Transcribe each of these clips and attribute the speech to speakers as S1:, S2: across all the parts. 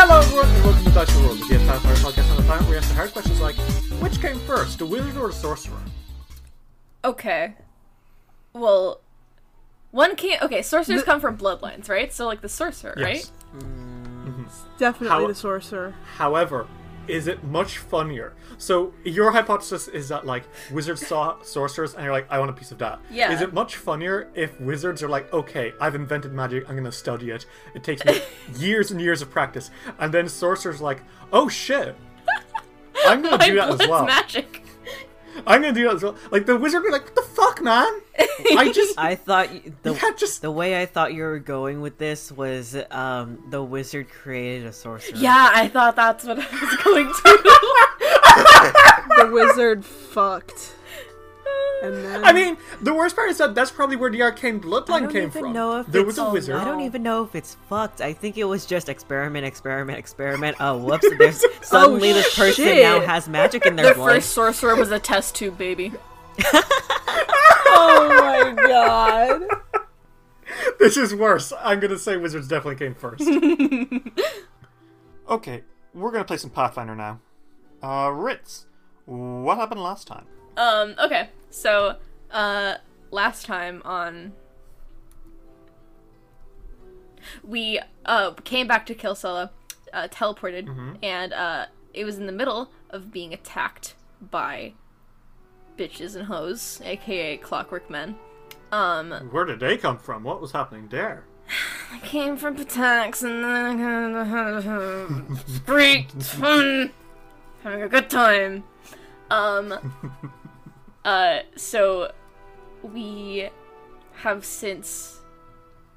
S1: Hello, everyone, and welcome to Dice Roll, the Game Time Fire podcast on the planet where we ask the hard questions like which came first, the wizard or the sorcerer?
S2: Okay. Well, one can't. Okay, sorcerers come from bloodlines, right? So, like the sorcerer, right?
S3: Definitely
S1: How-
S3: the sorcerer.
S1: However, is it much funnier? So your hypothesis is that like wizards saw sorcerers and you're like, I want a piece of that.
S2: Yeah.
S1: Is it much funnier if wizards are like, okay, I've invented magic, I'm gonna study it. It takes me years and years of practice, and then sorcerers are like, oh shit, I'm gonna do that
S2: blood's
S1: as well.
S2: magic.
S1: I'm gonna do that as well. Like the wizard would be like, what the fuck, man? I just
S4: I thought y- the
S1: Yeah, just-
S4: the way I thought you were going with this was um the wizard created a sorcerer.
S2: Yeah, I thought that's what I was going to.
S3: The wizard fucked. And then
S1: I mean, the worst part is that that's probably where the arcane bloodline
S4: I don't
S1: came
S4: even
S1: from.
S4: know if
S1: there was
S4: it's-
S1: a
S2: Oh,
S1: wizard.
S4: I
S2: no.
S4: don't even know if it's fucked. I think it was just experiment, experiment, experiment. Oh, whoops! There's suddenly this person now
S3: shit.
S4: has magic in their
S2: Their
S4: blood.
S2: first sorcerer was a test tube baby.
S3: oh my god.
S1: This is worse. I'm gonna say wizards definitely came first. okay, we're gonna play some Pathfinder now. Uh, Ritz, what happened last time?
S2: Um, okay. So, uh, last time on. We, uh, came back to Kilsella, uh, teleported, and, uh, it was in the middle of being attacked by bitches and hoes, aka clockwork men. Um,
S1: Where did they come from? What was happening there?
S2: I came from Patax and then freaked fun, having a good time. Um, uh, so we have since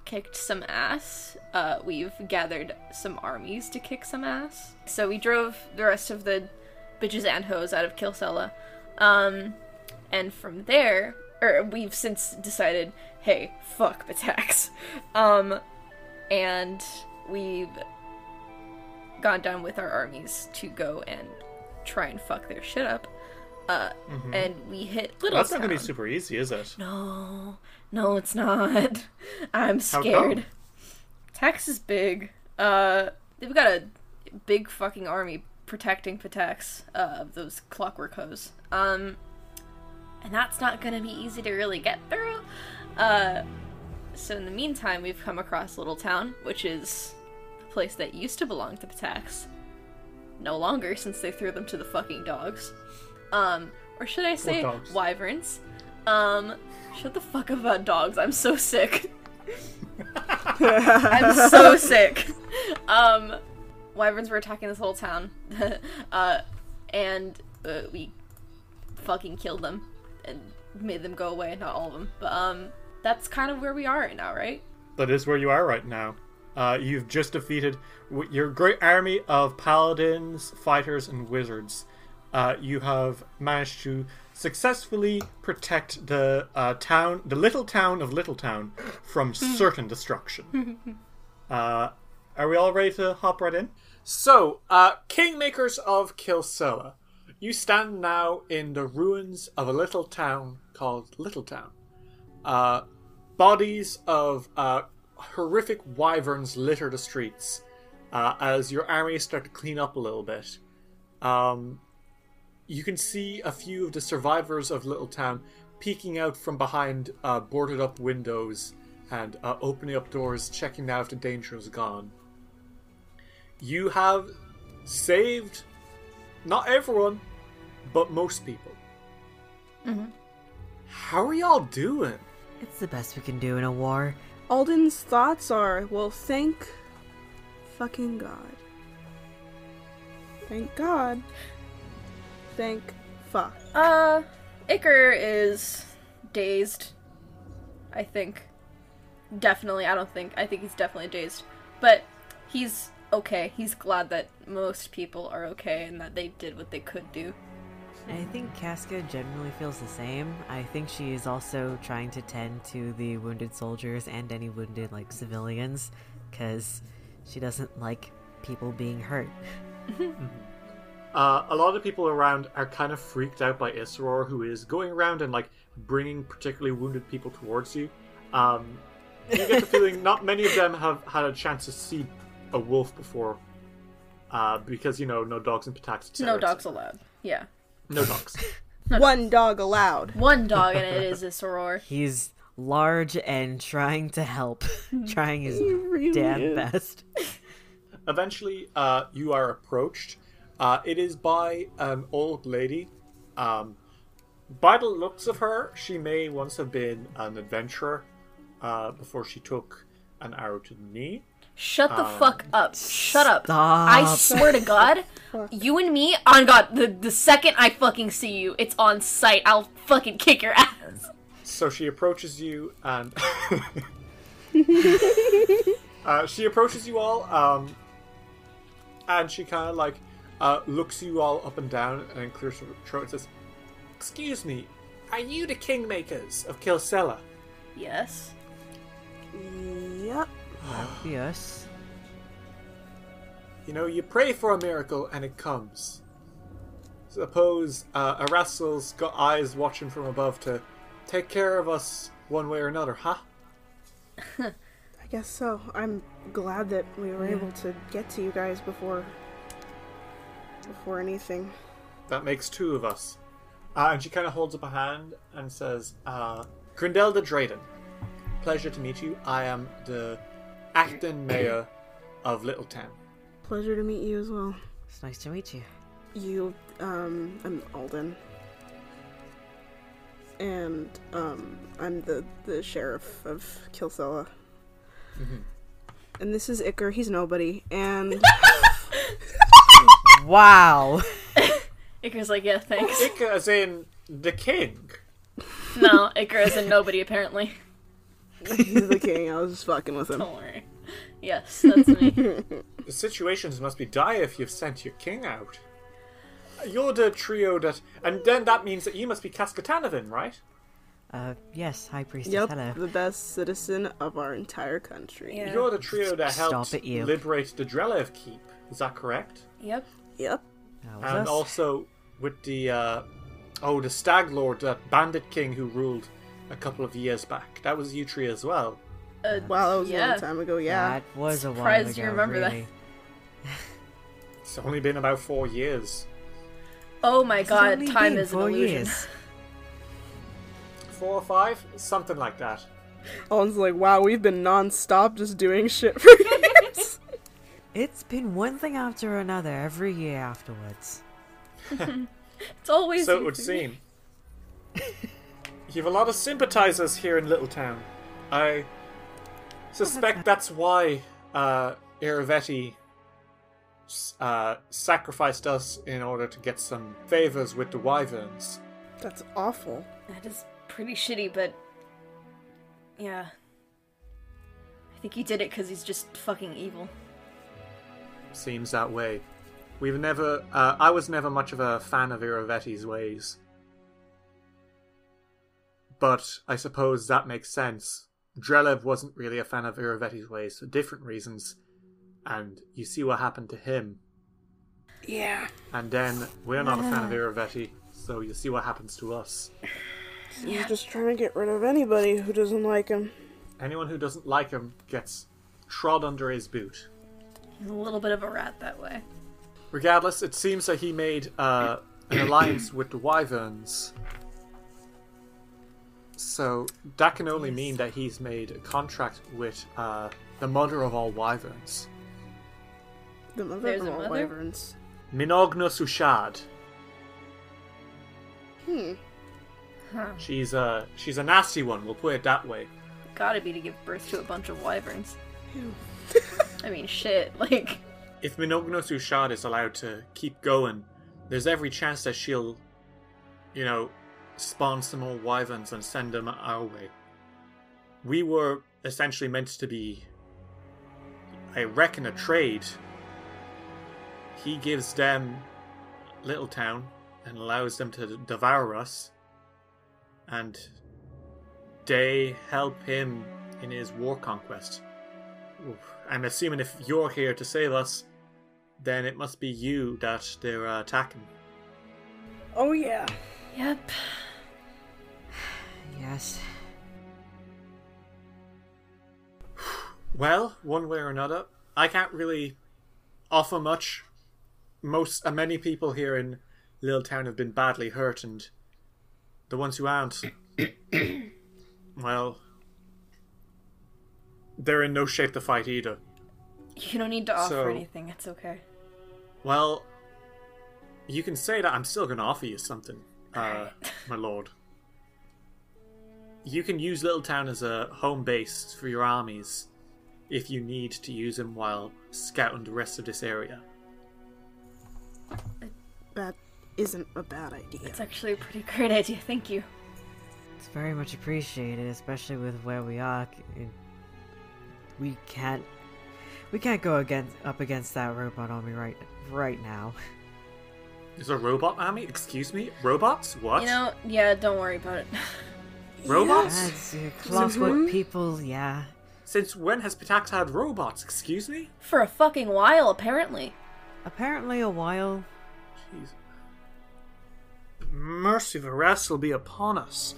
S2: kicked some ass. Uh, we've gathered some armies to kick some ass. So we drove the rest of the bitches and hoes out of Kilsella. Um, and from there, or we've since decided, hey, fuck Batax. Um, and we've gone down with our armies to go and try and fuck their shit up. Uh, and we hit Little
S1: Mm-hmm. That's not gonna be
S2: Town.
S1: super easy, is it?
S2: No, no, it's not. I'm
S1: How come?
S2: scared. Tex is big. Uh, they've got a big fucking army protecting Patex uh, of those clockwork hoes. Um, and that's not gonna be easy to really get through. Uh, so in the meantime, we've come across Little Town, which is a place that used to belong to Patex. No longer, since they threw them to the fucking dogs. Um, or should I say
S1: dogs.
S2: wyverns? Um, shut the fuck up about dogs. I'm so sick. I'm so sick. Um, wyverns were attacking this whole town, uh, and uh, we fucking killed them and made them go away. Not all of them, but um, that's kind of where we are right now, right?
S1: That is where you are right now. Uh, you've just defeated w- your great army of paladins, fighters, and wizards. Uh, you have managed to successfully protect the uh, town, the little town of Little Town, from certain destruction. uh, are we all ready to hop right in? So, uh, Kingmakers of Kilsella, you stand now in the ruins of a little town called Little Town. Uh, bodies of uh, horrific wyverns litter the streets uh, as your armies start to clean up a little bit. Um, you can see a few of the survivors of Little Town peeking out from behind uh, boarded up windows and uh, opening up doors, checking out if the danger is gone. You have saved not everyone, but most people. How are y'all doing?
S4: It's the best we can do in a war.
S3: Alden's thoughts are, well, thank fucking God. Thank God. Thank fuck.
S2: Uh, Iker is dazed. I think. Definitely, I don't think. I think he's definitely dazed. But he's okay. He's glad that most people are okay and that they did what they could do.
S4: I think Casca generally feels the same. I think she is also trying to tend to the wounded soldiers and any wounded like civilians cuz she doesn't like people being hurt.
S1: Uh, a lot of people around are kind of freaked out by Isror, who is going around and like bringing particularly wounded people towards you. Um, you get the feeling not many of them have had a chance to see a wolf before, uh, because you know no dogs in Patax. et
S2: No
S1: cetera.
S2: dogs allowed. Yeah.
S1: No dogs.
S3: One dog allowed.
S2: One dog and it is a soror.
S4: He's large and trying to help, trying his
S3: really
S4: damn
S3: is.
S4: best.
S1: Eventually, uh, you are approached. Uh, it is by an old lady. Um, by the looks of her, she may once have been an adventurer uh, before she took an arrow to the knee.
S2: Shut the fuck up. Shut up. I
S4: Stop.
S2: swear to God, you and me, on God, the, the second I fucking see you, it's on sight. I'll fucking kick your ass.
S1: So she approaches you and. uh, she approaches you all, um, and she kind of like uh, looks you all up and down and then clears her throat and says, Excuse me, are you the Kingmakers of Kilsella?
S2: Yes.
S3: Yep.
S4: yes.
S1: You know, you pray for a miracle and it comes. Suppose uh, Arasel's got eyes watching from above to take care of us one way or another, huh?
S3: I guess so. I'm glad that we were able to get to you guys before before anything.
S1: That makes two of us. Uh, and she kind of holds up a hand and says, uh, Grindelda Drayden, pleasure to meet you. I am the acting mayor of Littletown.
S3: Pleasure to meet you as well.
S4: It's nice to meet you.
S3: You, um, I'm Alden. And, um, I'm the, the sheriff of Kilsella. And this is Icker, he's nobody. And
S4: Wow.
S2: Iker's like, yeah, thanks.
S1: Ick as in the king.
S2: no, Iker isn't nobody, apparently.
S3: he's the king, I was just fucking with him.
S2: Don't worry. Yes, that's me.
S1: The situations must be dire if you've sent your king out. You're the trio that. And then that means that you must be Kaskatanovin, right?
S4: Uh yes, high priestess.
S3: Yep,
S4: Hello.
S3: the best citizen of our entire country.
S2: Yeah.
S1: You're the trio that
S4: Stop
S1: helped
S4: it, you.
S1: liberate the Drelev keep. Is that correct?
S2: Yep.
S3: Yep.
S4: That was
S1: and
S4: us.
S1: also with the uh, oh the stag lord that bandit king who ruled a couple of years back that was you three as well
S2: Uh,
S3: Wow, that was a
S2: Yeah.
S3: long time ago, yeah.
S4: that was a while ago.
S2: Surprised you remember that.
S4: really.
S1: it's only been about four years
S2: Oh my
S4: It's
S2: god,
S4: only
S2: time
S4: been
S2: is an
S4: four
S2: illusion.
S4: years.
S1: four or five something like that
S3: Alden's like, wow, we've been non-stop just doing shit for years.
S4: It's been one thing after another every year afterwards.
S2: It's always
S1: so it
S2: you
S1: would
S2: three.
S1: seem you've a lot of sympathizers here in Littletown I suspect that's why uh, Iravetti s- uh, sacrificed us in order to get some favors with the wyverns
S3: That's awful.
S2: That is pretty shitty, but yeah. I think he did it because he's just fucking evil.
S1: Seems that way. We've never. Uh, I was never much of a fan of Iravetti's ways. But I suppose that makes sense. Drelev wasn't really a fan of Iravetti's ways for different reasons, and you see what happened to him.
S3: Yeah.
S1: And then we're not a fan of Iravetti, so you see what happens to us.
S3: He's just trying to get rid of anybody who doesn't like him.
S1: Anyone who doesn't like him gets trod under his boot.
S2: He's a little bit of a rat that way.
S1: Regardless, it seems that he made uh, an alliance with the Wyverns. So that can only mean that he's made a contract with uh, the mother of all wyverns,
S3: The mother
S2: There's
S3: of
S2: a
S3: all
S2: mother?
S3: wyverns.
S1: Minogna Sushad.
S3: Hmm.
S2: Huh.
S1: She's a she's a nasty one. We'll put it that way.
S2: Gotta be to give birth to a bunch of wyverns. I mean, shit. Like,
S1: If Minogna Sushad is allowed to keep going, there's every chance that she'll, you know, spawn some more wyverns and send them our way. We were essentially meant to be, I reckon, a trade. He gives them Little Town and allows them to devour us, and they help him in his war conquest. I'm assuming if you're here to save us, then it must be you that they're uh, attacking.
S3: Oh yeah.
S2: yep.
S4: Yes.
S1: Well, one way or another, I can't really offer much. Most, uh, many people here in Little Town have been badly hurt, and the ones who aren't, well, they're in no shape to fight either.
S2: You don't need to offer
S1: So-
S2: anything. It's okay.
S1: Well, you can say that I'm still going to offer you something, uh, my lord. You can use Little Town as a home base for your armies if you need to use them while scouting the rest of this area.
S3: That isn't a bad idea.
S2: It's actually a pretty great idea. Thank you.
S4: It's very much appreciated, especially with where we are. It- We can't, we can't go against up against that robot army right right now.
S1: Is a robot army? Excuse me? Robots? What?
S2: You know, yeah. Don't worry about it.
S1: robots?
S4: That's uh, close
S2: Mm-hmm.
S4: what people, yeah.
S1: Since when has Patax had robots? Excuse me?
S2: For a fucking while, apparently.
S4: Apparently, a while.
S1: Jeez. Mercy, the rest will be upon us.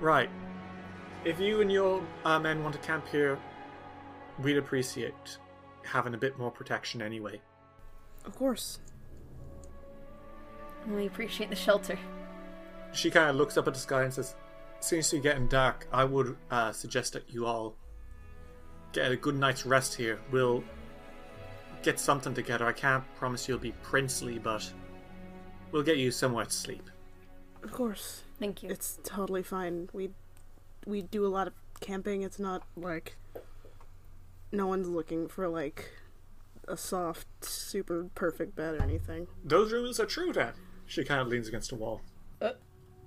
S1: Right. If you and your uh, men want to camp here, we'd appreciate having a bit more protection anyway.
S3: Of course.
S2: We appreciate the shelter.
S1: She kind of looks up at the sky and says, Seems to be getting dark. I would uh, suggest that you all get a good night's rest here. We'll get something together. I can't promise you'll be princely, but we'll get you somewhere to sleep.
S3: Of course.
S2: Thank you.
S3: It's totally fine. We we do a lot of camping. It's not like no one's looking for like a soft, super perfect bed or anything.
S1: Those rumors are true, then. She kind of leans against a wall.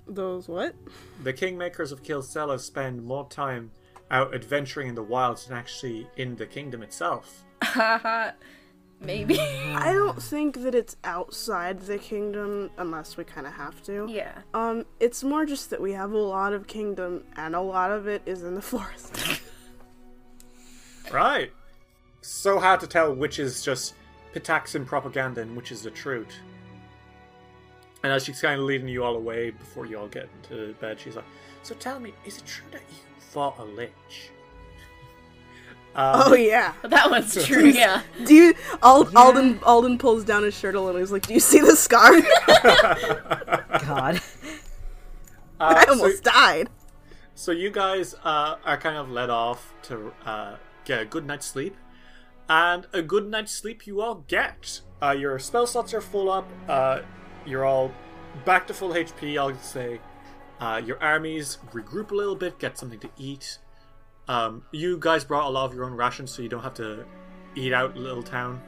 S3: Those what?
S1: The Kingmakers of Kilsella spend more time out adventuring in the wilds than actually in the kingdom itself.
S2: Haha. Maybe.
S3: I don't think that it's outside the kingdom unless we kind of have to.
S2: yeah.
S3: Um, it's more just that we have a lot of kingdom and a lot of it is in the forest.
S1: Right. So hard to tell which is just Pitaxin propaganda and which is the truth. And as she's kind of leading you all away before you all get into bed, she's like, "So tell me, is it true that you fought a lich?" Um,
S3: oh yeah.
S2: But that one's true, yeah.
S3: Do you Al- Alden Alden pulls down his shirt a little. He's like, "Do you see the scar?
S4: God.
S1: uh,
S3: I
S1: so-
S3: almost died."
S1: So you guys uh, are kind of let off to uh, get a good night's sleep, and a good night's sleep you all get. Uh, your spell slots are full up. Uh, you're all back to full HP. I'll say. Uh, your armies regroup a little bit, get something to eat. Um, you guys brought a lot of your own rations, so you don't have to eat out Little Town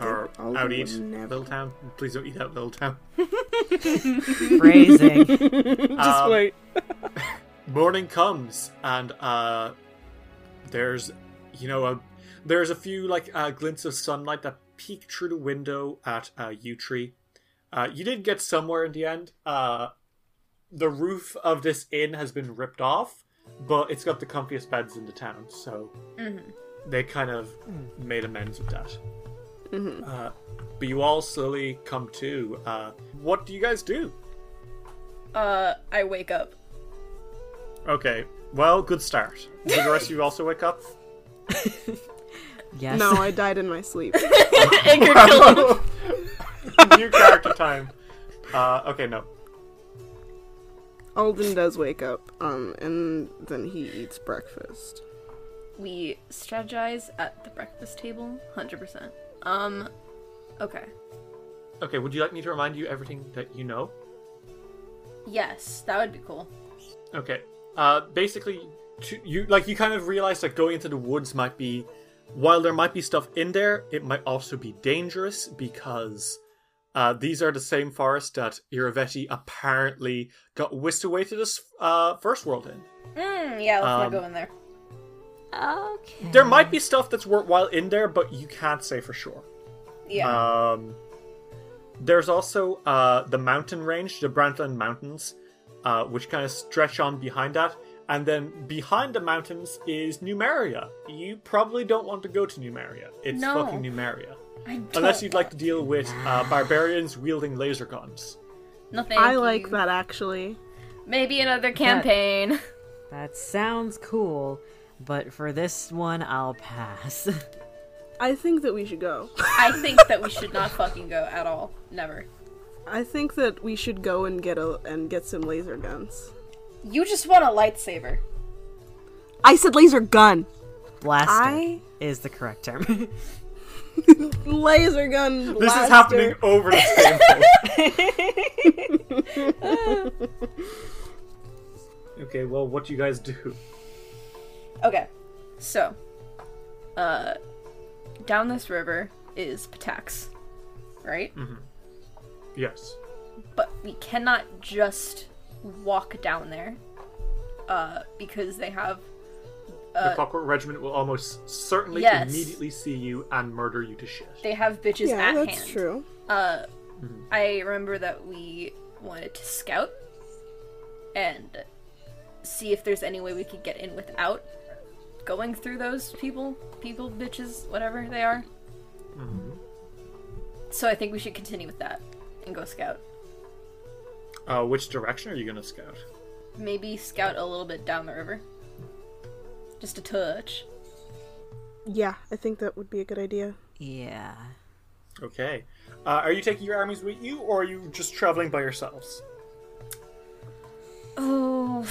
S1: or
S3: I'll
S1: out eat
S3: do whatever.
S1: Little Town. Please don't eat out Little Town.
S4: Phrasing.
S1: Just morning comes and uh there's you know a there's a few like uh glints of sunlight that peek through the window at uh yew tree uh you did get somewhere in the end uh the roof of this inn has been ripped off but it's got the comfiest beds in the town so they kind of made amends with that uh, but you all slowly come to uh what do you guys do
S2: Uh, I wake up.
S1: Okay. Well, good start. Did the rest of you also wake up?
S4: Yes.
S3: No, I died in my sleep.
S2: Anchor Kill.
S1: New character time. Uh, okay, no.
S3: Alden does wake up, um, and then he eats breakfast.
S2: We strategize at the breakfast table, 100%. Um, okay.
S1: Okay, would you like me to remind you everything that you know?
S2: Yes, that would be cool.
S1: Okay. Uh, basically, to, you like you kind of realize that going into the woods might be, while there might be stuff in there, it might also be dangerous because uh, these are the same forests that Iravetti apparently got whisked away to this uh, first world in.
S2: Mm, yeah, let's
S1: Um,
S2: not go in there.
S4: Okay.
S1: There might be stuff that's worthwhile in there, but you can't say for sure.
S2: Yeah.
S1: Um, there's also uh, the mountain range, the Brantland Mountains, uh, which kind of stretch on behind that. And then behind the mountains is Numeria. You probably don't want to go to Numeria. It's
S2: No.
S1: fucking Numeria.
S2: I don't
S1: Unless you'd like
S2: want-
S1: to deal with uh, barbarians wielding laser guns.
S2: No, thank
S3: I like
S2: you.
S3: that actually.
S2: Maybe another campaign.
S4: That sounds cool, but for this one, I'll pass.
S3: I think that we should go.
S2: I think that we should not fucking go at all. Never.
S3: I think that we should go and get a and get some laser guns.
S2: You just want a lightsaber.
S3: I said laser gun.
S4: Blaster
S3: I-
S4: is the correct term.
S3: Laser gun.
S1: This is happening over the table. okay, well, what do you guys do?
S2: Okay. So, uh, down this river is Patax, right?
S1: Yes.
S2: But we cannot just walk down there, uh, because they have.
S1: the Clockwork Regiment will almost certainly
S2: Yes.
S1: immediately see you and murder you to shit.
S2: They have bitches
S3: Yeah,
S2: at
S3: that's
S2: hand.
S3: true.
S2: Uh, I remember that we wanted to scout and see if there's any way we could get in without going through those people, people, bitches, whatever they are. So I think we should continue with that and go scout.
S1: Uh, which direction are you going to scout?
S2: Maybe scout a little bit down the river. Just a touch.
S3: Yeah, I think that would be a good idea.
S4: yeah.
S1: Okay. Uh, are you taking your armies with you, or are you just traveling by yourselves?
S2: Oh,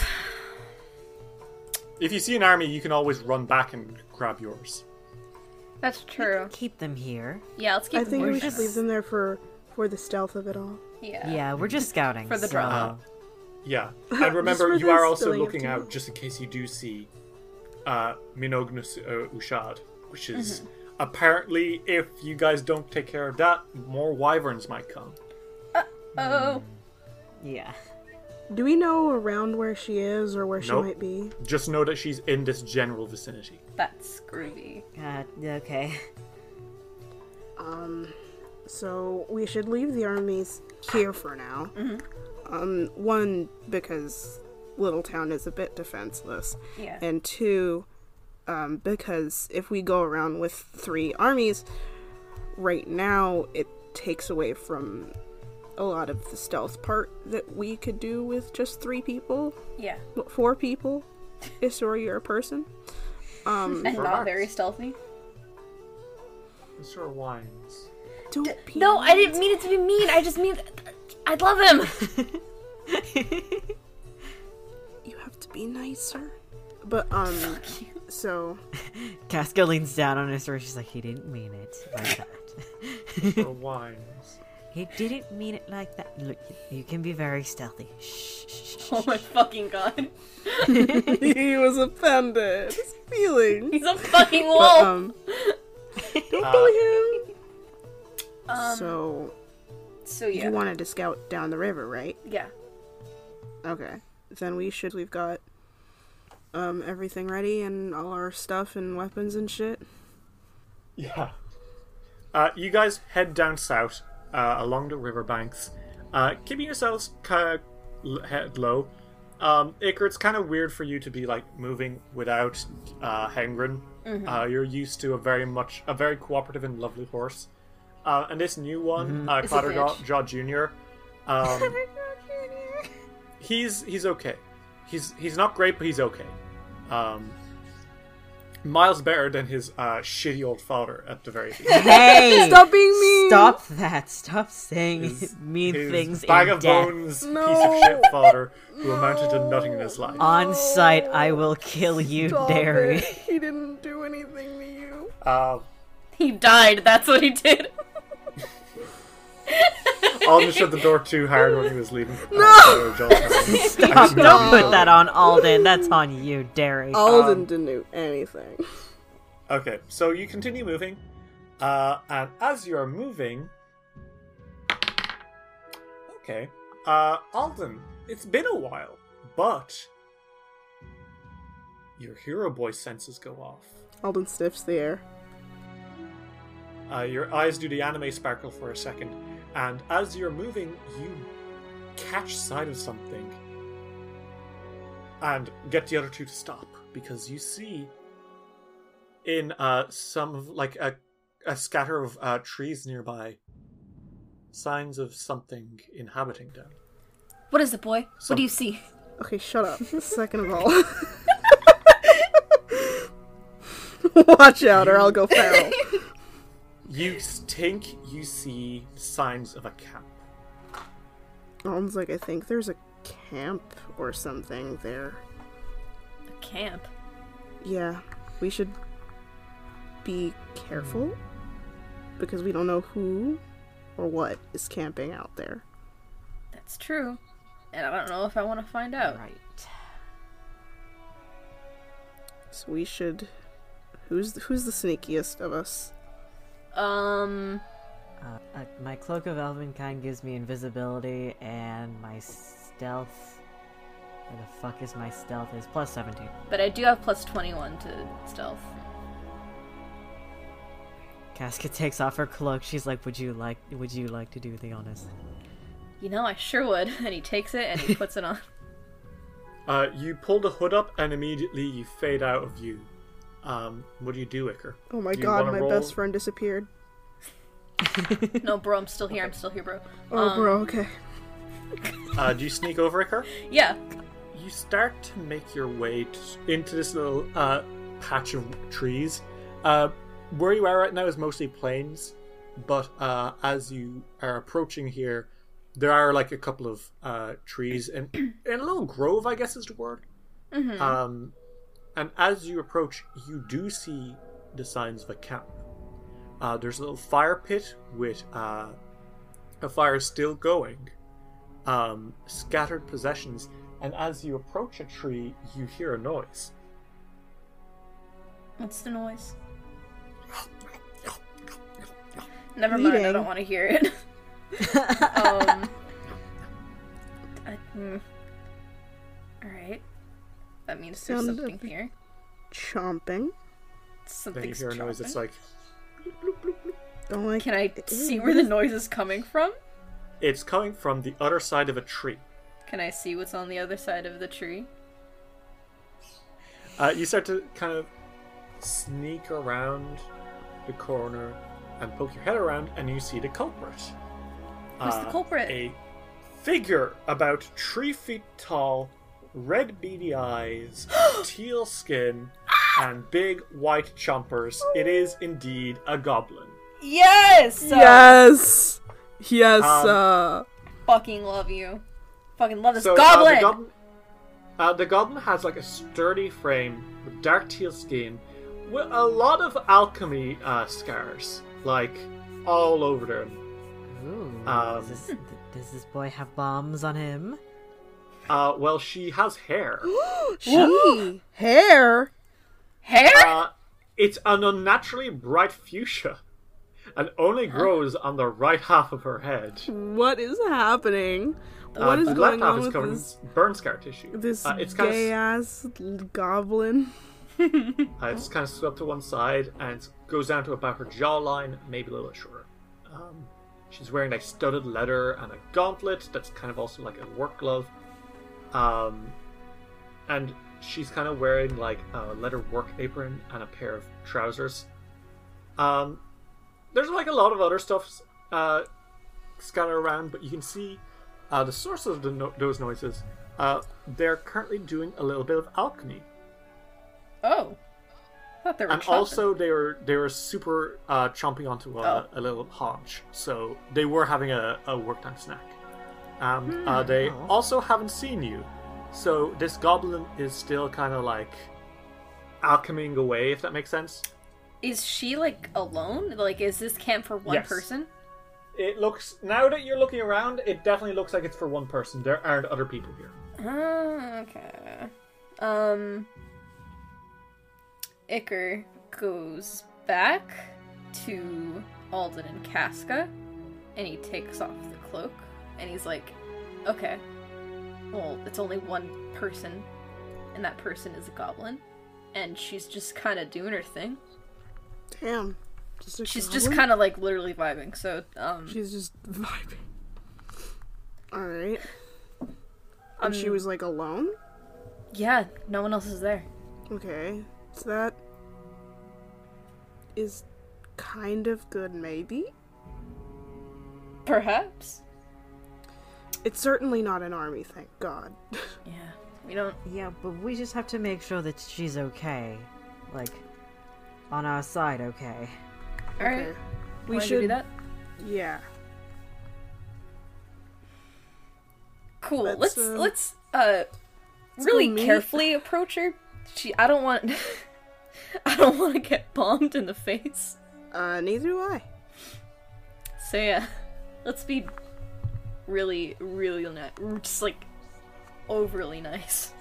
S1: If you see an army, you can always run back and grab yours.
S2: that's true.
S4: Keep them here.
S2: Yeah, let's keep
S3: I think
S2: them
S3: we
S2: loose.
S3: should leave them there for for the stealth of it all.
S2: Yeah.
S4: Yeah, we're just scouting.
S2: For the
S4: so-
S2: drama.
S1: Yeah. And remember,
S3: for
S1: you
S3: the
S1: are also
S3: spilling of
S1: looking
S3: tea.
S1: out just in case you do see uh, Minognus uh, Ushad, which is apparently, if you guys don't take care of that, more wyverns might come.
S2: Oh,
S4: Yeah.
S3: Do we know around where she is or where she
S1: Nope.
S3: might be?
S1: Just know that she's in this general vicinity.
S2: that's groovy.
S4: Uh, okay.
S3: So we should leave the armies here for now.
S2: Mm-hmm.
S3: Um, one because Little Town is a bit defenseless,
S2: Yeah.
S3: and two, um, because if we go around with three armies, right now it takes away from a lot of the stealth part that we could do with just three people,
S2: Yeah.
S3: well, four people, if or you're a person.
S2: And not
S1: Perhaps.
S2: very stealthy.
S1: Mr. Wines.
S3: Don't be
S2: No, I didn't mean it to be mean. I just mean I love him.
S3: You have to be nicer. But um, so
S4: Casca leans down on his sword. She's like, he didn't mean it like that.
S1: Mr. Wines.
S4: he didn't mean it like that. Look, you can be very stealthy. Shh. shh, shh.
S2: oh my fucking god.
S3: he was offended. His feelings.
S2: He's a fucking
S3: But,
S2: wolf.
S3: um, don't bully him. Um, so
S2: so yeah.
S3: you wanted to scout down the river, right?
S2: yeah.
S3: Okay. Then we should. We've got um everything ready and all our stuff and weapons and shit.
S1: Yeah. Uh, you guys head down south uh, along the riverbanks, uh, keeping yourselves kind of l- head low. Um, Iker, it's kind of weird for you to be like moving without uh, Hengrin.
S2: Mm-hmm.
S1: Uh, you're used to a very much a very cooperative and lovely horse, uh, and this new one, uh,
S2: Mm-hmm. It's a bitch.
S1: Clatterjaw Junior. Um, he's he's okay. He's he's not great, but he's okay. Um, miles better than his uh, shitty old father at the very least.
S4: Hey!
S3: Stop being mean.
S4: Stop that. Stop saying
S1: His-
S4: mean
S1: His
S4: things
S1: bag
S4: in
S1: of
S4: death.
S1: bones, piece of
S3: No.
S1: shit father who amounted to nothing in his life.
S4: On sight, I will kill you,
S3: Stop
S4: Derry.
S3: it. He didn't do anything to you.
S1: Um,
S2: He died. That's what he did.
S1: Alden shut the door too hard when he was leaving. Uh, No!
S4: Stop. Don't put that on Alden. That's on you, Derry.
S3: Alden didn't do anything.
S1: okay, so you continue moving, uh, and as you are moving, okay, uh, Alden, it's been a while, but your hero boy senses go off.
S3: Alden sniffs the air.
S1: Uh, your eyes do the anime sparkle for a second, and as you're moving, you catch sight of something and get the other two to stop because you see in uh, some of, like a, a scatter of uh, trees nearby signs of something inhabiting them.
S2: What is it, boy?
S1: Some-
S2: what do you see?
S3: Okay, shut up. Second of all. Watch out or I'll go feral.
S1: You s- think you see signs of a camp.
S3: Alden's like, I think there's a camp or something there.
S2: A camp.
S3: Yeah, we should be careful because we don't know who or what is camping out there.
S2: That's true. And I don't know if I want to find out.
S4: Right.
S3: So we should. Who's the, who's the sneakiest of us?
S2: Um,
S4: Uh, uh, my cloak of Elvenkind gives me invisibility, and my stealth. Where the fuck is my stealth? Is plus seventeen.
S2: but I do have plus 21 to stealth.
S4: Casca takes off her cloak. She's like, "Would you like? Would you like to do the honors?"
S2: You know, I sure would. And he takes it and he puts it on.
S1: Uh, you pull the hood up and immediately you fade out of view. Um, what do you do, Icker?
S3: Oh my
S1: Do you
S3: god,
S1: wanna
S3: my
S1: roll-
S3: best friend disappeared.
S2: No, bro, I'm still here. I'm still here, bro.
S3: Oh, bro,
S2: Um,
S3: okay.
S1: Uh, do you sneak over Icker?
S2: Yeah.
S1: You start to make your way t- into this little uh, patch of trees. Uh, where you are right now is mostly plains, but uh, as you are approaching here, there are like a couple of uh, trees and, and a little grove, I guess is the word. Um, and as you approach, you do see the signs of a camp. Uh, there's a little fire pit with uh, a fire still going um, scattered possessions, and as you approach a tree, you hear a noise.
S2: What's the noise? Never mind. I
S3: Bleeding.
S2: don't want to hear it. um. I, mm. All right. That means there's
S3: Sound of-
S2: something here.
S3: Chomping.
S1: Then you
S2: Something's
S1: hear a noise that's
S2: chomping.
S1: like
S3: Don't like
S2: Can I
S3: Ew,
S2: see
S3: what
S2: where the
S3: is-
S2: noise is coming from?
S1: it's coming from the other side of a tree.
S2: Can I see what's on the other side of the tree?
S1: Uh, you start to kind of sneak around the corner and poke your head around, and you see the culprit. Uh,
S2: Who's the culprit?
S1: A figure about three feet tall, red beady eyes, teal skin, and big white chompers. It is indeed a goblin.
S2: Yes.
S3: Yes! Yes,
S1: Um,
S3: uh.
S2: Fucking love you. Fucking love this
S1: So, uh,
S2: goblin.
S1: the goblin, uh, the goblin has like a sturdy frame with dark teal skin, with a lot of alchemy uh, scars, like all over them.
S4: Ooh.
S1: Um.
S4: does, this, does this boy have bombs on him?
S1: Uh, well, she has hair.
S3: She! Hair!
S2: Hair?
S1: Uh, it's an unnaturally bright fuchsia, and only grows on the right half of her head.
S3: What is happening? What
S1: uh,
S3: is
S1: the
S3: going
S1: left half
S3: on
S1: is
S3: with
S1: covered
S3: this,
S1: in burn scar tissue.
S3: this
S1: uh, it's kind
S3: gay
S1: of
S3: ass goblin?
S1: Uh, it's kind of swept to one side and goes down to about her jawline, maybe a little bit shorter. Um, she's wearing like studded leather and a gauntlet that's kind of also like a work glove. Um, and she's kind of wearing like a leather work apron and a pair of trousers. Um, there's like a lot of other stuff uh, scattered around, but you can see uh, the source of the no- those noises. Uh, they're currently doing a little bit of alchemy.
S2: Oh. thought they were
S1: and
S2: chopping.
S1: also they were they were super uh, chomping onto
S2: Oh.
S1: a, a little haunch, so they were having a, a worktime snack. Um,
S2: Hmm,
S1: uh, they
S2: oh.
S1: also haven't seen you, so this goblin is still kind of like alchemying away, if that makes sense.
S2: Is she like alone? Like, is this camp for one
S1: Yes.
S2: person?
S1: It looks now that you're looking around, it definitely looks like it's for one person. There aren't other people here.
S2: Ah, okay. Um. Icker goes back to Alden and Casca, and he takes off the cloak, and he's like, "Okay, well, it's only one person, and that person is a goblin, and she's just kind of doing her thing.
S3: Damn. Just a
S2: She's just
S3: goblin?
S2: kind of like literally vibing. So, um,
S3: She's just vibing. All right. And she was like alone.
S2: yeah, no one else is there.
S3: Okay, so that is kind of good, maybe.
S2: Perhaps.
S3: It's certainly not an army, thank God.
S2: Yeah, we don't.
S4: Yeah, but we just have to make sure that she's okay. Like, on our side, okay.
S2: All right,
S3: Okay. We
S2: wanna go do
S3: should.
S2: that.
S3: Yeah.
S2: cool let's
S3: Let's, uh,
S2: let's uh
S3: go
S2: really
S3: meet.
S2: carefully approach her she i don't want i don't want to get bombed in the face
S3: Uh, neither do I.
S2: so yeah let's be really really nice just like overly nice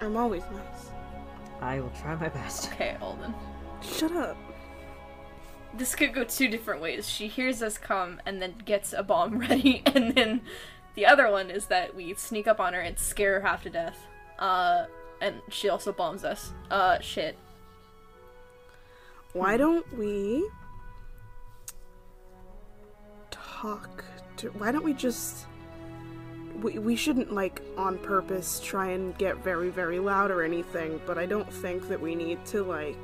S3: I'm always nice.
S4: I will try my best.
S2: okay alden
S3: Shut up.
S2: this could go two different ways she hears us come and then gets a bomb ready and then the other one is that we sneak up on her and scare her half to death uh and she also bombs us uh shit
S3: Why don't we talk to. Why don't we just. We, we shouldn't, like, on purpose try and get very, very loud or anything, but I don't think that we need to, like.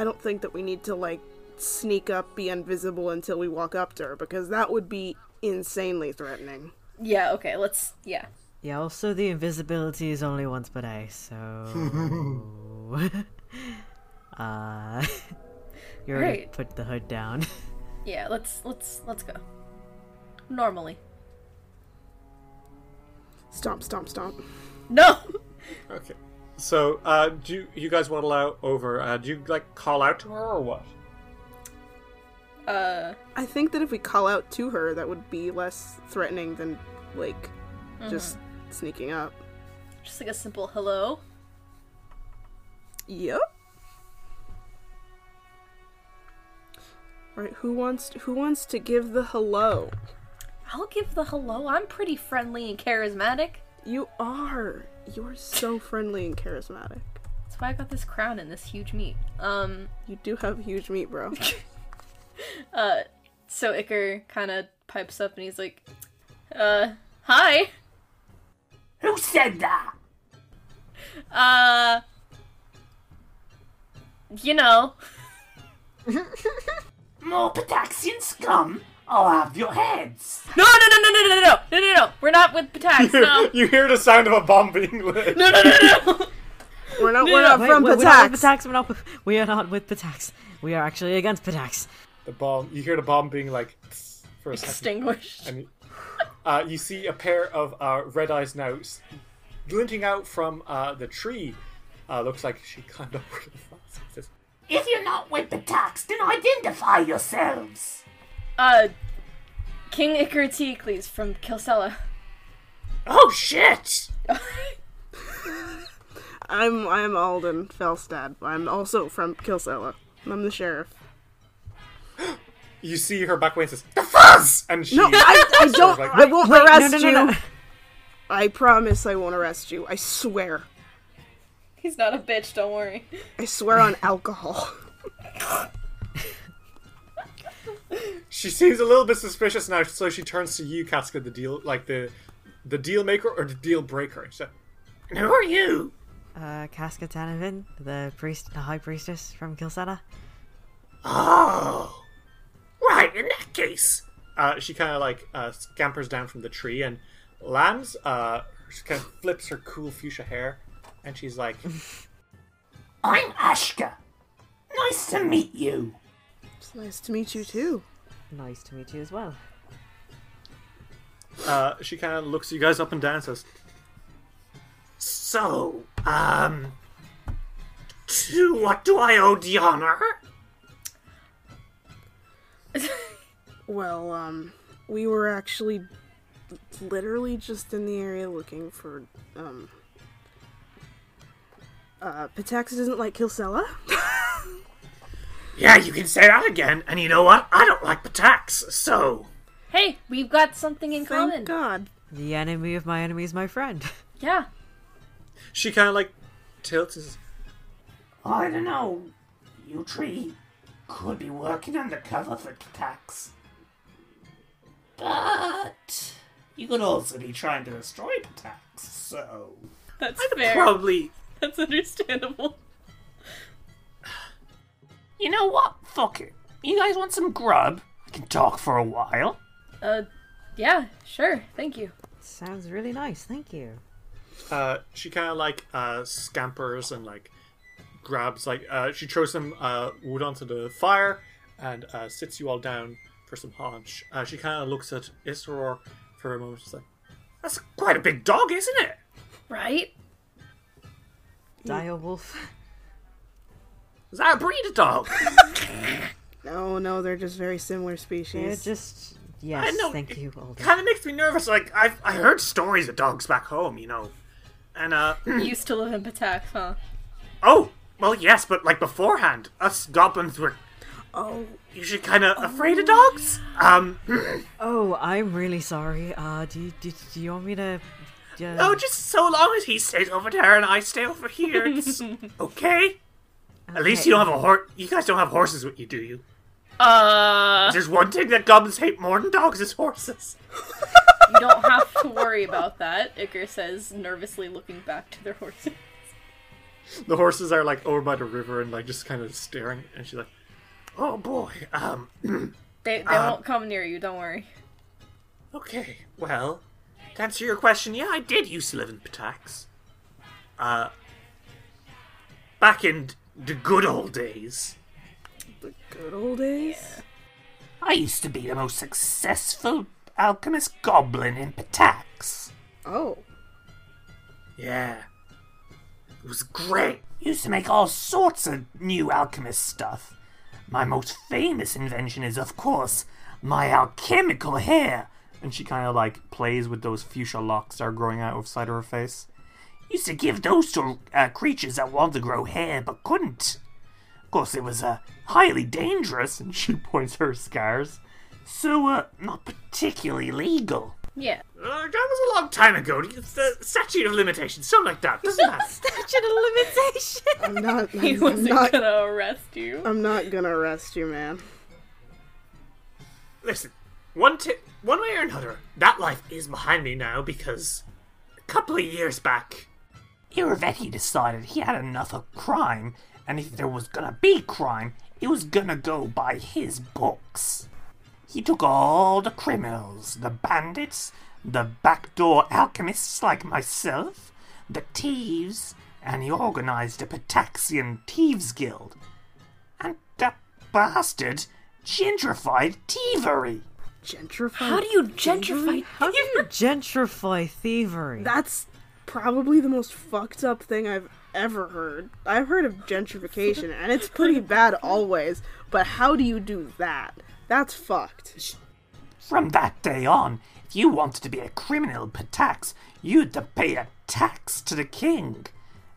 S3: I don't think that we need to, like, sneak up, be invisible until we walk up to her, because that would be insanely threatening.
S2: yeah okay let's yeah
S4: Yeah, also, the invisibility is only once per day, so. uh. you already
S2: Right.
S4: put the hood down.
S2: Yeah, let's let's let's go. Normally.
S3: Stomp, stomp, stomp.
S2: No.
S1: Okay. So, uh, do you, you guys waddle out over? Uh, do you like call out to her or what?
S2: Uh
S3: I think that if we call out to her, that would be less threatening than, like,
S4: Mm-hmm.
S3: just sneaking up.
S2: just like a simple hello.
S3: Yep. Right, who wants to, who wants to give the hello?
S2: I'll give the hello. I'm pretty friendly and charismatic.
S3: You are. You are so friendly and charismatic.
S2: That's why I got this crown and this huge meat. Um
S3: You do have huge meat, bro.
S2: uh so Icker kind of pipes up and he's like uh hi.
S5: Who said that?
S2: Uh you know.
S5: More Pataxian scum? I'll have your heads.
S2: No, no, no, no, no, no, no, no, no, no, no. We're not with Patax. No.
S1: you hear the sound of a bomb being lit.
S2: No, no, no, no.
S3: We're not we're not
S4: Wait,
S3: from
S4: wait, we're not with
S3: Patax.
S4: Patax. We're not with, we are not with Patax. We are actually against Patax.
S1: The bomb. You hear the bomb being like "Tss," for a second.
S2: Extinguished.
S1: And you, uh, you see a pair of uh, red eyes now s- glinting out from uh, the tree. Uh, looks like she climbed up really fast. It says,
S5: If you're not with Patax, then identify yourselves.
S2: Uh King Icker Teocles from Kilsella.
S5: Oh shit!
S3: I'm I'm Alden Felstad. I'm also from Kilsella. I'm the sheriff.
S1: You see her back way and says, The
S5: Fuzz!
S1: And she.
S3: No, I, I don't
S1: like-
S3: I won't
S4: no,
S3: arrest
S4: no, no,
S3: you.
S4: no.
S3: I promise I won't arrest you. I swear.
S2: He's not a bitch, don't worry.
S3: I swear on alcohol.
S1: She seems a little bit suspicious now, so she turns to you, Casca, the deal, like the the deal maker or the deal breaker. So,
S5: And who are you?
S4: Uh, Casca Tanavin, the priest, the high priestess from Kilsada.
S5: Oh. Right, in that case.
S1: uh, she kind of like uh, scampers down from the tree and lands. Uh, she kind of flips her cool fuchsia hair, and she's like, I'm Ashka. Nice to meet you.
S3: It's nice to meet you too.
S4: Nice to meet you as well.
S6: Uh, she kind of looks you guys up and down and says,
S1: So, um, to what do I owe the honor?
S3: Well, um, we were actually literally just in the area looking for, um, uh, Patax doesn't like Kilsella.
S1: Yeah, you can say that again. And you know what? I don't like the tax, so
S2: Hey, we've got something in common.
S3: Thank God.
S4: The enemy of my enemy is my friend.
S2: Yeah.
S6: she kind of like tilts and says,
S1: I don't know. You three could be working undercover for the tax, but you could also be trying to destroy the tax. So
S2: That's
S1: probably
S2: That's understandable.
S1: You know what? Fuck it. You guys want some grub? I can talk for a while.
S2: Uh, yeah, sure. Thank you.
S4: Sounds really nice, thank you.
S6: uh, she kind of like uh, scampers and like grabs like uh, she throws some uh, wood onto the fire and uh, sits you all down for some haunch. Uh, she kind of looks at Isror for a moment. She's like,
S1: That's quite a big dog, isn't it?
S2: Right?
S4: Dire wolf.
S1: Is that a breed of dog?
S3: No, no, they're just very similar
S4: They're
S3: species.
S4: just yes,
S1: know,
S4: thank
S1: it-
S4: you, Alden.
S1: kind of makes me nervous. Like I've I heard stories of dogs back home, you know, and uh
S3: Hmm.
S2: used to live in Patak, huh?
S1: oh well yes, but like beforehand, us goblins were
S3: Oh,
S1: usually kind of afraid of dogs. Um
S4: Oh, I'm really sorry. Uh do you do, do you want me to uh,
S1: oh, just so long as he stays over there and I stay over here, it's okay. At least you don't have a horse. You guys don't have horses with you, do you?
S2: Uh,
S1: There's one thing that goblins hate more than dogs is horses.
S2: you don't have to worry about that, Icar says, nervously looking back to their horses.
S6: the horses are like over by the river and like just kind of staring. And she's like,
S1: Oh boy. Um.
S2: They, they
S3: Uh,
S2: won't come near you, don't worry.
S1: Okay. Well, to answer your question, yeah, I did used to live in Patax. Uh. Back in d- the good old days,
S3: the good old days.
S1: I used to be the most successful alchemist goblin in Patax.
S3: Oh,
S1: Yeah. It was great. Used to make all sorts of new alchemist stuff. My most famous invention is, of course, my alchemical hair. And she kind of like plays with those fuchsia locks that are growing out of side of her face. Used to give those to uh, creatures that wanted to grow hair but couldn't. Of course, it was uh, highly dangerous, and she points her scars. So, uh, not particularly legal.
S2: Yeah.
S1: Uh, that was a long time ago. It's the statute of limitations, something like that. Doesn't matter.
S4: statute of limitation?
S3: I'm not. I'm,
S2: He wasn't
S3: not.
S2: gonna arrest you.
S3: I'm not gonna arrest you, man.
S1: Listen, one ti one way or another, that life is behind me now because a couple of years back, Iravetti decided he had enough of crime, and if there was gonna be crime, it was gonna go by his books. He took all the criminals, the bandits, the backdoor alchemists like myself, the thieves, and he organized a Pataxian Thieves Guild. And that bastard gentrified thievery.
S3: Gentrified.
S2: How do you gentrify?
S4: How do you gentrify thievery?
S3: That's probably the most fucked up thing I've ever heard. I've heard of gentrification, and it's pretty bad always, but how do you do that? That's fucked.
S1: From that day on, if you wanted to be a criminal per tax, you had to pay a tax to the king.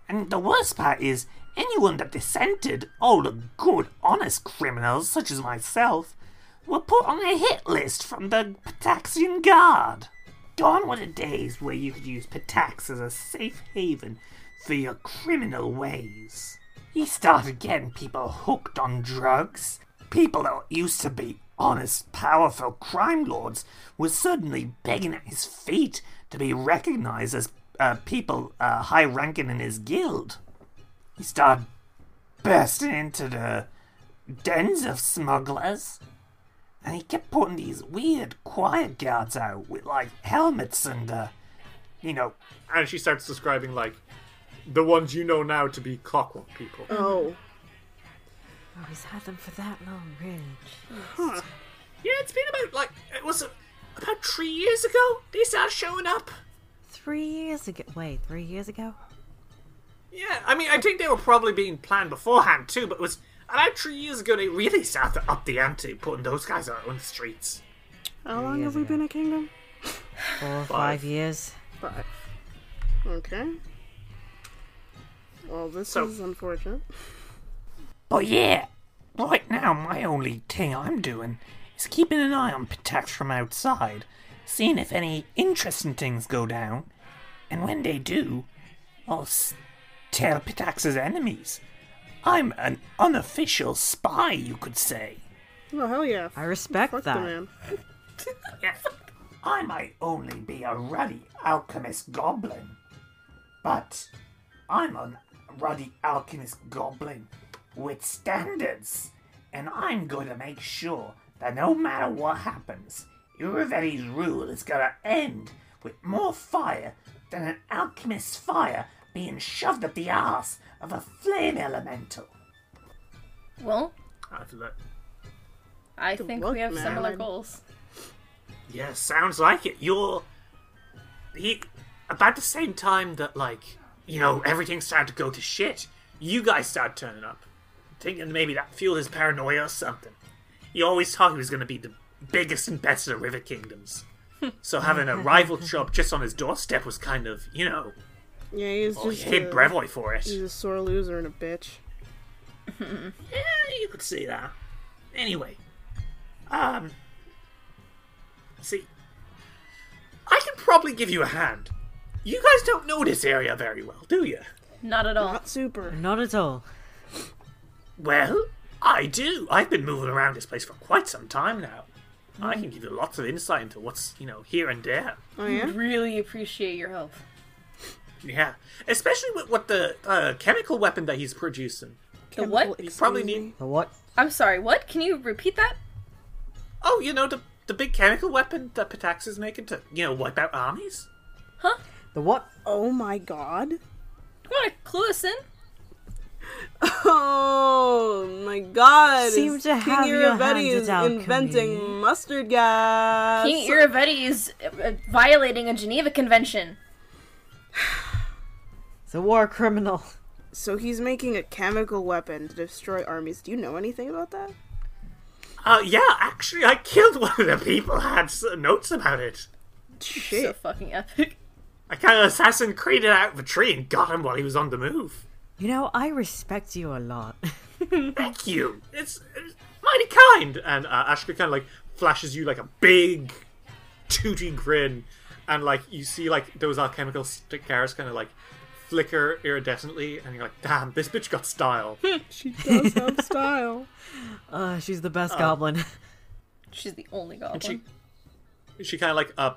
S1: And the worst part is, anyone that dissented, all the good, honest criminals such as myself, were put on a hit list from the Pataxian Guard. Gone were the days where you could use Patax as a safe haven for your criminal ways. He started getting people hooked on drugs. People that used to be honest, powerful crime lords were suddenly begging at his feet to be recognized as uh, people uh, high ranking in his guild. He started bursting into the dens of smugglers. And he kept putting these weird quiet guards out with like helmets and, uh, you know,
S6: and she starts describing like the ones you know now to be clockwork people.
S3: Oh,
S4: Oh, he's had them for that long, really.
S1: Yeah, it's been about like it was about three years ago. They started showing up.
S4: Three years ago. Wait, three years ago?
S1: Yeah, I mean, I think they were probably being planned beforehand too, but it was about three years ago they really started to up the ante, putting those guys out on the streets.
S3: how long have we been a kingdom?
S4: Four or five years?
S3: Five. Okay. Well, this
S1: So-
S3: is unfortunate.
S1: But yeah, right now my only thing I'm doing is keeping an eye on Pitax from outside, seeing if any interesting things go down, and when they do, I'll s- tell Pitax's enemies. I'm an unofficial spy, you could say.
S3: Oh hell yeah!
S4: I respect
S3: Fuck
S4: that.
S3: the man.
S1: Yes, I might only be a ruddy alchemist goblin, but I'm a ruddy alchemist goblin with standards, and I'm going to make sure that no matter what happens, Uruveti's rule is going to end with more fire than an alchemist's fire being shoved up the ass of a flame elemental.
S2: Well,
S1: I've looked.
S2: I think
S3: luck,
S2: we have similar
S3: man.
S2: goals.
S1: Yeah, sounds like it. You're he, about the same time that like you know everything started to go to shit. You guys started turning up, thinking maybe that fueled his paranoia or something. He always thought he was going to be the biggest and best of the River Kingdoms. So having a rival shop just on his doorstep was kind of you know
S3: Yeah, he's
S1: well, he
S3: just
S1: hit
S3: a,
S1: Brevoy for it.
S3: he's a sore loser and a bitch.
S1: Yeah, Eh, you could see that. Anyway, um, see, I can probably give you a hand. You guys don't know this area very well, do you?
S2: Not at all.
S3: Not super.
S4: Not at all.
S1: Well, I do. I've been moving around this place for quite some time now. I can give you lots of insight into what's, you know, here and there.
S3: Oh yeah.
S2: Really appreciate your help.
S1: Yeah. Especially with what the uh, chemical weapon that he's producing.
S2: The what?
S3: Chemical-
S1: You probably
S3: Excuse
S1: need.
S4: The what?
S2: I'm sorry, what? Can you repeat that?
S1: Oh, you know, the, the big chemical weapon that Patax is making to, you know, wipe out armies?
S4: The what?
S3: Oh my god.
S2: You want to clue us in?
S3: Oh my god.
S4: Seem
S3: is
S4: to have
S3: King
S4: your hand
S3: Irivetti
S4: it
S3: is
S4: out,
S3: inventing
S4: Camille.
S3: mustard gas.
S2: King Iravetti is uh, uh, violating a Geneva Convention.
S4: It's a war criminal.
S3: so he's making a chemical weapon to destroy armies. Do you know anything about that?
S1: Uh, yeah, actually, I killed one of the people. I had s- notes about it.
S3: Shit.
S2: So fucking epic.
S1: I kind of assassin created out of a tree and got him while he was on the move.
S4: You know, I respect you a lot.
S1: Thank you. It's, it's mighty kind. And uh, Ashka kind of like flashes you like a big, tooty grin, and like you see like those alchemical stick arrows kind of like flicker iridescently, and you're like, damn, this bitch got style.
S3: she does have style.
S4: uh, she's the best goblin.
S2: She's the only goblin.
S1: she she kind of like uh,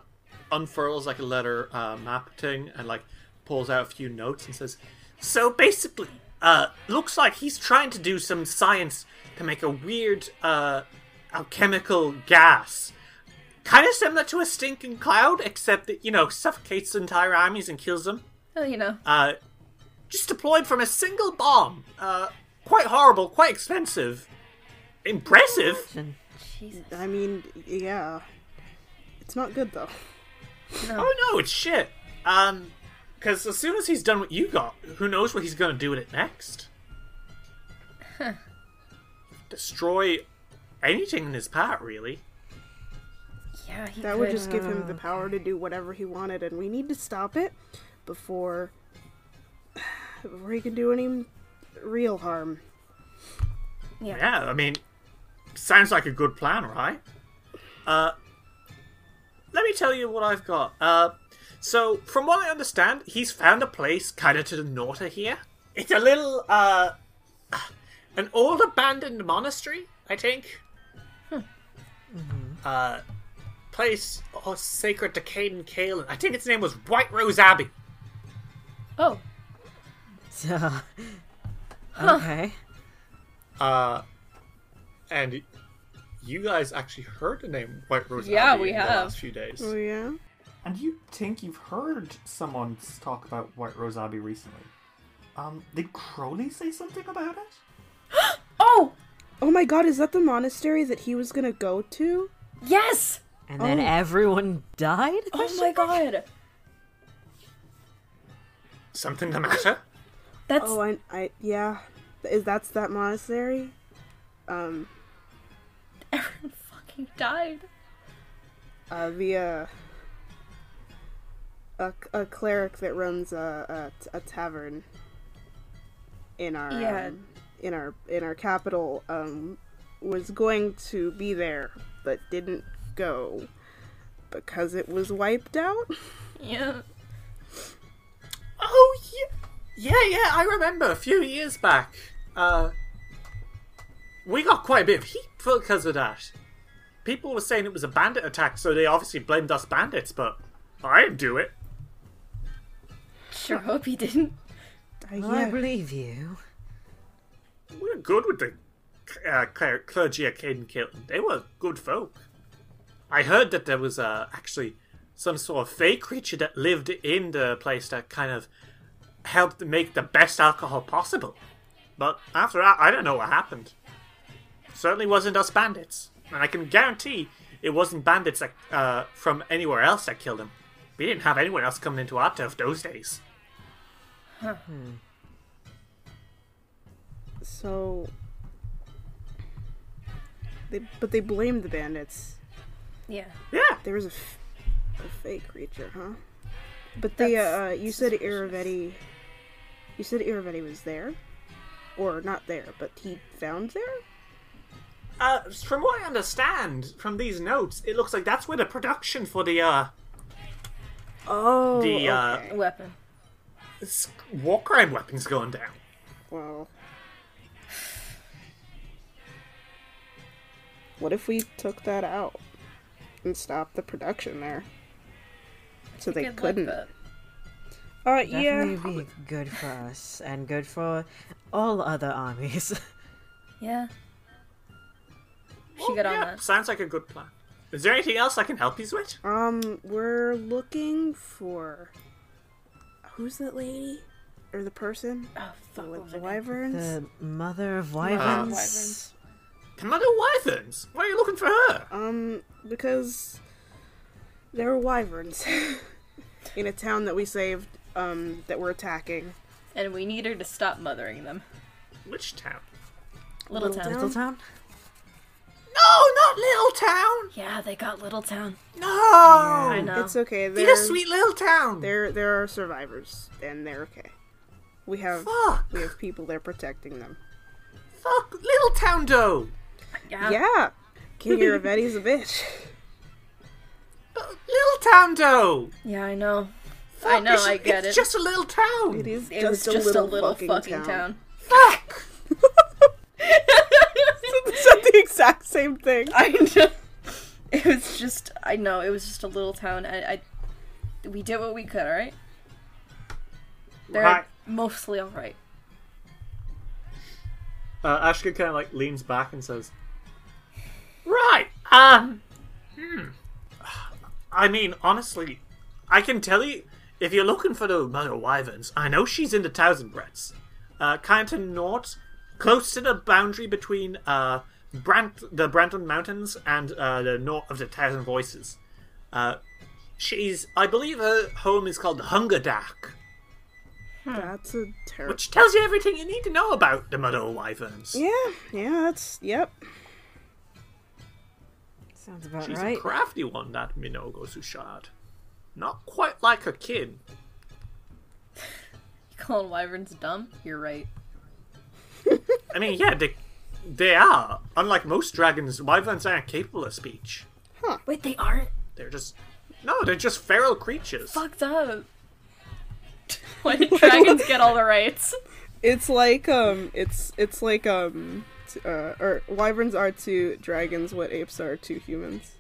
S1: unfurls like a letter uh, map thing and like pulls out a few notes and says, "So basically, uh, looks like he's trying to do some science to make a weird uh, alchemical gas." Kind of similar to a stinking cloud, except that, you know, suffocates entire armies and kills them.
S2: Well, Oh, you know,
S1: Uh, just deployed from a single bomb. Uh, quite horrible, quite expensive. Impressive.
S2: Jesus.
S3: I mean, yeah. It's not good though.
S1: Oh no, it's shit. Um, because as soon as he's done what you got, who knows what he's gonna do with it next? Destroy anything in his path, really.
S2: Yeah, he
S3: That
S2: could.
S3: would just give him the power to do whatever he wanted, and we need to stop it before before he can do any real harm.
S1: Yeah, I mean, sounds like a good plan, right? Uh, let me tell you what I've got. Uh, so from what I understand, he's found a place kind of to the north of here. It's a little uh, an old abandoned monastery, I think. Uh, place oh, sacred to Caden Kalen. I think its name was White Rose Abbey.
S2: Oh,
S4: So, okay.
S1: Uh, and you guys actually heard the name White Rose
S2: Yeah, Abbey we in the have. last
S1: few days.
S3: Oh yeah.
S1: And you think you've heard someone s- talk about White Rose Abbey recently?
S7: Um, did Crowley say something about it?
S2: Oh!
S3: Oh my god, is that the monastery that he was gonna go to?
S2: Yes!
S4: And then
S3: Oh.
S4: everyone died?
S2: Oh my god.
S1: Something the matter?
S2: That's
S3: Oh, I, I yeah. Is that's that monastery? Um,
S2: everyone fucking died.
S3: uh, the uh, a, a cleric that runs a, a, a tavern in our
S2: Yeah.
S3: um, in our in our capital um was going to be there but didn't go because it was wiped out.
S2: Yeah.
S1: Oh yeah, yeah, yeah. I remember a few years back. Uh, we got quite a bit of heat because of that. People were saying it was a bandit attack, so they obviously blamed us bandits. But I didn't do it.
S2: Sure hope he didn't.
S3: Uh,
S4: Well, I
S3: yeah.
S4: believe you.
S1: We were good with the uh, cler- clergy of Caden Kilton. They were good folk. I heard that there was uh, actually some sort of fey creature that lived in the place that kind of helped make the best alcohol possible. But after that, I don't know what happened. Certainly wasn't us bandits. And I can guarantee it wasn't bandits that, uh, from anywhere else that killed him. We didn't have anyone else coming into our turf those days.
S3: So they but they blamed the bandits.
S2: Yeah.
S1: Yeah,
S3: There was a, f- a fake creature,
S1: Hmm.
S3: huh? But the uh, uh, you said Iravetti. You said Iravetti was there, or not there, but he found there.
S1: Uh, from what I understand from these notes, it looks like that's where the production for the uh,
S3: Oh,
S1: The, uh,
S3: okay.
S2: Weapon.
S1: s- war crime weapons going down.
S3: oh, well. What if we took that out and stopped the production there? So they
S2: Good luck,
S3: couldn't.
S2: but-
S3: Uh,
S4: Definitely
S3: yeah.
S4: be good for us and good for all other armies.
S2: Yeah. She got on that.
S1: Oh, Sounds like a good plan. Is there anything else I can help you with?
S3: Um, we're looking for who's that lady or the person
S2: Oh, fuck. what
S3: with
S2: was her
S3: the
S2: name?
S3: wyverns?
S4: the mother of wyverns.
S3: wyverns.
S1: The Mother Wyverns. Why are you looking for her?
S2: Oh.
S3: Um, because there were wyverns in a town that we saved, um, that we're attacking.
S2: And we need her to stop mothering them.
S1: Which town?
S2: Little,
S3: Little
S2: town.
S3: Town?
S4: Littletown?
S1: No, not Little Town.
S2: Yeah, they got Little Town.
S1: No,
S2: I know.
S3: It's okay.
S1: be
S3: They're,
S1: a sweet Little Town.
S3: There, there are survivors, and they're okay. We have
S1: Fuck,
S3: we have people there protecting them.
S1: fuck, Little Town though.
S2: Yeah.
S3: yeah, King Iravetti's a bitch.
S1: But Little Town though.
S2: Yeah, I know.
S1: Fuck,
S2: I know,
S1: it's-
S2: I get
S1: It's
S2: it.
S1: just a little town.
S3: It is
S2: It
S3: just,
S2: was
S3: a,
S2: just
S3: little fucking, town.
S1: Fuck.
S3: Is that the exact same thing?
S2: I know. It was just. I know. It was just a little town. I. I we did what we could. All right. They're
S1: Right.
S2: mostly all right.
S1: Uh, Ashka kind of like leans back and says, "Right, um, hmm. I mean, honestly, I can tell you if you're looking for the Mother Wyverns, I know she's in the Thousand Breaths, uh, kind to north, close to the boundary between uh, Brant- the Branton Mountains and uh, the north of the Thousand Voices. Uh, she's, I believe, her home is called Hungerdark,
S3: That's a terrible.
S1: which tells you everything you need to know about the Mother Wyverns.
S3: Yeah, yeah. That's yep.
S4: Sounds about
S1: She's
S4: right.
S1: a crafty one, that Minogo Sushard. Not quite like her kin.
S2: You calling wyverns dumb? You're right.
S1: I mean, yeah, they, they are. Unlike most dragons, wyverns aren't capable of speech.
S2: Wait, they aren't
S1: They're just. No, they're just feral creatures.
S2: fucked up. Why did dragons get all the rights?
S3: It's like um, it's it's like um, t- uh, or wyverns are to dragons what apes are to humans.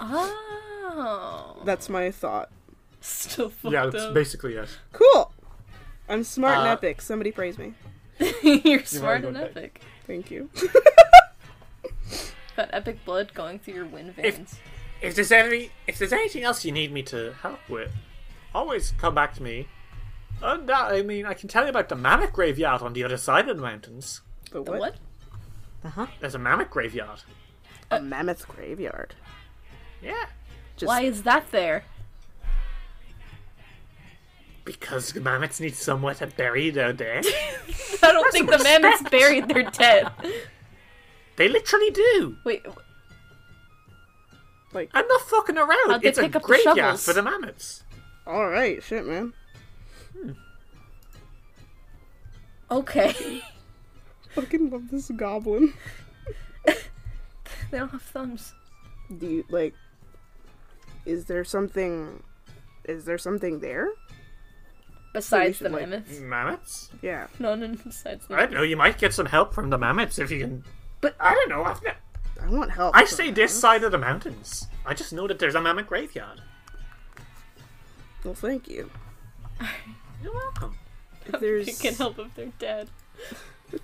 S2: Oh.
S3: That's my thought.
S2: Still fucked
S1: Yeah, that's
S2: up.
S1: basically it.
S3: Cool. I'm smart and
S1: Uh,
S3: epic. Somebody praise me.
S2: You're smart
S1: good
S2: and
S1: day.
S2: epic.
S3: Thank you.
S2: Got epic blood going through your wind
S1: If-
S2: veins.
S1: If there's any, if there's anything else you need me to help with, always come back to me.
S6: Oh, no, I mean, I can tell you about the mammoth graveyard on the other side of the mountains.
S3: The
S2: The
S3: what?
S2: what?
S6: There's a mammoth graveyard.
S3: A mammoth graveyard.
S6: Yeah,
S3: Just
S2: Why is that there?
S6: because the mammoths need somewhere to bury their dead.
S2: I don't think the mammoths buried their dead.
S6: they literally do.
S2: Wait,
S3: like,
S6: I'm not fucking around.
S2: How'd they
S6: it's a
S2: pick up the
S6: graveyard
S2: shovels?
S6: for the mammoths.
S3: all right, shit, man.
S2: okay.
S3: Fucking love this goblin.
S2: they don't have thumbs.
S3: Do you like? Is there something? Is there something there?
S2: Besides the
S3: should, like- mm.
S2: mammoths.
S6: Mammoths?
S3: Yeah.
S2: No, no, no, besides the
S6: I don't know. You might get some help from the mammoths if you can. But I don't know. I've ne-
S3: I want help.
S6: I
S3: from
S6: say
S3: that.
S6: this side of the mountains. I just know that there's a mammoth graveyard.
S3: Well, thank you.
S6: You're welcome.
S3: If
S2: You
S3: there's
S2: can help if they're dead.
S3: if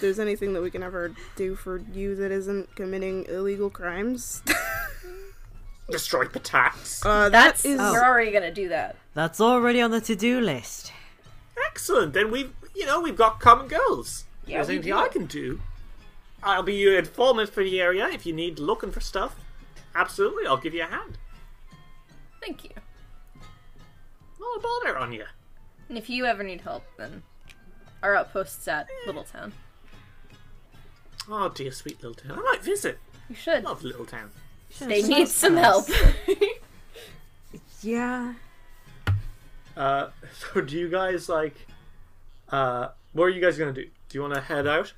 S3: there's anything that we can ever do for you that isn't committing illegal crimes,
S6: Destroy Patax.
S3: uh, that
S2: That's oh.
S3: is
S2: we're already gonna do that.
S4: That's already on the to-do list.
S6: Excellent. Then we've, you know, we've got common goals.
S2: Yeah,
S6: if there's
S2: we
S6: anything
S2: do.
S6: I can do, I'll be your informant for the area if you need looking for stuff. Absolutely, I'll give you a hand.
S2: Thank you.
S6: Not a bother on you.
S2: And if you ever need help, then our outpost's at Littletown.
S6: Oh dear, sweet little town. I might visit.
S2: You should.
S3: Oh,
S6: Love little town.
S2: They need some help.
S4: Yeah.
S6: Uh, so do you guys like? Uh, what are you guys gonna do? Do you want to head out?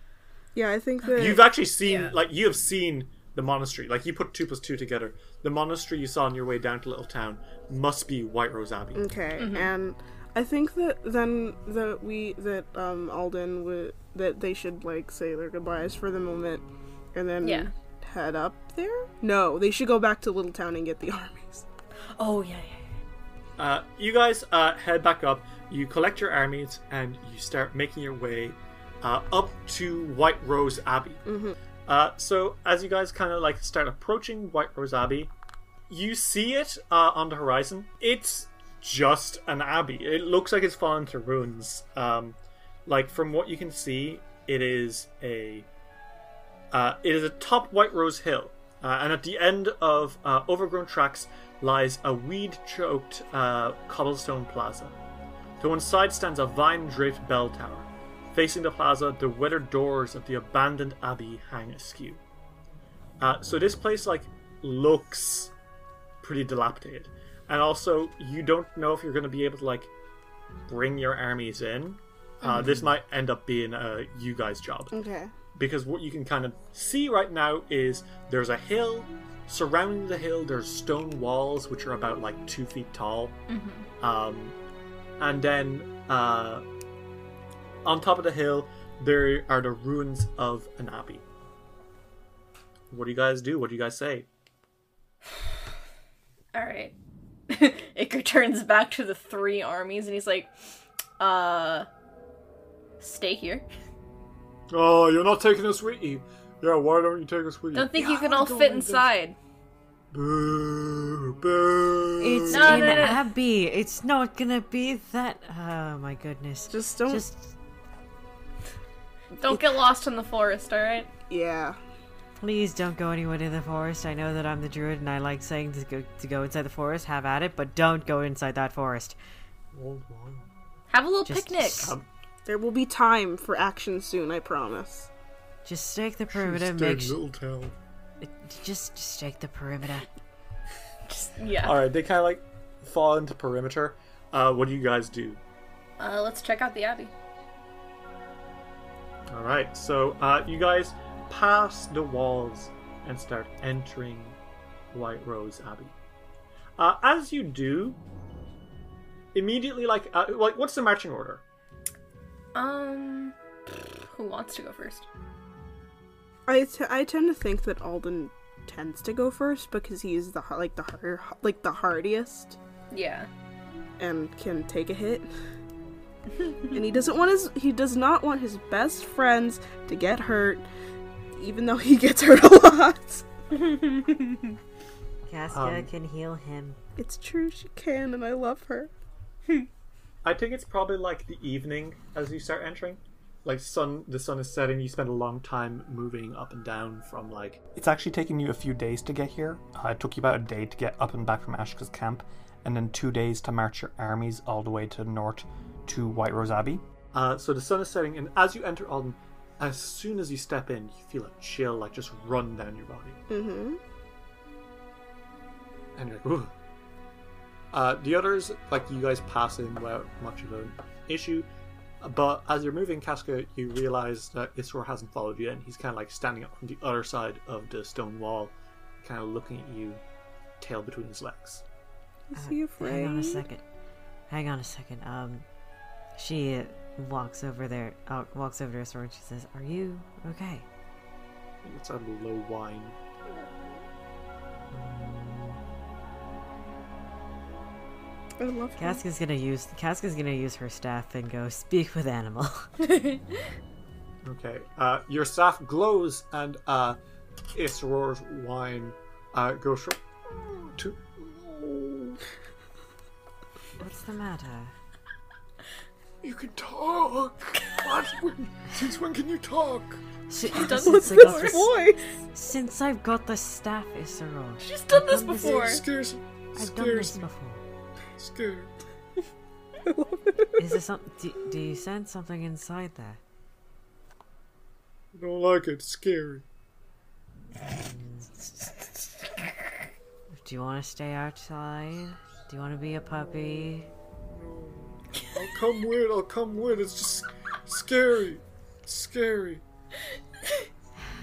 S3: yeah. I think that
S6: You've actually seen, like, you have seen the monastery. Like, you put two plus two together. The monastery you saw on your way down to Little Town must be White Rose Abbey.
S3: Okay,
S2: Mm-hmm.
S3: and I think that then that we that um Alden would that they should like say their goodbyes for the moment, and then
S2: Yeah.
S3: head up there. No, they should go back to Little Town and get the armies.
S2: oh yeah, yeah.
S6: Uh, you guys uh, head back up. You collect your armies and you start making your way uh, up to White Rose Abbey. Uh, so as you guys kind of like start approaching White Rose Abbey, you see it uh, on the horizon. It's just an abbey. It looks like it's fallen to ruins. Um, like from what you can see, it is a uh, it is atop White Rose Hill, uh, and at the end of uh, overgrown tracks lies a weed-choked uh, cobblestone plaza. To one side stands a vine-draped bell tower. Facing the plaza, the weathered doors of the abandoned abbey hang askew. Uh, so this place, like, looks pretty dilapidated, and also you don't know if you're going to be able to like bring your armies in. Uh, This might end up being uh, you guys' job
S3: Okay.
S6: because what you can kind of see right now is there's a hill surrounding the hill there's stone walls which are about like two feet tall
S2: Mm-hmm.
S6: um, and then uh, on top of the hill there are the ruins of an abbey what do you guys do what do you guys say
S2: All right. Iker turns back to the three armies and he's like, uh, stay here.
S6: oh you're not taking us with you yeah why don't you take us
S3: Hmm.
S6: with
S2: Don't think you can all fit inside.
S6: boo boo
S4: It's
S2: No,
S4: in
S2: no, no.
S4: Abbey. It's not gonna be that. Oh my goodness.
S3: Just don't.
S4: Just
S2: Don't get lost in the forest, all right?
S3: Yeah.
S4: please don't go anywhere near the forest. I know that I'm the druid and I like saying to go to go inside the forest. Have at it, but don't go inside that forest.
S2: Have a little
S4: Just
S2: picnic.
S4: stop.
S3: There will be time for action soon. I promise.
S4: Just stake the perimeter. Make sh-
S6: little town
S4: just, just stake the perimeter.
S2: Just, yeah.
S6: All right, they kind of like fall into perimeter. Uh, what do you guys do?
S2: Uh, let's check out the abbey.
S6: All right, so uh, you guys pass the walls and start entering White Rose Abbey. Uh, as you do, immediately, like, uh, like, what's the marching order?
S2: Um, who wants to go first?
S3: I, t- I tend to think that Alden tends to go first because he is the har- like the har- like the hardiest
S2: Yeah.
S3: and can take a hit. and he doesn't want his he does not want his best friends to get hurt, even though he gets hurt a lot.
S4: Casca
S6: Um,
S4: can heal him.
S3: It's true, she can, and I love her.
S6: I think it's probably like the evening as you start entering. Like sun, the sun is setting. You spend a long time moving up and down from like
S1: It's actually taken you a few days to get here. Uh, it took you about a day to get up and back from Ashka's camp, and then two days to march your armies all the way to the north to White Rose Abbey.
S6: Uh, so the sun is setting, and as you enter Alden, as soon as you step in, you feel a chill like just run down your body.
S3: Mm-hmm.
S6: And you're like, ooh. Uh, the others, like you guys pass in without much of an issue, but as you're moving Casca, you realize that Isor hasn't followed you, and he's kind of like standing up on the other side of the stone wall, kind of looking at you, tail between his legs.
S3: Is
S4: Uh,
S3: he afraid?
S4: Hang on a second. Hang on a second. Um, she uh, walks over there, uh, walks over to Isra and she says, "Are you okay?"
S6: It's a low whine.
S3: I love him.
S4: Casca's gonna use Casca's gonna use her staff and go speak with animal.
S6: Okay. Uh, your staff glows, and uh, Isror's wine uh, goes from to.
S4: What's the matter?
S6: You can talk. What? When- Since when can you talk?
S4: Si-
S2: this
S4: since, I
S2: before.
S4: got the, s-
S3: Boy,
S4: since I've got the staff, Isra,
S2: She's done this before.
S6: Scares.
S4: I've done this
S6: Scares.
S4: before.
S6: Scared.
S4: Is there some? Do, do you sense something inside there?
S6: I don't like it. Scary.
S4: Do you want to stay outside? Do you want to be a puppy?
S6: I'll come with. I'll come with. It's just scary. Scary.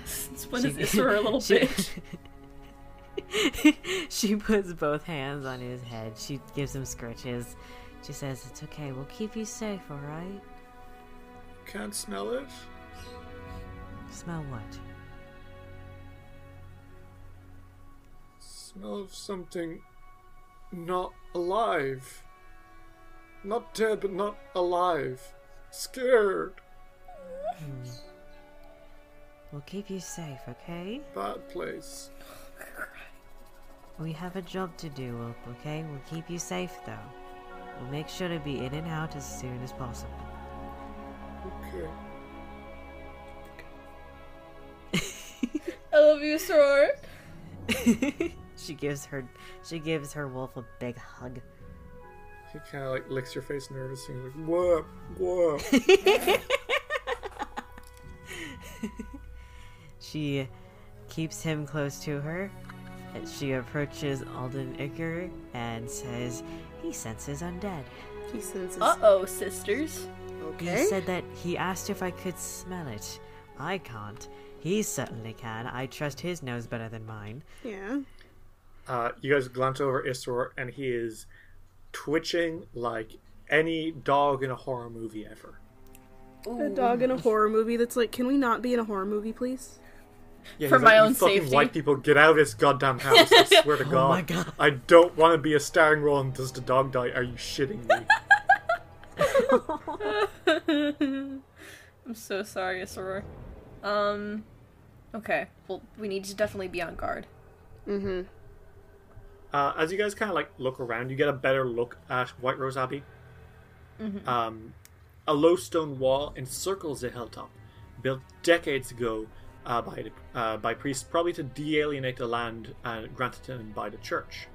S2: Since when is Isra a little bitch?
S4: she puts both hands on his head. She gives him scratches. She says, "It's okay. We'll keep you safe. All right."
S6: Can't smell it.
S4: Smell what?
S6: Smell of something not alive. Not dead, but not alive. Scared.
S4: We'll keep you safe, okay?
S6: Bad place.
S4: We have a job to do, Ulp, okay? We'll keep you safe, though. We'll make sure to be in and out as soon as possible.
S6: Okay.
S2: I love you, Soror.
S4: she gives her she gives her wolf a big hug.
S6: He kind of like licks your face nervously. He's like, whoop, whoop.
S4: She keeps him close to her. and She approaches Alden Icker and says, "He senses undead."
S3: he senses.
S2: Uh oh, sisters.
S4: He
S3: okay.
S4: said that he asked if I could smell it. I can't. He certainly can. I trust his nose better than mine.
S3: yeah.
S6: Uh, you guys glance over at Isror, and he is twitching like any dog in a horror movie ever.
S3: A dog in a horror movie that's like, can we not be in a horror movie, please?
S6: Yeah,
S2: For
S6: he's
S2: my
S6: "You
S2: own
S6: fucking
S2: safety." Oh
S6: white people, get out of this goddamn house! I swear to God,
S4: my God.
S6: I don't want to be a starring role in Does the Dog Die? Are you shitting me?
S2: I'm so sorry, Soror. Um, okay. Well, we need to definitely be on guard.
S6: Uh, as you guys kind of like look around, you get a better look at White Rose Abbey. Um, a low stone wall encircles the hilltop, built decades ago uh, by the, uh, by priests, probably to de-alienate the land uh, granted to them by the church.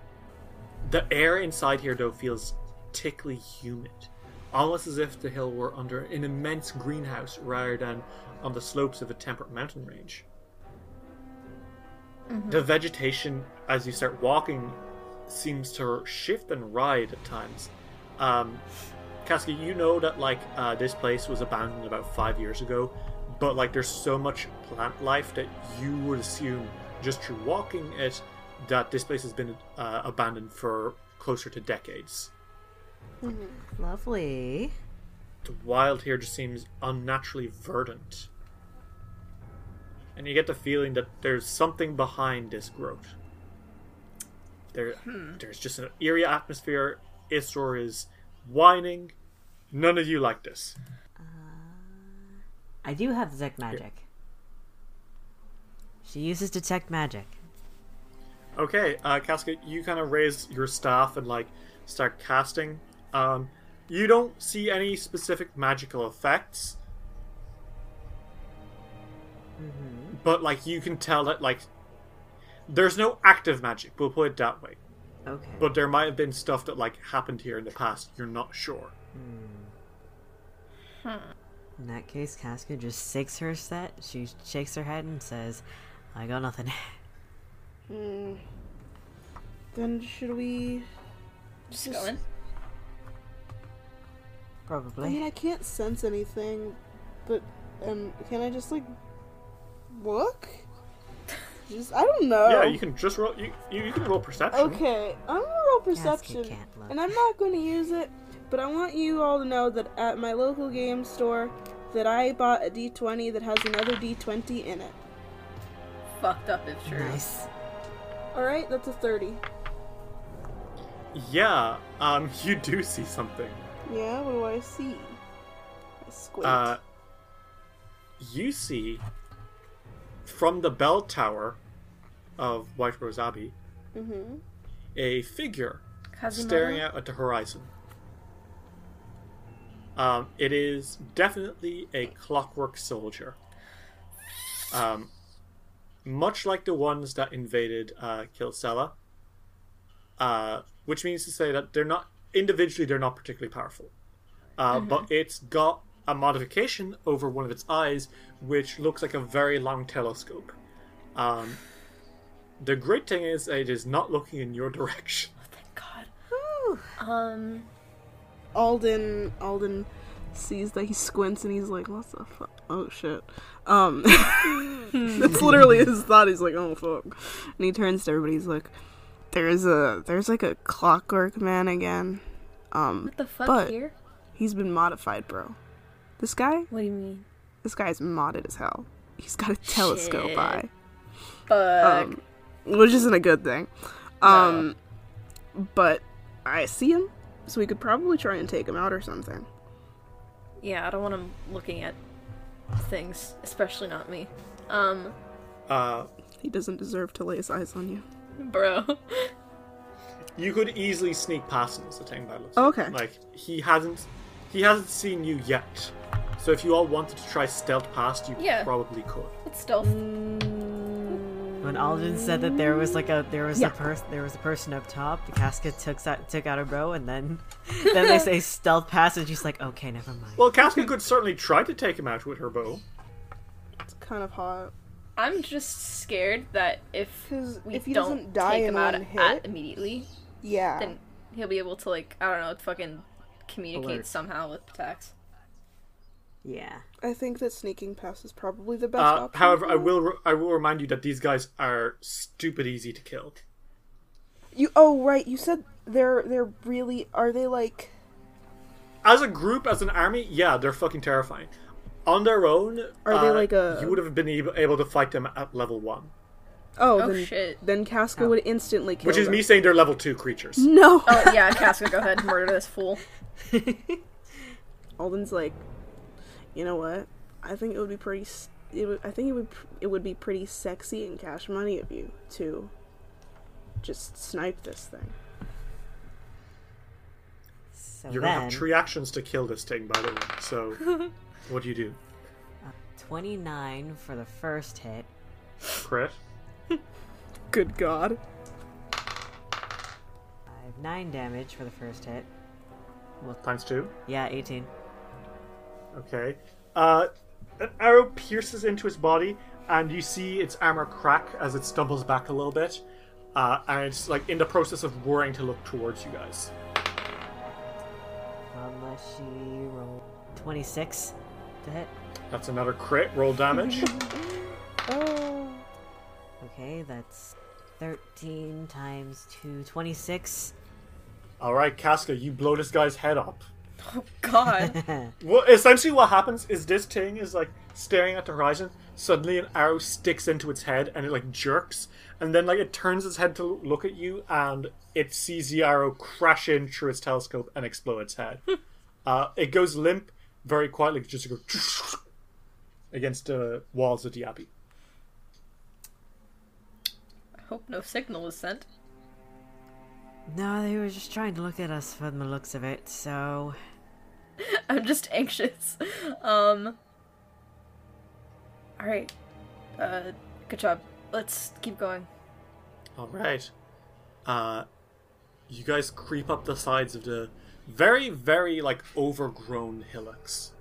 S6: The air inside here, though, feels tickly humid, almost as if the hill were under an immense greenhouse rather than on the slopes of a temperate mountain range the vegetation as you start walking seems to shift and ride at times um Casca, you know that like uh, this place was abandoned about five years ago but like there's so much plant life that you would assume just through walking it that this place has been uh, abandoned for closer to decades
S4: Lovely.
S6: the wild here just seems unnaturally verdant and you get the feeling that there's something behind this growth there, there's just an eerie atmosphere Isor is whining none of you like this
S4: I do have detect magic. She uses detect magic.
S6: okay uh, casket you kind of raise your staff and like start casting um, You don't see any specific magical effects, but like you can tell that like there's no active magic. We'll put it that way.
S4: Okay.
S6: But there might have been stuff that like happened here in the past. You're not sure.
S4: In that case, Casca just shakes her set. She shakes her head and says, "I got nothing."
S3: Then should we?
S2: Just going.
S3: I mean,
S4: Probably.
S3: I can't sense anything, but um, can I just like look? Just I don't know.
S6: Yeah, you can just roll. You, you, you can roll perception.
S3: Oh. Okay, I'm gonna roll perception,
S4: can't look.
S3: and I'm not gonna use it, but I want you all to know that at my local game store, that I bought a D20 that has another D20 in it.
S2: Fucked up if true.
S4: Nice.
S3: All right, that's a 30.
S6: Yeah. Um. You do see something.
S3: Yeah, what do I see? I squint.
S6: Uh. You see from the bell tower of White Rose Abbey
S3: mm-hmm.
S6: a figure
S2: Kazuma?
S6: staring out at the horizon. Um, it is definitely a clockwork soldier. Um, much like the ones that invaded uh, Kilsella, uh, which means to say that they're not individually they're not particularly powerful, uh, but it's got a modification over one of its eyes, which looks like a very long telescope. Um, the great thing is it is not looking in your direction.
S2: Oh, Thank God. Um.
S3: Alden, Alden sees that he squints and he's like, "What the fuck? Oh shit!" Um, that's literally his thought. He's like, "Oh fuck," and he turns to everybody. He's like, "There's a, there's like a clockwork man again. Um,
S2: What the fuck
S3: But-
S2: here?
S3: he's been modified, bro. This guy,
S2: What do you mean?
S3: this guy's modded as hell. He's got a telescope
S2: Shit.
S3: eye."
S2: Fuck.
S3: um, which isn't a good thing. Um, but I see him, so we could probably try and take him out or something.
S2: yeah, I don't want him looking at things, especially not me. Um,
S6: Uh,
S3: He doesn't deserve to lay his eyes on you.
S2: bro.
S6: you could easily sneak past him as a thing by looks.
S3: Okay.
S6: Like he hasn't, he hasn't seen you yet. So if you all wanted to try stealth past, you
S2: Yeah.
S6: probably could.
S2: It's stealth.
S4: When Alden said that there was like a there was
S3: Yeah.
S4: a person there was a person up top, Casca took out took out a bow and then then they say stealth pass and she's like, okay, never mind.
S6: Well, Casca could certainly try to take him out with her bow.
S3: It's kind of hot.
S2: I'm just scared that if
S3: 'Cause
S2: we
S3: if he
S2: don't
S3: doesn't die
S2: take
S3: in
S2: him out
S3: one
S2: at- at
S3: hit-
S2: immediately,
S3: Yeah.
S2: then he'll be able to like I don't know, fucking communicate
S4: Alert.
S2: somehow with Patax.
S4: yeah.
S3: I think that sneaking past is probably the best
S6: Uh,
S3: option.
S6: however, I will re- I will remind you that these guys are stupid easy to kill.
S3: You oh right, you said they're they're really are they like
S6: As a group, as an army, yeah, they're fucking terrifying. On their own,
S3: Are they
S6: uh,
S3: like a-
S6: You would have been able, able to fight them at level one,
S3: oh,
S2: Oh,
S3: then,
S2: shit.
S3: then Casca would instantly kill
S6: which is
S3: them.
S6: me saying they're level two creatures.
S3: No.
S2: Oh yeah, Casca, go ahead and murder this fool.
S3: Alden's like, you know what? I think it would be pretty. s it would, I think it would. pr- It would be pretty sexy and cash money of you to just snipe this thing.
S4: So
S6: You're gonna
S4: then
S6: have three actions to kill this thing, by the way. So, what do you do?
S4: twenty nine for the first hit.
S6: Crit.
S3: Good God!
S4: I have nine damage for the first hit.
S6: Times two.
S4: Yeah, eighteen.
S6: Okay. Uh, an arrow pierces into its body, and you see its armor crack as it stumbles back a little bit, uh, and it's like in the process of roaring to look towards you guys.
S4: Unless she rolled twenty six to hit.
S6: That's another crit. Roll damage.
S3: Oh,
S4: Okay, that's 13 times 2, 26.
S6: All right, Casca, you blow this guy's head up.
S2: Oh God.
S6: Well, essentially, what happens is this thing is like staring at the horizon. Suddenly, an arrow sticks into its head, and it like jerks, and then like it turns its head to look at you, and it sees the arrow crash in through its telescope and explode its head. uh, it goes limp very quietly, just go against the walls of the abbey.
S2: I hope no signal was sent.
S4: No, they were just trying to look at us from the looks of it, so
S2: I'm just anxious. Um. All right. Uh, good job. Let's keep going.
S6: All right. Uh, you guys creep up the sides of the very, very like overgrown hillocks.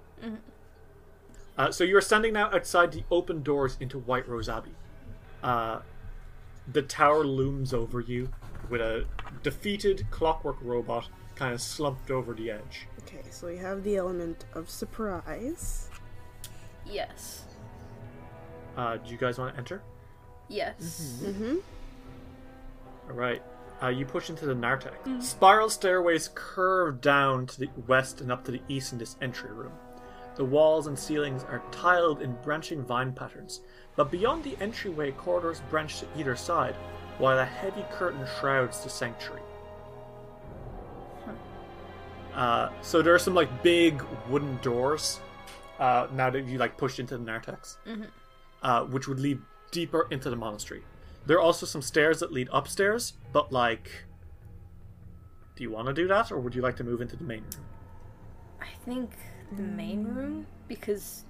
S6: Uh, so you are standing now outside the open doors into White Rose Abbey. Uh, the tower looms over you with a defeated clockwork robot kind of slumped over the edge.
S3: Okay, so we have the element of surprise.
S2: Yes.
S6: Uh, do you guys want to enter?
S2: Yes.
S6: All right. Uh, you push into the narthex. Spiral stairways curve down to the west and up to the east in this entry room. The walls and ceilings are tiled in branching vine patterns, but beyond the entryway, corridors branch to either side, while a heavy curtain shrouds the sanctuary. Uh, so there are some like big wooden doors. Uh, now that you like pushed into the narthex, uh, which would lead deeper into the monastery. There are also some stairs that lead upstairs, but like, do you want to do that, or would you like to move into the main room?
S2: I think the main room because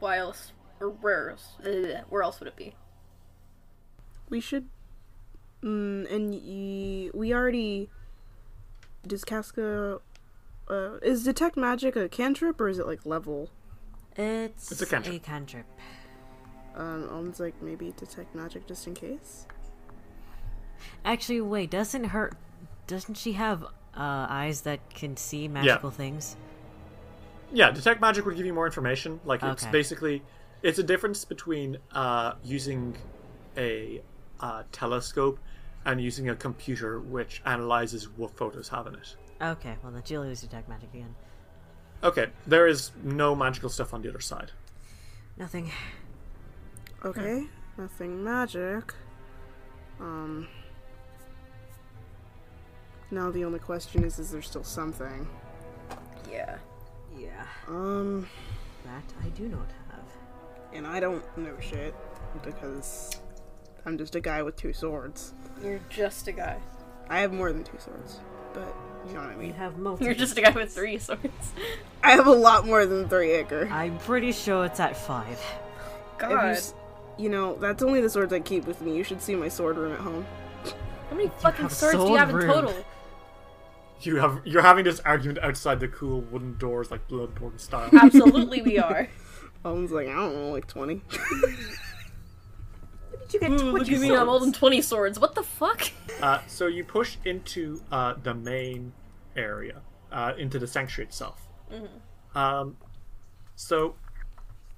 S2: why else or where else? Ugh, where else would it be?
S3: We should. Mm, and y- we already. Does Casca. Uh, is detect magic a cantrip or is it like level?
S4: It's,
S6: It's a cantrip.
S4: cantrip.
S3: Um, Alm's like maybe detect magic just in case.
S4: Actually, wait, doesn't her. Doesn't she have uh, eyes that can see magical things?
S6: Yeah, detect magic would give you more information. Like it's
S4: Okay.
S6: basically it's a difference between uh, using a uh, telescope and using a computer which analyzes what photos have in it.
S4: Okay, well, then she'll use detect magic again.
S6: Okay, there is no magical stuff on the other side.
S4: Nothing.
S3: Okay, nothing magic. Um. Now the only question is, is there still something?
S2: Yeah.
S4: Yeah.
S3: Um,
S4: That I do not have.
S3: and I don't know shit because I'm just a guy with two swords.
S2: You're just a guy.
S3: I have more than two swords, but you know what I
S4: You
S3: mean.
S4: have multiple.
S2: You're just a guy with three swords.
S3: I have a lot more than three acre.
S4: I'm pretty sure it's at five.
S3: If you,
S2: God.
S3: s- you know, that's only the swords I keep with me. You should see my sword room at home.
S2: How many fucking
S4: have a
S2: swords do you
S4: sword
S2: have in
S4: room.
S2: total?
S6: You have you're having this argument outside the cool wooden doors like Bloodborne style.
S2: Absolutely, we are.
S3: Alm's like, I don't know, like Hmm, 20.
S4: Did you get
S2: Look at me, I'm holding 20 swords. What the fuck?
S6: Uh, so you push into uh, the main area, uh, into the sanctuary itself. Um, so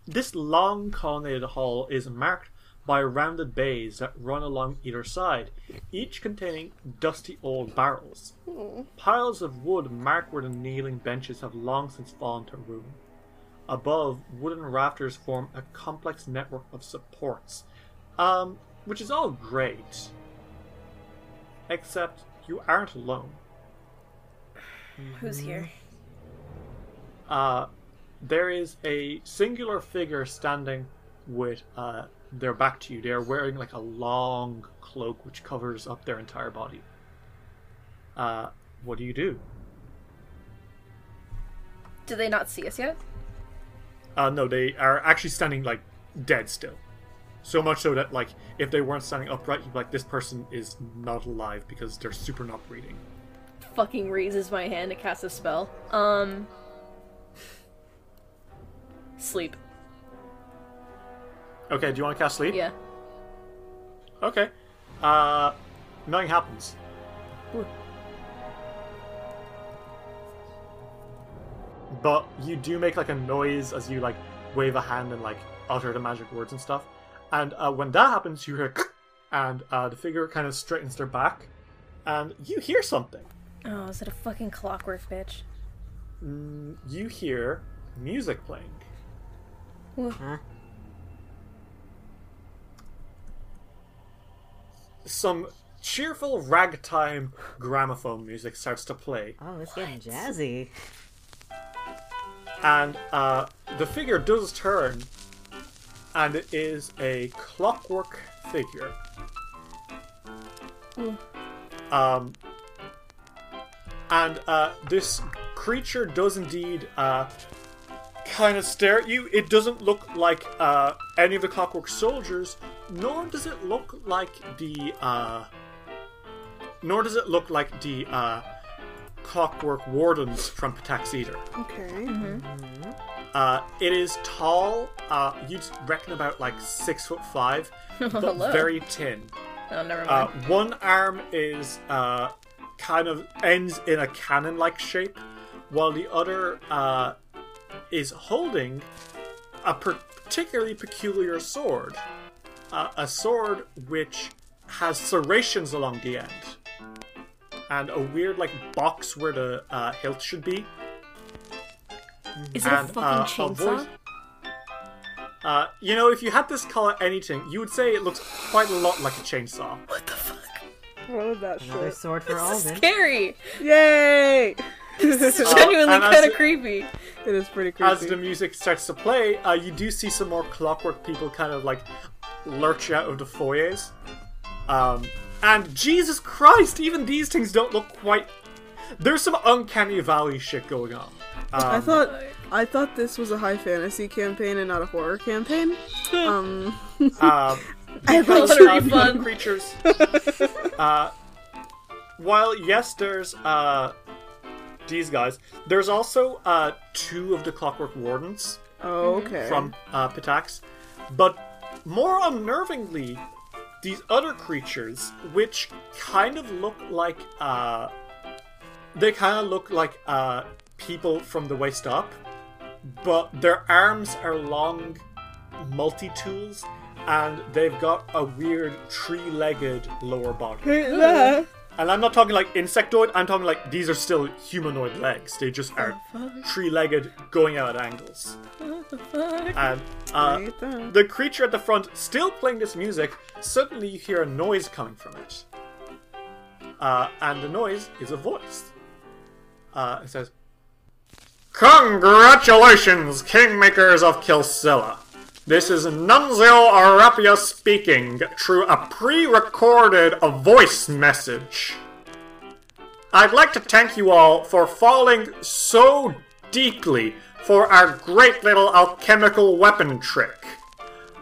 S6: this long colonnaded hall is marked by rounded bays that run along either side, each containing dusty old barrels. Piles of wood mark where the kneeling benches have long since fallen to ruin. Above, wooden rafters form a complex network of supports, um, which is all great except you aren't alone.
S2: Who's here?
S4: Mm.
S6: Uh, there is a singular figure standing with uh, their back to you. They are wearing like a long cloak which covers up their entire body. Uh, what do you do?
S2: Do they not see us yet?
S6: Uh, no, they are actually standing like dead still. So much so that like if they weren't standing upright, you'd be like, this person is not alive because they're super not breathing.
S2: Fucking raises my hand to cast a spell. Um. Sleep.
S6: Okay, do you want to cast sleep?
S2: Yeah.
S6: Okay. Uh, nothing happens. But you do make like a noise as you like wave a hand and like utter the magic words and stuff. And uh, when that happens, you hear, and uh, the figure kind of straightens their back, and you hear something.
S2: Oh, is it a fucking clockwork, bitch?
S6: Mm, You hear music playing.
S4: Huh?
S6: Some cheerful ragtime gramophone music starts to play,
S4: Oh, it's getting jazzy.
S6: and uh, the figure does turn, and it is a clockwork figure. Um, and uh, this creature does indeed uh, kind of stare at you. It doesn't look like uh, any of the Clockwork Soldiers, nor does it look like the. Uh, nor does it look like the uh, Clockwork Wardens from Patax either.
S3: Okay.
S6: Uh, it is tall. Uh, you'd reckon about like six foot five, but
S2: Hello.
S6: very thin.
S2: Oh, never
S6: Uh,
S2: mind.
S6: one arm is uh, kind of ends in a cannon-like shape, while the other uh, is holding a particularly peculiar sword, uh, a sword which has serrations along the end, and a weird like box where the uh, hilt should be.
S2: Is it a
S6: and,
S2: fucking
S6: uh, a
S2: chainsaw?
S6: voice- Uh, you know, if you had this color anything, you would say it looks quite a lot like a chainsaw.
S2: what the fuck?
S3: Love that
S4: Another
S3: shit.
S4: sword for
S2: This is
S4: Alden.
S2: scary.
S3: Yay!
S2: This is
S6: Uh,
S2: genuinely
S6: and as
S2: kind of
S6: it-
S2: creepy.
S3: It is pretty creepy.
S6: as the music starts to play, uh, you do see some more clockwork people kind of like lurch out of the foyers. Um, and Jesus Christ, even these things don't look quite. There's some uncanny valley shit going on.
S3: I thought I thought this was a high fantasy campaign and not a horror campaign. Um,
S6: Um,
S3: I thought
S2: Those are fun.
S6: creatures. uh, while yes, there's uh, these guys. There's also uh, two of the clockwork wardens.
S3: Oh, okay.
S6: from uh, Pitax. But more unnervingly, these other creatures, which kind of look like uh, they kind of look like uh, people from the waist up, but their arms are long multi tools, and they've got a weird tree-legged lower body.
S3: Yeah.
S6: And I'm not talking like insectoid. I'm talking like these are still humanoid legs. They just are tree-legged, going out at angles.
S2: What the fuck?
S6: And uh,
S3: Right there.
S6: the creature at the front, still playing this music, suddenly you hear a noise coming from it. Uh, and the noise is a voice. Uh, it says, Congratulations, Kingmakers of Kilsilla. This is Nunzio Arapia speaking through a pre recorded voice message. I'd like to thank you all for falling so deeply for our great little alchemical weapon trick.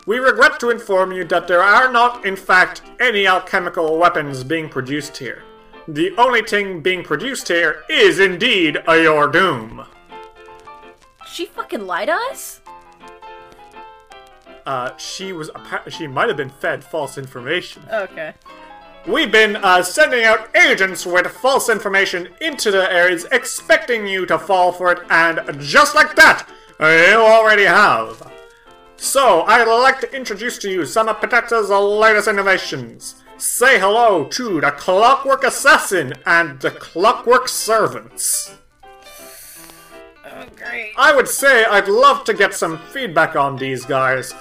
S6: We regret to inform you that there are not, in fact, any alchemical weapons being produced here. The only thing being produced here is indeed a your doom.
S2: She fucking lied to us?
S6: Uh, she was appa- she might have been fed false information.
S2: Okay.
S6: We've been uh, sending out agents with false information into the areas, expecting you to fall for it, and just like that, you already have. So, I'd like to introduce to you some of Patex's latest innovations. Say hello to the Clockwork Assassin and the Clockwork Servants.
S2: Oh, great.
S6: I would say I'd love to get some feedback on these guys.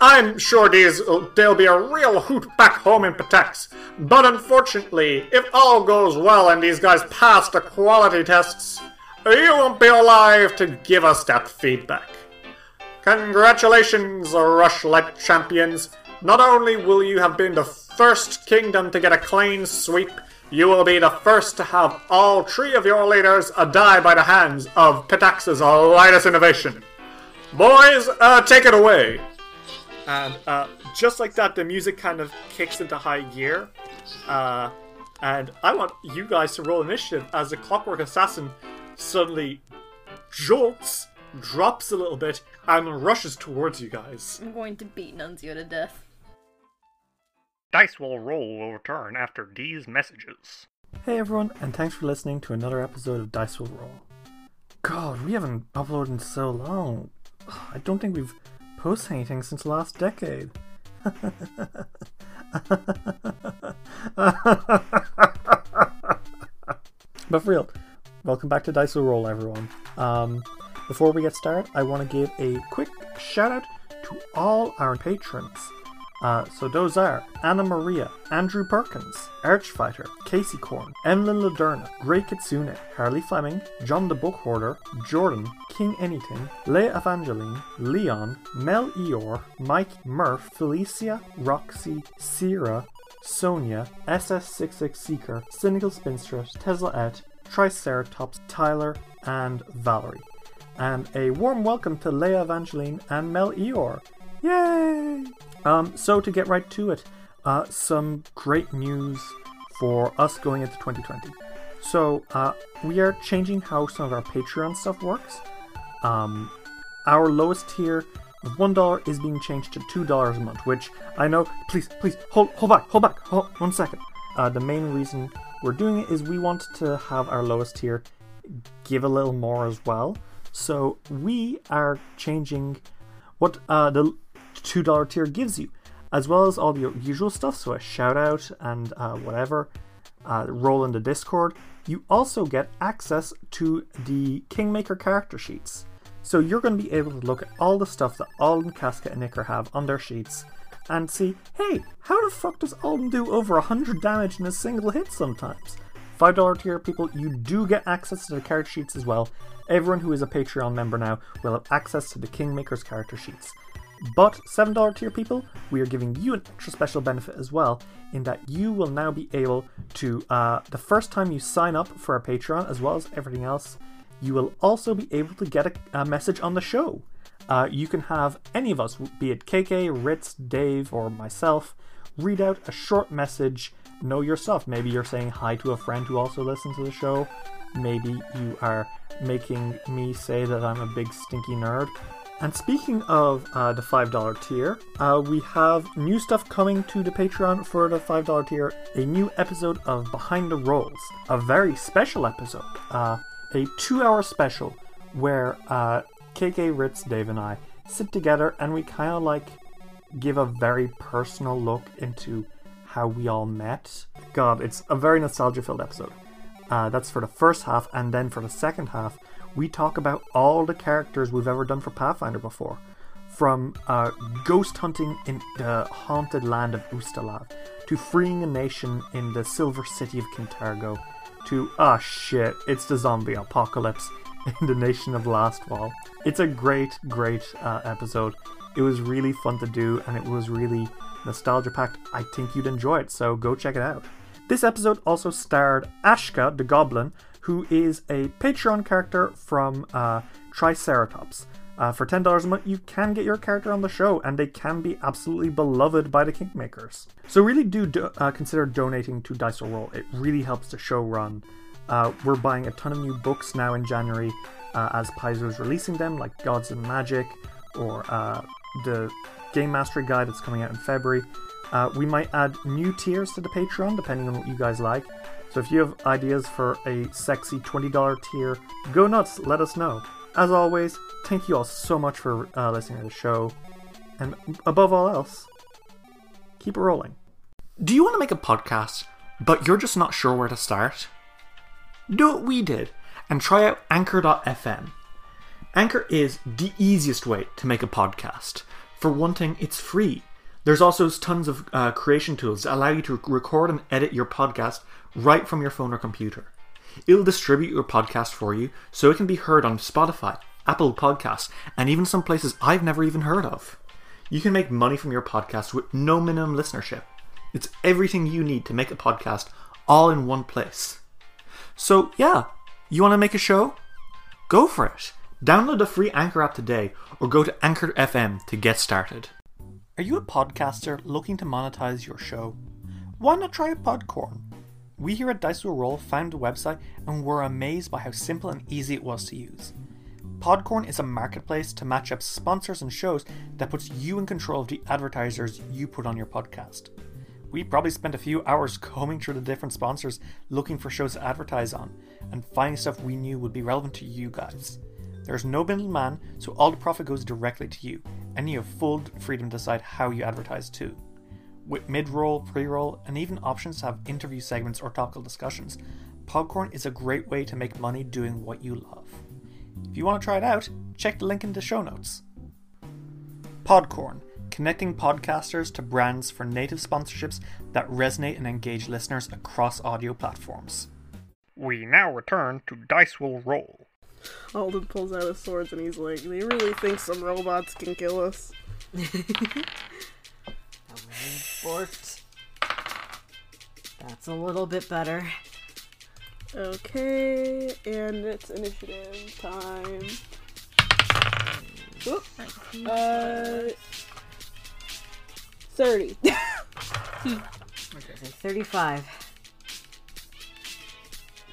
S6: I'm sure these they'll be a real hoot back home in Patex. But unfortunately, if all goes well and these guys pass the quality tests, you won't be alive to give us that feedback. Congratulations, Rushlight champions! Not only will you have been the first kingdom to get a clean sweep, you will be the first to have all three of your leaders uh, die by the hands of Pitax's lightest innovation. Boys, uh, take it away! And uh, just like that, the music kind of kicks into high gear. Uh, and I want you guys to roll initiative as the Clockwork Assassin suddenly jolts, drops a little bit, and rushes towards you guys.
S2: I'm going to beat Nunzio to death.
S6: Dice will roll will return after these messages. Hey everyone, and thanks for listening to another episode of Dice Will Roll. God, we haven't uploaded in so long. I don't think we've posted anything since last decade. but for real, welcome back to Dice Will Roll, everyone. Um, before we get started, I want to give a quick shout out to all our patrons. Uh, so those are Anna Maria, Andrew Perkins, Archfighter, Casey Korn, Emlyn Laderna, Grey Kitsune, Harley Fleming, John the Book Hoarder, Jordan, King Anything, Leia Evangeline, Leon, Mel Eor, Mike Murph, Felicia, Roxy, Sierra, Sonia, SS66 Seeker, Cynical Spinstress, Tesla Et, Triceratops, Tyler, and Valerie. And a warm welcome to Leia Evangeline and Mel Eeyore. Yay! Um, so, to get right to it, uh, some great news for us going into 2020. So, uh, we are changing how some of our Patreon stuff works. Um, our lowest tier of one dollar is being changed to two dollars a month, which I know. Please, please hold, hold back, hold back, hold one second. Uh, the main reason we're doing it is we want to have our lowest tier give a little more as well. So we are changing what uh, the two dollar tier gives you, as well as all the usual stuff. So a shout out and uh, whatever. Uh, roll in the Discord. You also get access to the Kingmaker character sheets. So you're going to be able to look at all the stuff that Alden, Casca, and Icar have on their sheets and see, hey, how the fuck does Alden do over 100 damage in a single hit sometimes? $5 tier people, you do get access to the character sheets as well. Everyone who is a Patreon member now will have access to the Kingmaker's character sheets. But $7 tier people, we are giving you an extra special benefit as well, in that you will now be able to, uh, the first time you sign up for our Patreon, as well as everything else, you will also be able to get a, a message on the show. Uh, you can have any of us, be it KK, Ritz, Dave, or myself, read out a short message, know your stuff. Maybe you're saying hi to a friend who also listens to the show. Maybe you are making me say that I'm a big stinky nerd. And speaking of uh, the $5 tier, uh, we have new stuff coming to the Patreon for the $5 tier a new episode of Behind the Rolls, a very special episode, uh, a two hour special where uh, KK, Ritz, Dave, and I sit together and we kind of like give a very personal look into how we all met. God, it's a very nostalgia filled episode. Uh, that's for the first half, and then for the second half, we talk about all the characters we've ever done for Pathfinder before. From uh, ghost hunting in the haunted land of Ustalav, to freeing a nation in the silver city of Kintargo, to ah shit, it's the zombie apocalypse in the nation of Lastwall. It's a great, great uh, episode. It was really fun to do, and it was really nostalgia packed. I think you'd enjoy it, so go check it out. This episode also starred Ashka the Goblin, who is a Patreon character from uh, Triceratops. Uh, for ten dollars a month, you can get your character on the show, and they can be absolutely beloved by the Kingmakers. So really do, do uh, consider donating to Dice Will Roll. It really helps the show run. Uh, we're buying a ton of new books now in January, uh, as Paizo is releasing them, like Gods and Magic, or uh, the Game Mastery Guide that's coming out in February. Uh, we might add new tiers to the Patreon depending on what you guys like. So if you have ideas for a sexy $20 tier, go nuts, let us know. As always, thank you all so much for uh, listening to the show. And above all else, keep it rolling. Do you want to make a podcast, but you're just not sure where to start? Do what we did and try out Anchor.fm. Anchor is the easiest way to make a podcast. For one thing, it's free. There's also tons of uh, creation tools that allow you to record and edit your podcast right from your phone or computer. It'll distribute your podcast for you so it can be heard on Spotify, Apple Podcasts, and even some places I've never even heard of. You can make money from your podcast with no minimum listenership. It's everything you need to make a podcast all in one place. So, yeah, you want to make a show? Go for it. Download the free Anchor app today or go to Anchor FM to get started. Are you a podcaster looking to monetize your show? Why not try Podcorn? We here at Dice Will Roll found the website and were amazed by how simple and easy it was to use. Podcorn is a marketplace to match up sponsors and shows that puts you in control of the advertisers you put on your podcast. We probably spent a few hours combing through the different sponsors looking for shows to advertise on and finding stuff we knew would be relevant to you guys. There's no middleman, so all the profit goes directly to you, and you have full freedom to decide how you advertise too. With mid roll, pre roll, and even options to have interview segments or topical discussions, Podcorn is a great way to make money doing what you love. If you want to try it out, check the link in the show notes. Podcorn, connecting podcasters to brands for native sponsorships that resonate and engage listeners across audio platforms. We now return to Dice Will Roll.
S3: Alden pulls out his swords and he's like, "They really think some robots can kill us."
S4: Forked. That's a little bit better.
S3: Okay, and it's initiative time. Whoop. Uh, 30.
S4: So 35.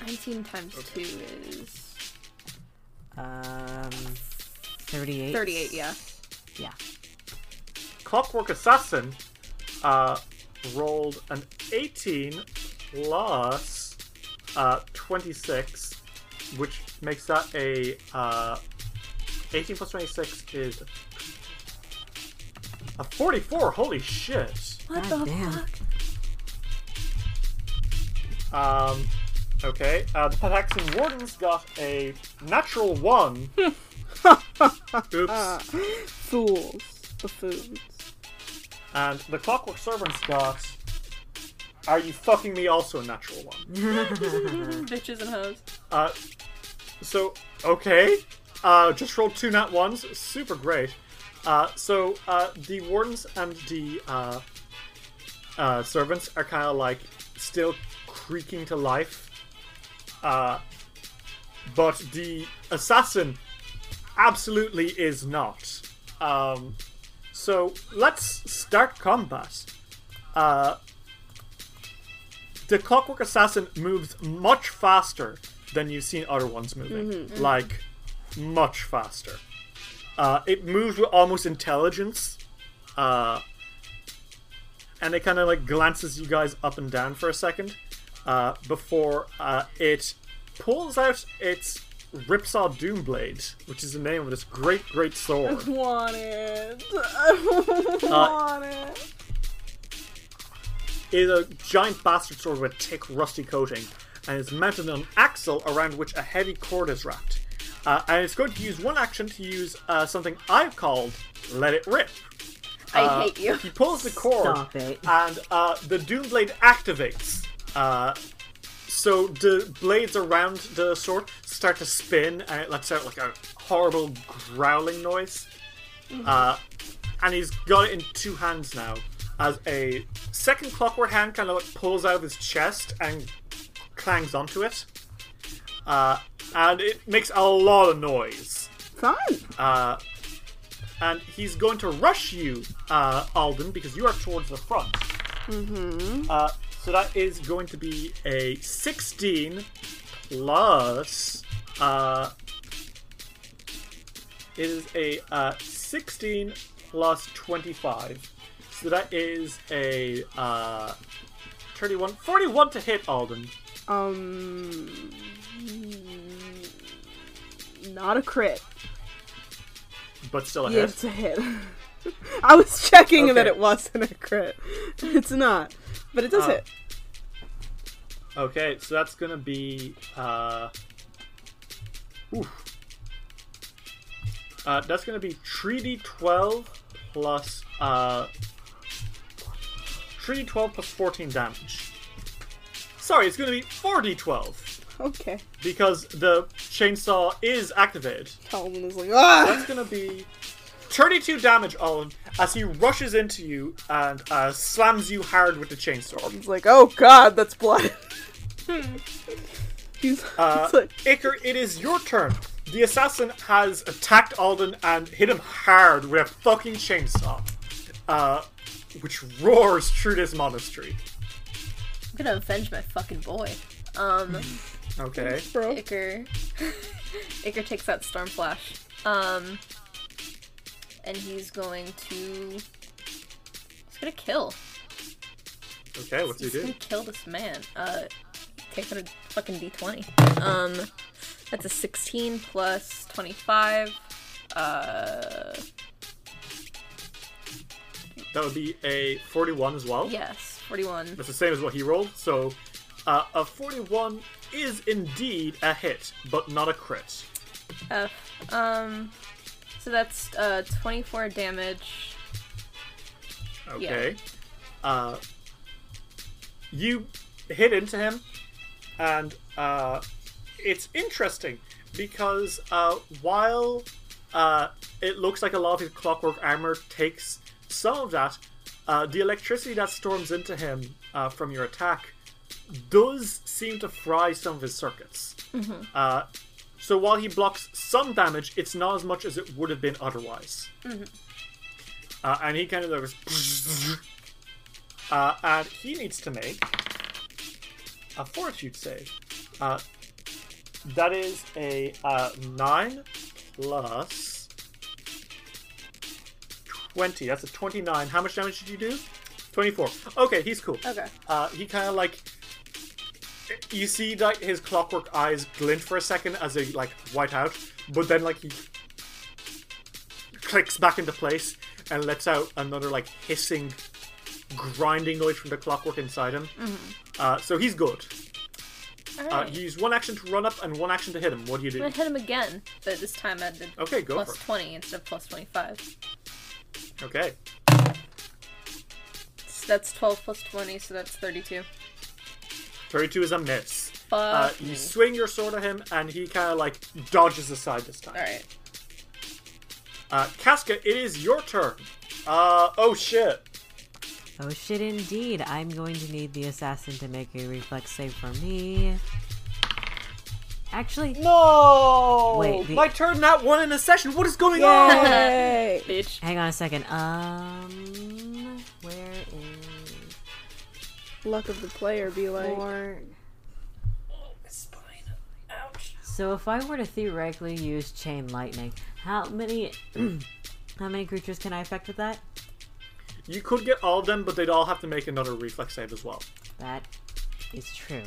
S2: 19 times 2 is
S4: Um, 38.
S2: 38, yeah.
S4: Yeah.
S6: Clockwork Assassin uh, rolled an 18 plus uh, 26, which makes that a uh, 18 plus 26 is a 44. Holy shit!
S2: What
S4: God
S2: the
S4: damn.
S2: fuck?
S6: Um, okay, uh, the Pataxian Warden's got a natural one. Oops.
S3: Fools. Buffoons.
S6: And the Clockwork Servant's got. Are you fucking me? Also a natural one.
S2: Mm, Bitches and hoes.
S6: Uh, so okay, uh, just rolled two nat ones, super great. Uh, so uh, the wardens and the uh, uh, servants are kind of like still creaking to life, uh, but the assassin absolutely is not. Um, so let's start combat. Uh, the Clockwork Assassin moves much faster than you've seen other ones moving. Like, much faster. Uh, it moves with almost intelligence. Uh, and it kind of like glances you guys up and down for a second uh, before uh, it pulls out its Ripsaw Doomblade, which is the name of this great, great sword.
S3: Want it. I want it.
S6: is a giant bastard sword with a thick, rusty coating, and is mounted on an axle around which a heavy cord is wrapped. Uh, and it's going to use one action to use uh, something I've called "Let It Rip." Uh,
S2: I hate you.
S6: He pulls the cord,
S4: Stop it.
S6: and uh, the Doomblade activates. Uh, so the blades around the sword start to spin, and it lets out like a horrible growling noise.
S2: Mm-hmm.
S6: Uh, and he's got it in two hands now. As a second clockwork hand kind of like pulls out of his chest and clangs onto it, uh, and it makes a lot of noise.
S3: Fun.
S6: Uh, and he's going to rush you, uh, Alden, because you are towards the front. Mm-hmm. Uh, so that is going to be a 16 plus. Uh, it is a uh, 16 plus 25. So that is a uh, 31. 41 to hit, Alden.
S3: Um. Not a crit.
S6: But still a
S3: Yeah,
S6: hit.
S3: it's a hit. I was checking that
S6: Okay.
S3: it wasn't a crit. It's not. But it does
S6: Uh,
S3: hit.
S6: Okay, so that's gonna be uh, oof. uh that's gonna be treaty twelve plus uh treaty twelve plus fourteen damage. Sorry, it's gonna be forty twelve
S3: Okay.
S6: because the chainsaw is activated.
S3: Calvin is like, ah!
S6: That's gonna be 32 damage, Olin, as he rushes into you and uh, slams you hard with the chainsaw.
S3: It's like, oh god, that's blood. He's
S6: Uh,
S3: it's like,
S6: Iker, it is your turn. The assassin has attacked Alden and hit him hard with a fucking chainsaw, uh, which roars through this monastery.
S2: I'm gonna avenge my fucking boy. Um,
S6: Okay.
S3: bro.
S2: Iker. Iker takes out Storm Flash. Um, and he's going to. He's gonna kill.
S6: Okay, what's he
S2: He's gonna
S6: do?
S2: kill this man. Uh, take out a fucking d20. Um, that's a 16 plus 25. Uh,
S6: That would be a 41 as well.
S2: yes, 41.
S6: That's the same as what he rolled, so uh, a 41 is indeed a hit, but not a crit.
S2: F. Um, so that's uh 24 damage.
S6: Okay. Uh, you hit into him, and uh, it's interesting because uh, while uh, it looks like a lot of his clockwork armor takes some of that, uh, the electricity that storms into him uh, from your attack does seem to fry some of his circuits. Uh, so while he blocks some damage, it's not as much as it would have been otherwise. Uh, and he kind of goes. Uh, and he needs to make a fortitude save. Uh, that is a uh, 9 plus 20. That's a 29. How much damage did you do? 24. Okay, he's cool.
S2: Okay.
S6: Uh, he kind of like. You see, like his clockwork eyes glint for a second as they like white out, but then like he clicks back into place and lets out another like hissing, grinding noise from the clockwork inside him. Uh, so he's good. Uh,
S2: Mm-hmm. Alright.
S6: you use one action to run up and one action to hit him. What do
S2: I'm
S6: you do?
S2: gonna hit him again, but this time I did
S6: Okay, go
S2: plus
S6: for it.
S2: 20 instead of plus 25.
S6: Okay.
S2: So that's 12 plus 20, so that's 32.
S6: 32 is a miss.
S2: Fuck.
S6: Uh,
S2: me.
S6: you swing your sword at him and he kind of like dodges aside this time.
S2: Alright.
S6: Uh, Casca, it is your turn. Uh, oh shit.
S4: Oh shit, indeed. I'm going to need the assassin to make a reflex save for me. Actually,
S6: No!
S4: Wait, the-
S6: My turn, not one in a session. What is going on?
S3: Yay!
S2: Bitch.
S4: hang on a second. Um, where is
S3: Luck of the player be like.
S4: four? So if I were to theoretically use chain lightning, how many, how many creatures can I affect with that?
S6: You could get all of them, but they'd all have to make another reflex save as well.
S4: That is true.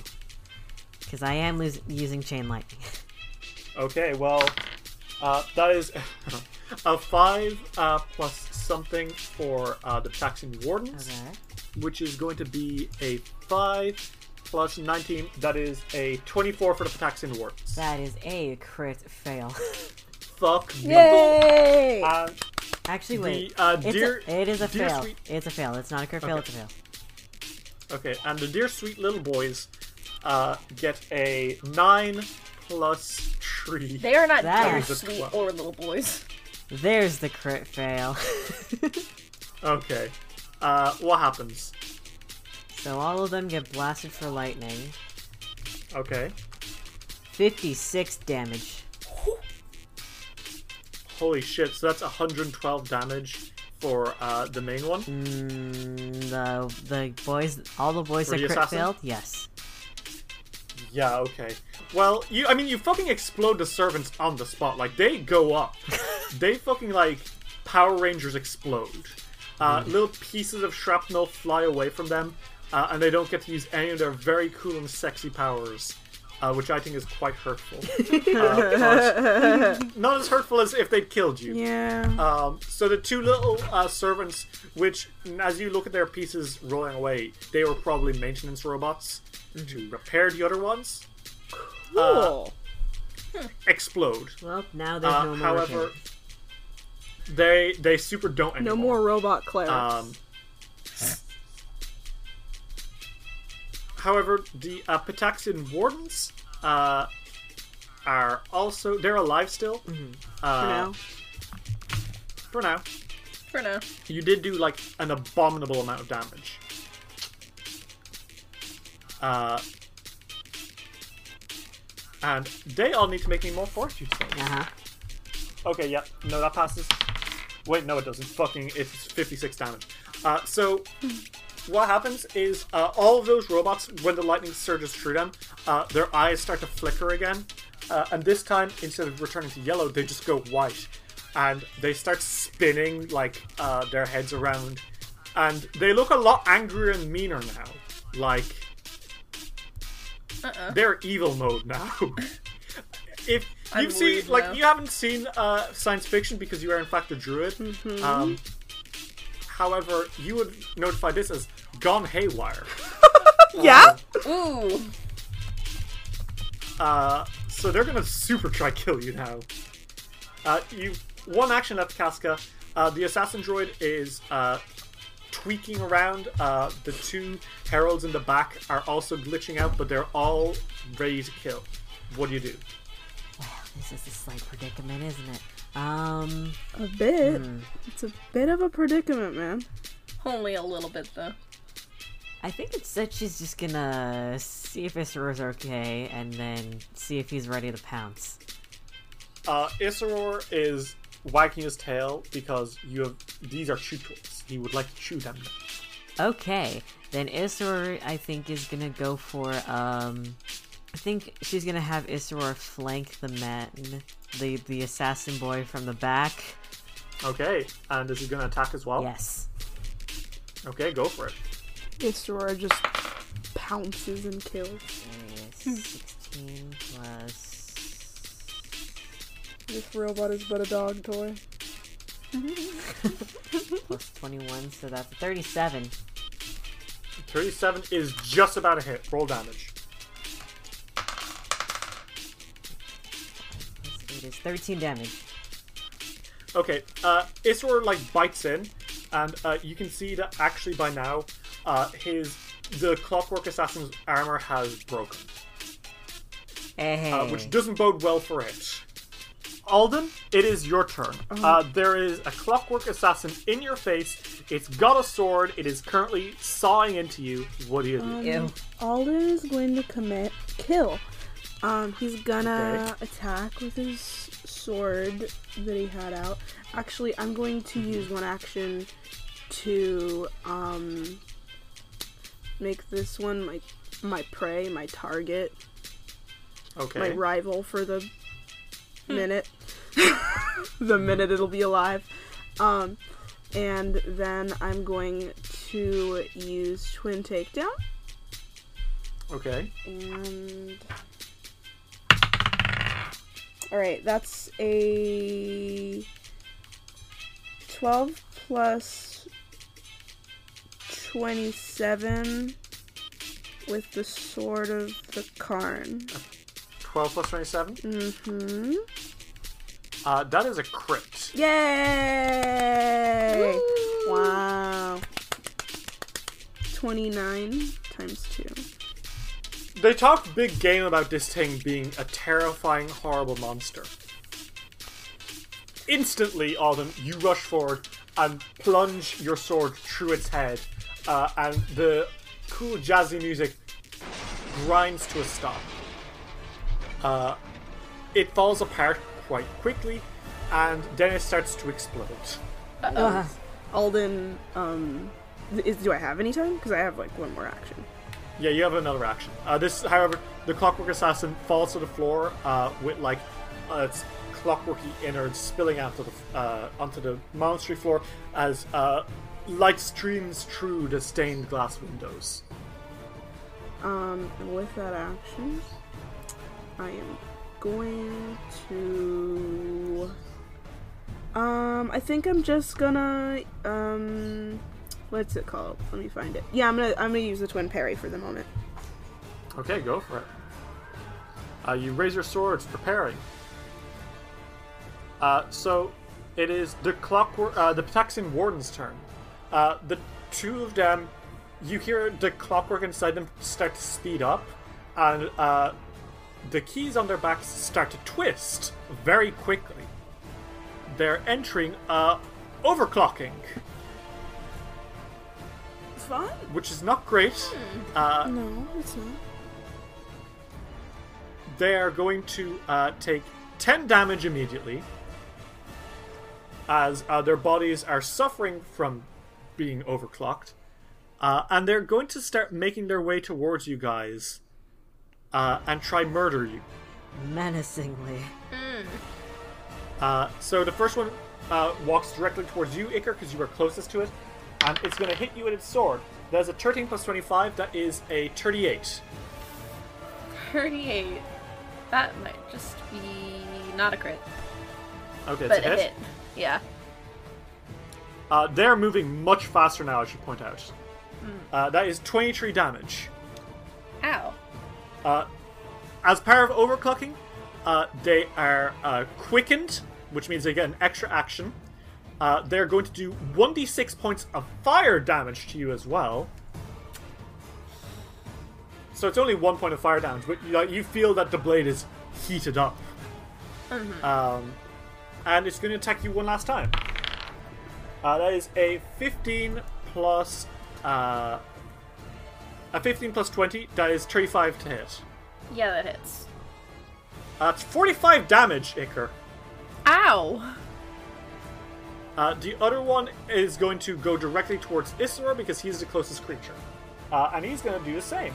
S4: Because I am losing using chain lightning.
S6: Okay, well, uh, that is a 5 uh, plus something for uh, the Saxon Wardens,
S4: okay.
S6: which is going to be a 5 plus 19. That is a 24 for the Pataxian Wardens.
S4: That is a crit fail.
S6: Fuck me.
S3: Yay!
S6: Uh,
S4: Actually, wait.
S6: uh,
S4: It's a-
S6: dear-
S4: it is a
S6: dear
S4: fail.
S6: sweet-
S4: It's a fail. It's not a crit fail.
S6: Okay.
S4: It's a fail.
S6: Okay, and the dear sweet little boys uh, get a nine plus three.
S2: They are not
S4: That
S2: dear
S4: is
S6: a
S2: sweet
S6: 12.
S2: or little boys.
S4: There's the crit fail.
S6: Okay, uh, what happens?
S4: so all of them get blasted for lightning.
S6: Okay,
S4: 56 damage.
S6: holy shit! So that's 112 damage for uh, the main one.
S4: Mm, the the boys, all the boys
S6: For
S4: that
S6: the
S4: crit
S6: assassin?
S4: failed. Yes.
S6: Yeah, okay. Well, you, I mean, you fucking explode the servants on the spot. Like, they go up. they fucking, like, Power Rangers explode. Uh, Little pieces of shrapnel fly away from them, uh, and they don't get to use any of their very cool and sexy powers, uh, which I think is quite hurtful. Uh, but not as hurtful as if they'd killed you.
S3: yeah.
S6: Um, so the two little uh, servants, which as you look at their pieces rolling away, they were probably maintenance robots to repair the other ones. Uh,
S3: cool.
S6: Explode.
S4: Well, now there's
S6: Uh,
S4: no more.
S6: however,
S4: repair.
S6: they they super don't
S3: no
S6: anymore.
S3: more robot clerics.
S6: Um, however, the uh, Pataxian wardens uh, are also they're alive still. Uh,
S3: for now.
S6: For now.
S2: For now.
S6: You did do like an abominable amount of damage. Uh, and they all need to make me more fortitude saves.
S4: uh-huh.
S6: Okay, yep. No, that passes. Wait, no, it doesn't. Fucking, it's 56 damage. Uh, so, what happens is uh, all of those robots, when the lightning surges through them, uh, their eyes start to flicker again. Uh, and this time, instead of returning to yellow, they just go white. And they start spinning, like, uh, their heads around. And they look a lot angrier and meaner now. Like, they're evil mode now. if
S2: I'm
S6: you've seen,
S2: worried
S6: like,
S2: now.
S6: you haven't seen uh, science fiction because you are in fact a druid.
S2: Mm-hmm.
S6: Um, however, you would notify this as gone haywire.
S3: yeah.
S2: Ooh.
S6: Uh, so they're gonna super try kill you now. Uh, you one action left, Casca. Uh, the assassin droid is uh, tweaking around. Uh, the two heralds in the back are also glitching out, but they're all ready to kill. What do you do?
S4: This is a slight predicament, isn't it? Um,
S3: A
S6: hmm.
S3: bit. It's a bit of a predicament, man.
S2: Only a little bit though.
S4: I think it said she's just gonna see if Issaro's okay and then see if he's ready to pounce.
S6: Uh, Isseror is wagging his tail because you have these are chew tools. He would like to chew them.
S4: Okay, then Isseror, I think, is gonna go for, um. I think she's gonna have Isseror flank the man, the, the assassin boy from the back.
S6: Okay, and is he going to attack as
S4: Oh.
S6: well?
S4: Yes.
S6: Okay, go for it.
S3: Isrora just pounces and kills.
S4: There it is. 16 plus.
S3: This robot is but a dog toy.
S4: plus 21, so that's 37.
S6: 37 is just about a hit. Roll damage.
S4: Plus 8 is 13 damage.
S6: Okay, uh, Isror like bites in, and uh, you can see that actually by now, uh, his the Clockwork Assassin's armor has broken,
S4: Hey.
S6: uh, which doesn't bode well for it. Alden, it is your turn. Uh, there is a Clockwork Assassin in your face. It's got a sword. It is currently sawing into you. What do you do?
S4: Ew.
S3: Alden is going to commit kill. Um, he's gonna attack with his sword that he had out. Actually, I'm going to use one action to um make this one my my prey, my target,
S6: okay.
S3: my rival for the minute. the minute it'll be alive. Um, and then I'm going to use twin takedown.
S6: Okay.
S3: And all right, that's a twelve plus twenty-seven with the sword of the Karn.
S6: 12 plus 27.
S3: Mm-hmm.
S6: Uh, that is a crit.
S3: Yay! Wow. Twenty-nine times two.
S6: They talk big game about this thing being a terrifying, horrible monster. Instantly, Alden, you rush forward and plunge your sword through its head, uh, and the cool jazzy music grinds to a stop. Uh, it falls apart quite quickly, and then it starts to explode.
S3: Alden, um, is, do I have any time? Because I have like one more action.
S6: Yeah, you have another action. Uh, this, however, the Clockwork Assassin falls to the floor uh, with like uh, its clockworky innards spilling out to the uh, onto the monastery floor as uh, light streams through the stained glass windows.
S3: Um, and with that action, I am going to. Um, I think I'm just gonna um, what's it called? Let me find it. Yeah, I'm gonna I'm gonna use the twin parry for the moment.
S6: Okay, go for it. Uh, you raise your swords, preparing. Uh, so it is the clockwork, uh, the Petaxian warden's turn. Uh, the two of them, you hear the clockwork inside them start to speed up, and uh, the keys on their backs start to twist very quickly. They're entering uh, overclocking,
S3: Fun?
S6: which is not great.
S3: No, it's not.
S6: they are going to uh, take 10 damage immediately as uh, their bodies are suffering from being overclocked. Uh, and they're going to start making their way towards you guys uh, and try murder you.
S4: Menacingly.
S6: Uh, so the first one uh, walks directly towards you, Iker, because you were closest to it, and it's going to hit you with its sword. That's a 13 plus 25, that is a 38.
S2: 38. That might just be not a crit,
S6: Okay, it's
S2: but
S6: a
S2: a
S6: hit.
S2: hit. Yeah.
S6: Uh, they're moving much faster now, I should point out. Uh, that is 23 damage.
S2: Ow.
S6: As part of overclocking, uh, they are uh, quickened, which means they get an extra action. Uh, they're going to do 1d6 points of fire damage to you as well. So it's only one point of fire damage, but you, like, you feel that the blade is heated up. Um, and it's going to attack you one last time. Uh, that is a 15 plus uh, A 15 plus 20, that is 35 to hit.
S2: Yeah, that hits.
S6: That's 45 damage, Iker.
S2: Ow!
S6: Uh, the other one is going to go directly towards Isra because he's the closest creature. Uh, and he's going to do the same.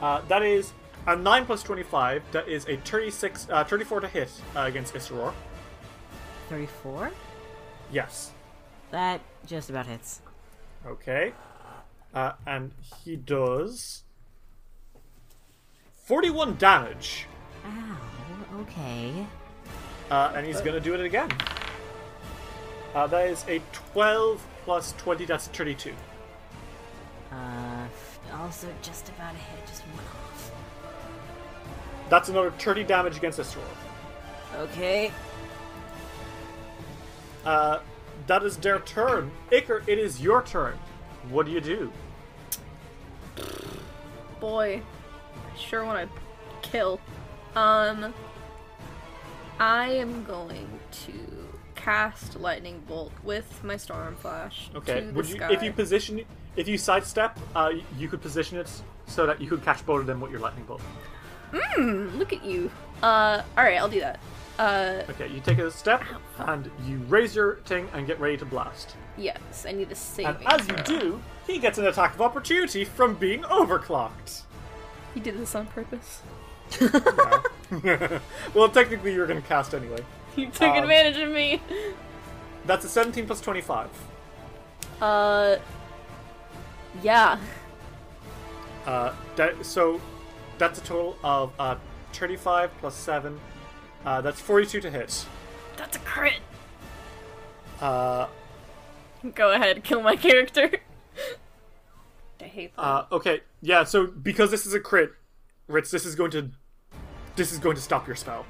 S6: Uh, that is a 9 plus 25. That is a 36, uh, 34 to hit uh, against Isra.
S4: 34?
S6: Yes.
S4: That just about hits.
S6: Okay. Uh, and he does 41 damage.
S4: Ow, okay.
S6: Uh, and he's going to do it again. Uh, that is a 12 plus 20, that's 32.
S4: Uh, also just about a hit, just one off.
S6: That's another 30 damage against Isra.
S4: Okay.
S6: Uh, that is their turn. Iker, it is your turn. What do you do?
S2: Boy, I sure want to kill. Um, I am going to cast lightning bolt with my storm flash.
S6: Okay.
S2: to the
S6: Would you,
S2: sky.
S6: if you position, if you sidestep, uh, you could position it so that you could catch both of them with your lightning bolt.
S2: Mm, look at you. Uh, all right, I'll do that. Uh,
S6: Okay. You take a step and you raise your thing and get ready to blast.
S2: yes, I need a
S6: And
S2: saving.
S6: as you
S2: throw.
S6: do, he gets an attack of opportunity from being overclocked.
S2: you did this on purpose.
S6: well, technically, you're going to cast anyway.
S2: You took
S6: Um,
S2: advantage of me.
S6: That's a 17 plus 25.
S2: Uh, yeah.
S6: Uh, that, so that's a total of uh, 35 plus 7. Uh, that's 42 to hit.
S2: That's a crit.
S6: Uh,
S2: Go ahead, kill my character. I hate that.
S6: Uh, okay, yeah. So because this is a crit, Ritz, this is going to, this is going to stop your spell.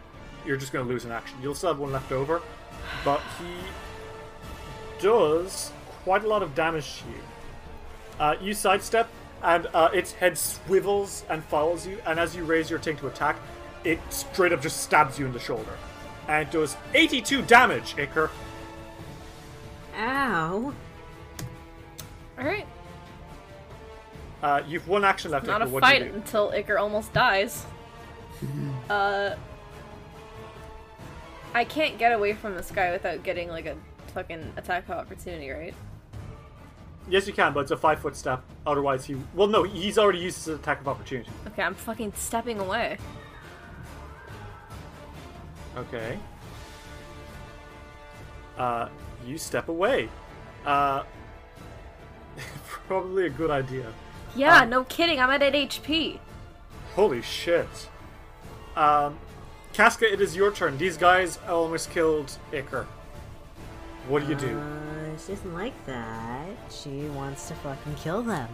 S6: You're just going to lose an action. You'll still have one left over, but he does quite a lot of damage to you. Uh, you sidestep, and uh, its head swivels and follows you. And as you raise your ting to attack, it straight up just stabs you in the shoulder, and it does 82 damage, Iker.
S4: Ow.
S2: all right,
S6: Uh, you've one action left.
S2: not
S6: Iker.
S2: a
S6: what
S2: fight
S6: Do Mm-hmm. you do?
S2: until Iker almost dies. uh, I can't get away from this guy without getting like a fucking attack of opportunity, right?
S6: Yes, you can, but it's a five foot step. Otherwise, he. Well, no, he's already used his attack of opportunity.
S2: Okay, I'm fucking stepping away.
S6: Okay. Uh, you step away. Uh, probably a good idea.
S2: Yeah,
S6: Um,
S2: no kidding. I'm at 8 HP.
S6: Holy shit. Um, Casca, it is your turn. These guys almost killed Iker. What do you do?
S4: Uh, she doesn't like that. She wants to fucking kill them.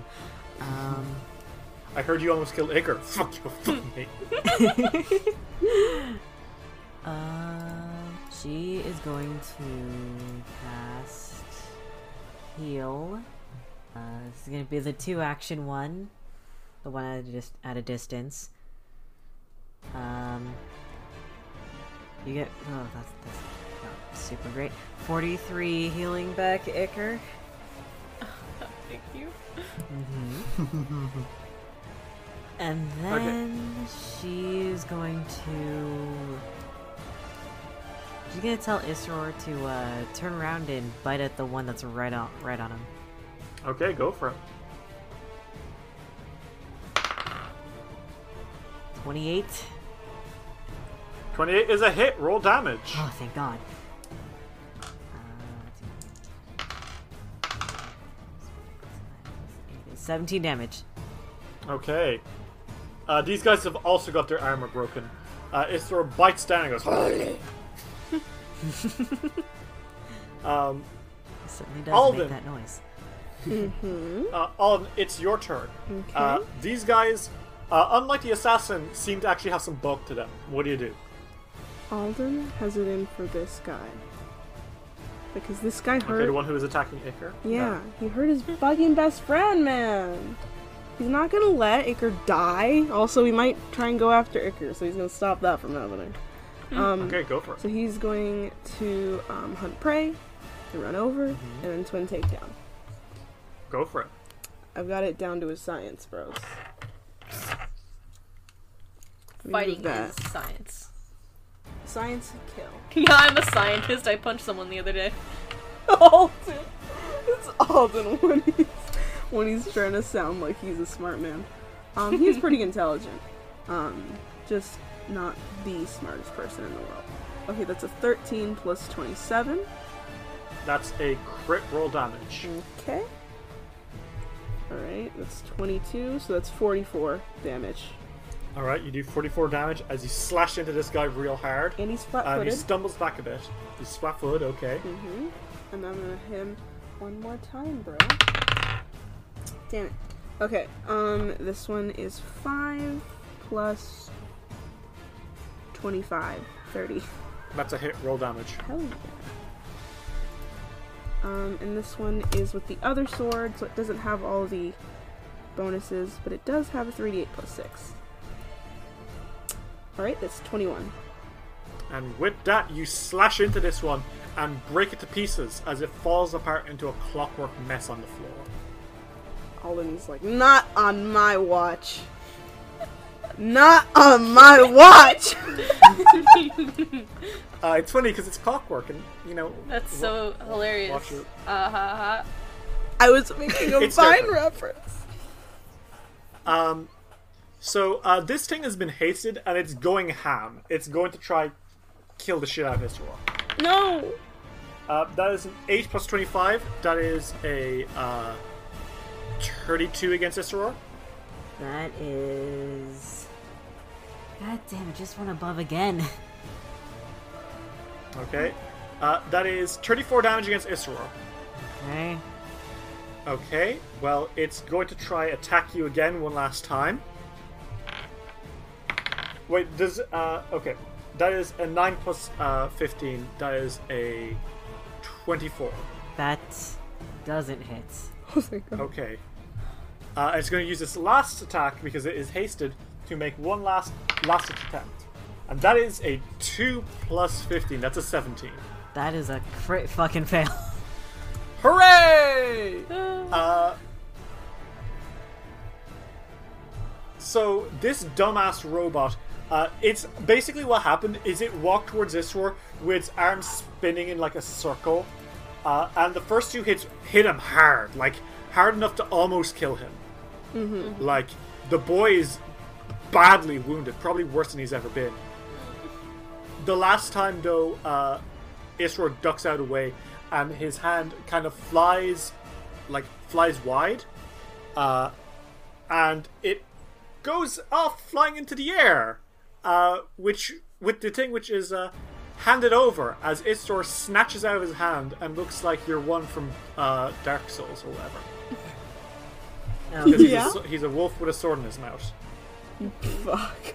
S4: Um,
S6: I heard you almost killed Iker. Fuck you, fuck me.
S4: uh, she is going to cast heal. Uh, this is gonna be the two action one, the one at a, dis- at a distance. Um, you get oh that's that's not super great. Forty three healing back, Icker.
S2: Thank you.
S4: Mm-hmm. And
S6: Okay.
S4: then she's going to. She's gonna tell Isror to uh, turn around and bite at the one that's right on right on him.
S6: Okay, go for it.
S4: Twenty-eight.
S6: 28 is a hit. Roll damage.
S4: Oh, thank God. Uh, Seventeen damage.
S6: Okay. Uh, these guys have also got their armor broken. Uh, Isra bites down and goes. um,
S4: It certainly does
S6: Alden.
S4: make that noise.
S6: uh, Alden, it's your turn. Uh, these guys, uh, unlike the assassin, seem to actually have some bulk to them. What do you do?
S3: Alden has it in for this guy. Because this guy
S6: Okay,
S3: hurt.
S6: the one who is attacking Iker.
S3: yeah, he hurt his fucking best friend, man. He's not gonna let Iker die. Also, we might try and go after Iker, so he's gonna stop that from happening. Um,
S6: Okay, go for
S3: So
S6: it.
S3: he's going to um, hunt prey, to run over, and then twin takedown.
S6: Go for it.
S3: I've got it down to a science, bros. Remove
S2: Fighting
S3: that.
S2: is science.
S3: Science and kill.
S2: yeah, I'm a scientist. I punched someone the other day.
S3: Alden. It's Alden when he's when he's trying to sound like he's a smart man. Um, he's pretty intelligent. Um, just not the smartest person in the world. Okay, that's a 13 plus 27.
S6: That's a crit roll damage.
S3: Okay. Alright, that's 22, so that's 44 damage.
S6: All right, you do 44 damage as you slash into this guy real hard,
S3: And he's flat
S6: and he
S3: footed.
S6: stumbles back a bit. He's flat-footed, okay.
S3: hmm And I'm gonna hit him one more time, bro. Damn it. Okay, um, this one is 5 plus 25, 30.
S6: That's a hit roll damage.
S3: Hell yeah. Um, and this one is with the other sword, so it doesn't have all the bonuses, but it does have a 3d8 plus 6. Alright, that's 21.
S6: And with that, you slash into this one and break it to pieces as it falls apart into a clockwork mess on the floor.
S3: Alden's like, not on my watch. Not on my watch!
S6: Uh, it's funny because it's clockwork, and you know
S2: That's
S6: wa-
S2: so
S6: wa-
S2: hilarious.
S6: Watch it.
S2: Uh, ha, ha.
S3: I was making a
S6: It's
S3: Vine
S6: different.
S3: reference.
S6: So uh, this thing has been hasted, and it's going ham. It's going to try kill the shit out of this one.
S3: No!
S6: Uh, that is an eight plus twenty-five. That is a uh, thirty-two against Isseror.
S4: That is. God damn it, just one above again.
S6: Okay,
S2: Mm-hmm.
S6: uh, that is thirty-four damage against Isseror.
S4: Okay.
S6: Okay, well, it's going to try attack you again one last time. Wait, does uh okay, that is a nine plus uh fifteen. That is a twenty-four.
S4: That doesn't hit.
S3: oh,
S6: Okay, uh, it's going to use its last attack because it is hasted to make one last last attempt, and that is a two plus fifteen. That's a seventeen.
S4: That is a crit fucking fail.
S6: Hooray! Uh, so this dumbass robot, uh, it's basically what happened is it walked towards Isror with its arms spinning in like a circle, uh, and the first two hits hit him hard, like hard enough to almost kill him. Like the boy is badly wounded, probably worse than he's ever been. The last time though, uh, Isror ducks out away, and his hand kind of flies, like flies wide, uh, and it goes off flying into the air, uh, which with the thing which is uh, handed over as Isror snatches out of his hand and looks like you're one from uh, Dark Souls or whatever.
S4: Oh,
S6: 'Cause he's a
S3: Yeah.
S6: so- he's a wolf with a sword in his mouth. Oh.
S3: Fuck.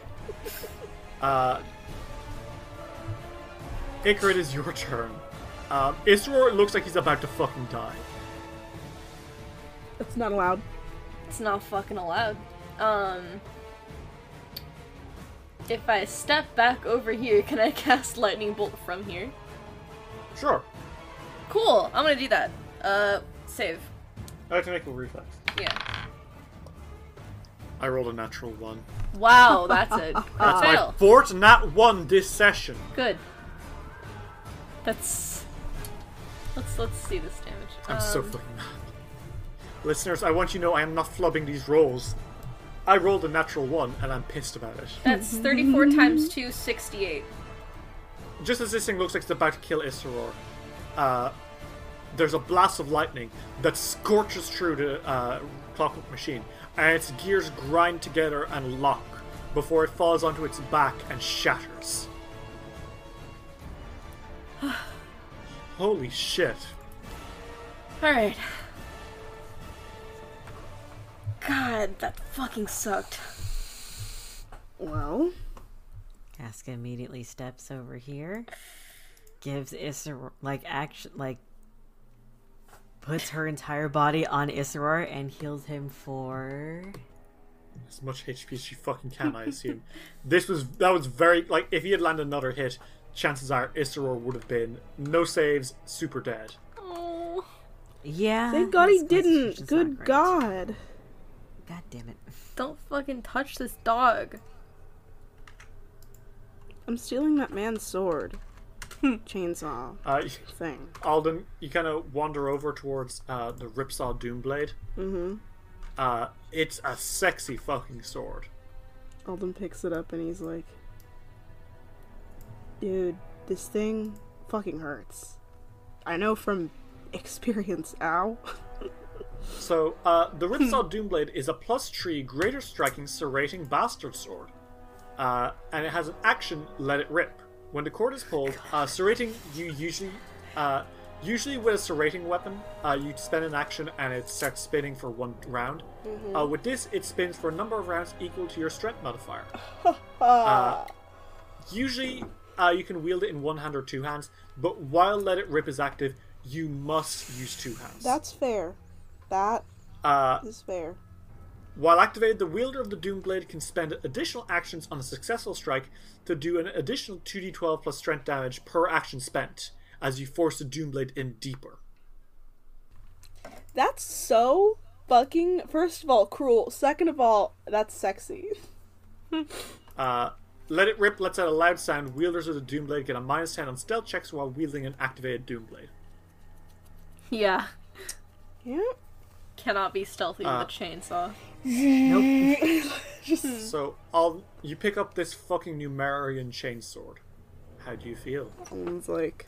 S6: Uh, Icarid is your turn. Um, Isror looks like he's about to fucking die.
S3: That's not allowed.
S2: It's not fucking allowed. Um. If I step back over here, can I cast lightning bolt from here?
S6: Sure.
S2: Cool. I'm gonna do that. Uh, save.
S6: I have to make a reflex.
S2: Yeah.
S6: I rolled a natural one.
S2: Wow, that's a
S6: That's my
S2: Uh, fail.
S6: fourth nat one this session.
S2: Good. That's. Let's let's see this damage.
S6: I'm
S2: um,
S6: so fucking mad. Listeners, I want you to know I am not flubbing these rolls. I rolled a natural one and I'm pissed about it.
S2: That's 34 times 2, 68.
S6: Just as this thing looks like it's about to kill Isseror, uh, there's a blast of lightning that scorches through the uh, clockwork machine, and its gears grind together and lock before it falls onto its back and shatters. Holy shit.
S2: Alright. God, that fucking sucked.
S3: Well,
S4: Casca immediately steps over here, gives Isseror, like, action, like, puts her entire body on Isseror and heals him for.
S6: as much HP as she fucking can, I assume. this was that was very like if he had landed another hit, chances are Isseror would have been no saves, super dead.
S2: Oh.
S4: Yeah.
S3: thank God he
S4: Ah, his constitution's
S3: didn't.
S4: not
S3: Good
S4: great.
S3: God.
S4: God damn it.
S2: Don't fucking touch this dog.
S3: I'm stealing that man's sword.
S6: Hmm.
S3: Chainsaw
S6: Uh,
S3: thing.
S6: Alden, you kind of wander over towards uh, the Ripsaw Doomblade. Mm-hmm. Uh, it's a sexy fucking sword.
S3: Alden picks it up and he's like, Dude, this thing fucking hurts. I know from experience, ow.
S6: So, uh, the Ripsaw Doomblade is a plus three greater striking serrating bastard sword. Uh, and it has an action, let it rip. When the cord is pulled, uh, serrating, you usually, uh, usually with a serrating weapon, uh, you spend an action and it starts spinning for one round. Uh, with this, it spins for a number of rounds equal to your strength modifier. uh, usually, uh, you can wield it in one hand or two hands, but while let it rip is active, you must use two hands.
S3: That's fair. That
S6: uh,
S3: is fair.
S6: While activated, the wielder of the Doomblade can spend additional actions on a successful strike to do an additional 2d12 plus strength damage per action spent, as you force the Doomblade in deeper.
S3: That's so fucking, first of all, cruel. Second of all, that's sexy.
S6: Uh, let it rip lets out a loud sound. Wielders of the Doomblade get a minus 10 on stealth checks while wielding an activated Doomblade.
S2: Yeah.
S3: Yeah.
S2: Cannot be stealthy
S6: Uh.
S2: with a chainsaw. Hmm.
S6: So, I'll, you pick up this fucking Numerian chainsword. How do you feel?
S3: Alden's like,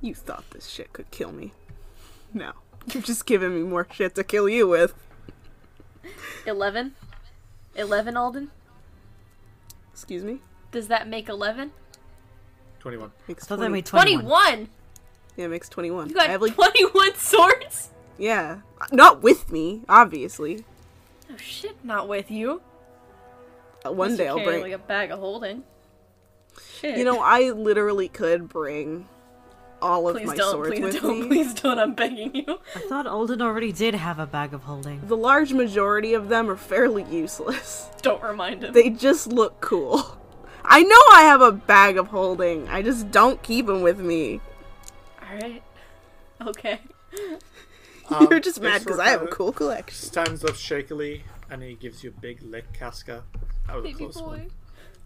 S3: You thought this shit could kill me. No. You're just giving me more shit to kill you with.
S2: 11? 11, Alden?
S3: Excuse me?
S2: Does that make 11?
S6: 21.
S3: Makes
S4: So that
S3: 20.
S4: made 21.
S2: 21!
S3: Yeah, makes 21.
S2: You got
S3: I have like
S2: 21 swords?
S3: Yeah. Not with me, obviously.
S2: Oh shit, not with you.
S3: Uh, One
S2: Unless
S3: day
S2: you
S3: I'll
S2: carry,
S3: bring.
S2: like a bag of holding. Shit.
S3: You know, I literally could bring all of
S2: please
S3: my
S2: don't,
S3: swords
S2: please
S3: with
S2: don't,
S3: me.
S2: please don't. I'm begging you.
S4: I thought Alden already did have a bag of holding.
S3: The large majority of them are fairly useless.
S2: Don't remind him.
S3: They just look cool. I know I have a bag of holding. I just don't keep them with me.
S2: All right. Okay.
S6: Um,
S3: You're just
S6: this
S3: mad because
S6: sword
S3: I have a
S6: kinda
S3: cool collection.
S6: Stands up shakily and he gives you a big lick, Casca. That was a
S2: Baby
S6: close
S2: boy.
S6: one.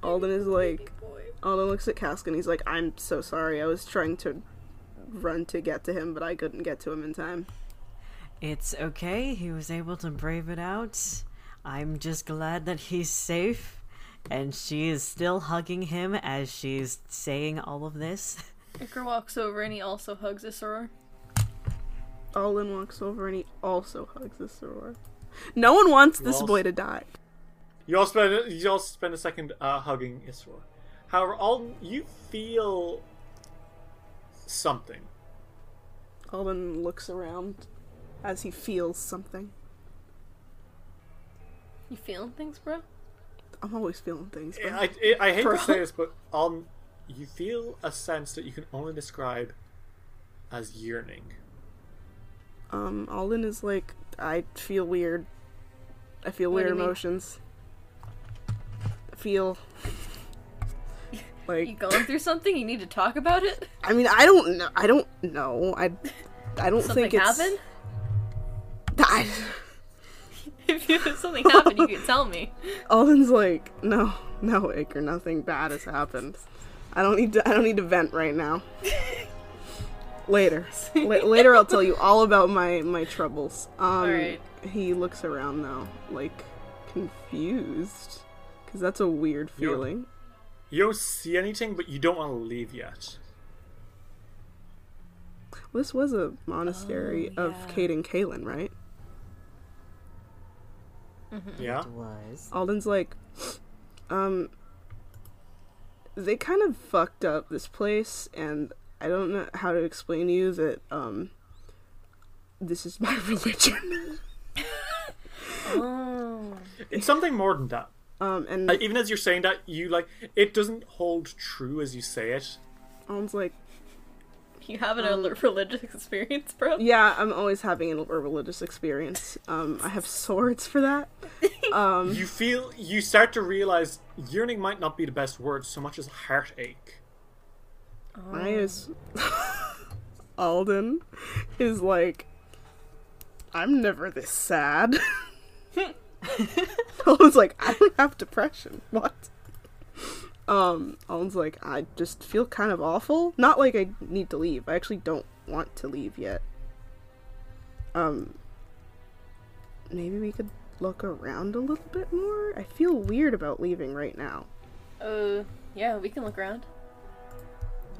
S3: Alden is like,
S2: Boy.
S3: Alden looks at Cask and he's like, I'm so sorry. I was trying to run to get to him, but I couldn't get to him in time.
S4: It's okay. He was able to brave it out. I'm just glad that he's safe. And she is still hugging him as she's saying all of this.
S2: Icar walks over and he also hugs Isseror.
S3: Alden walks over and he also hugs the soror. No one wants this
S6: Lost.
S3: boy to die.
S6: You all spend you all spend a second uh, hugging Isror. However, all you feel something.
S3: Alden looks around as he feels something.
S2: You feeling things, bro?
S3: I'm always feeling things. But
S6: I, I, I hate
S2: Bro.
S6: to say this, but um, you feel a sense that you can only describe as yearning.
S3: um, Alden is like, I feel weird. I feel
S2: What do
S3: weird
S2: you mean?
S3: emotions. I feel like
S2: You going through something? You need to talk about it?
S3: I mean I don't know. I don't know. I I don't
S2: Something
S3: think it's.
S2: happened?
S3: I,
S2: If you- if something happened, you could tell me.
S3: Alden's like, no, no, Iker, nothing bad has happened. I don't need to. I don't need to vent right now. Later, La- later, I'll tell you all about my my troubles. Um,
S2: Alright.
S3: He looks around though, like confused, because that's a weird
S6: You're-
S3: feeling.
S6: You don't see anything, but you don't want to leave yet.
S3: This was a monastery of Cade and Kalen, right?
S6: Yeah.
S4: Was.
S3: Alden's like, um, they kind of fucked up this place, and I don't know how to explain to you that, um, this is my religion.
S6: It's something more than that.
S3: um, and
S6: Like, even as you're saying that, you like it doesn't hold true as you say it.
S3: Alden's like,
S2: You having a l- religious experience, bro?
S3: Um, yeah, I'm always having a religious experience. Um, I have swords for that.
S6: You feel you start to realize yearning might not be the best word so much as heartache.
S3: Mine is Alden is like I'm never this sad. Owen's like, I don't have depression. What? Um, Owen's like, I just feel kind of awful. Not like I need to leave. I actually don't want to leave yet. Um, maybe we could look around a little bit more. I feel weird about leaving right now.
S2: Uh, yeah, we can look around.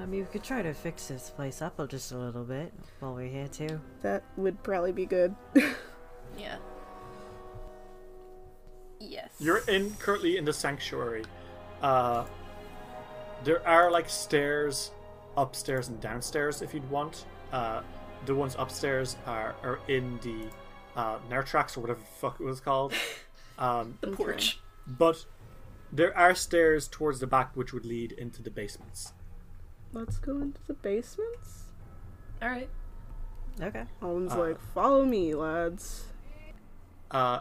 S4: I mean, we could try to fix this place up a- just a little bit while we're here too.
S3: That would probably be good.
S2: Yeah. Yes.
S6: You're in currently in the sanctuary. Uh, there are like stairs, upstairs and downstairs if you'd want. Uh, the ones upstairs are, are in the uh, Nertrax or whatever the fuck it was called. Um,
S2: the porch.
S6: but there are stairs towards the back which would lead into the basements.
S3: Let's go into the basements.
S2: All right.
S4: Okay.
S3: Owen's like, follow me, lads.
S6: uh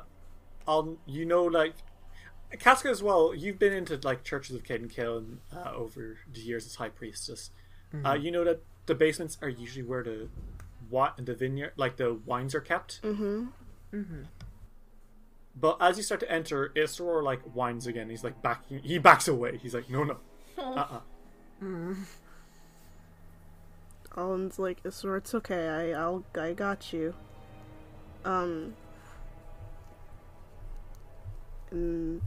S6: on you know like Casca as well you've been into like churches of Caden Kiln uh, over the years as high priestess uh, you know that the basements are usually where the what the vineyard like the wines are kept mm-hmm mm-hmm but as you start to enter Isror like whines again he's like backing he backs away he's like no no
S3: Owen's like, Isor, it's okay. I, I'll, I got you. Um. And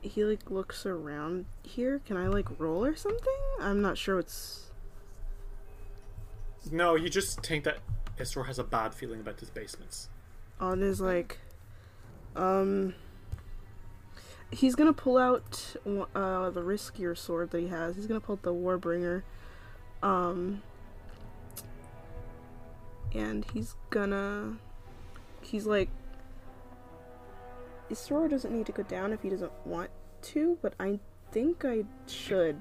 S3: he like looks around here. Can I like roll or something? I'm not sure what's.
S6: no you just think that Isror has a bad feeling about his basements
S3: On is like, um. He's gonna pull out uh, the riskier sword that he has. He's gonna pull out the Warbringer, um, and he's gonna. He's like, Isoro doesn't need to go down if he doesn't want to, but I think I should.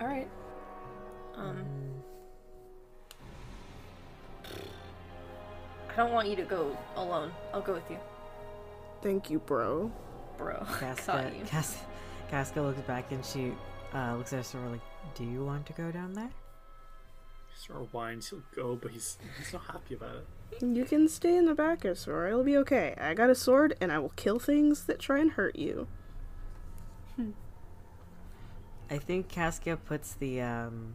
S2: All right. Um. I don't want you to go alone. I'll go with you,
S3: Thank you, bro.
S2: bro. I
S4: Casca,
S2: caught you.
S4: Cas- Casca looks back and she uh, looks at us and we're like, "Do you want to go down there?"
S6: Isror whines he'll go but he's he's not happy about it
S3: You can stay in the back, Isoro. It'll be okay. I got a sword, and I will kill things that try and hurt you.
S4: I think Casca puts the um.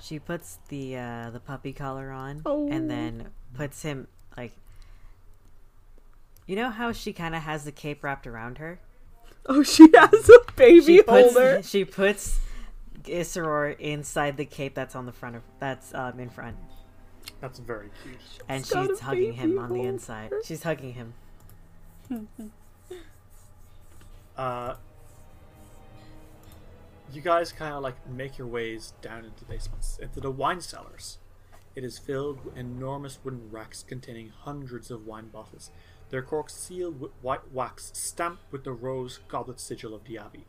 S4: She puts the uh, the puppy collar on
S3: Oh.
S4: and then puts him like. You know how she kind of has the cape wrapped around her.
S3: Oh, she has a baby
S4: she puts
S3: holder.
S4: she puts Isseror inside the cape that's on the front of that's um in front,
S6: that's very cute
S4: and
S3: got
S4: she's
S3: a
S4: hugging him
S3: baby
S4: on the
S3: holder.
S4: inside. She's hugging him.
S6: Uh, you guys kind of like make your ways down into the basements, into the wine cellars. It is filled with enormous wooden racks containing hundreds of wine bottles, their corks sealed with white wax stamped with the rose goblet sigil of the abbey.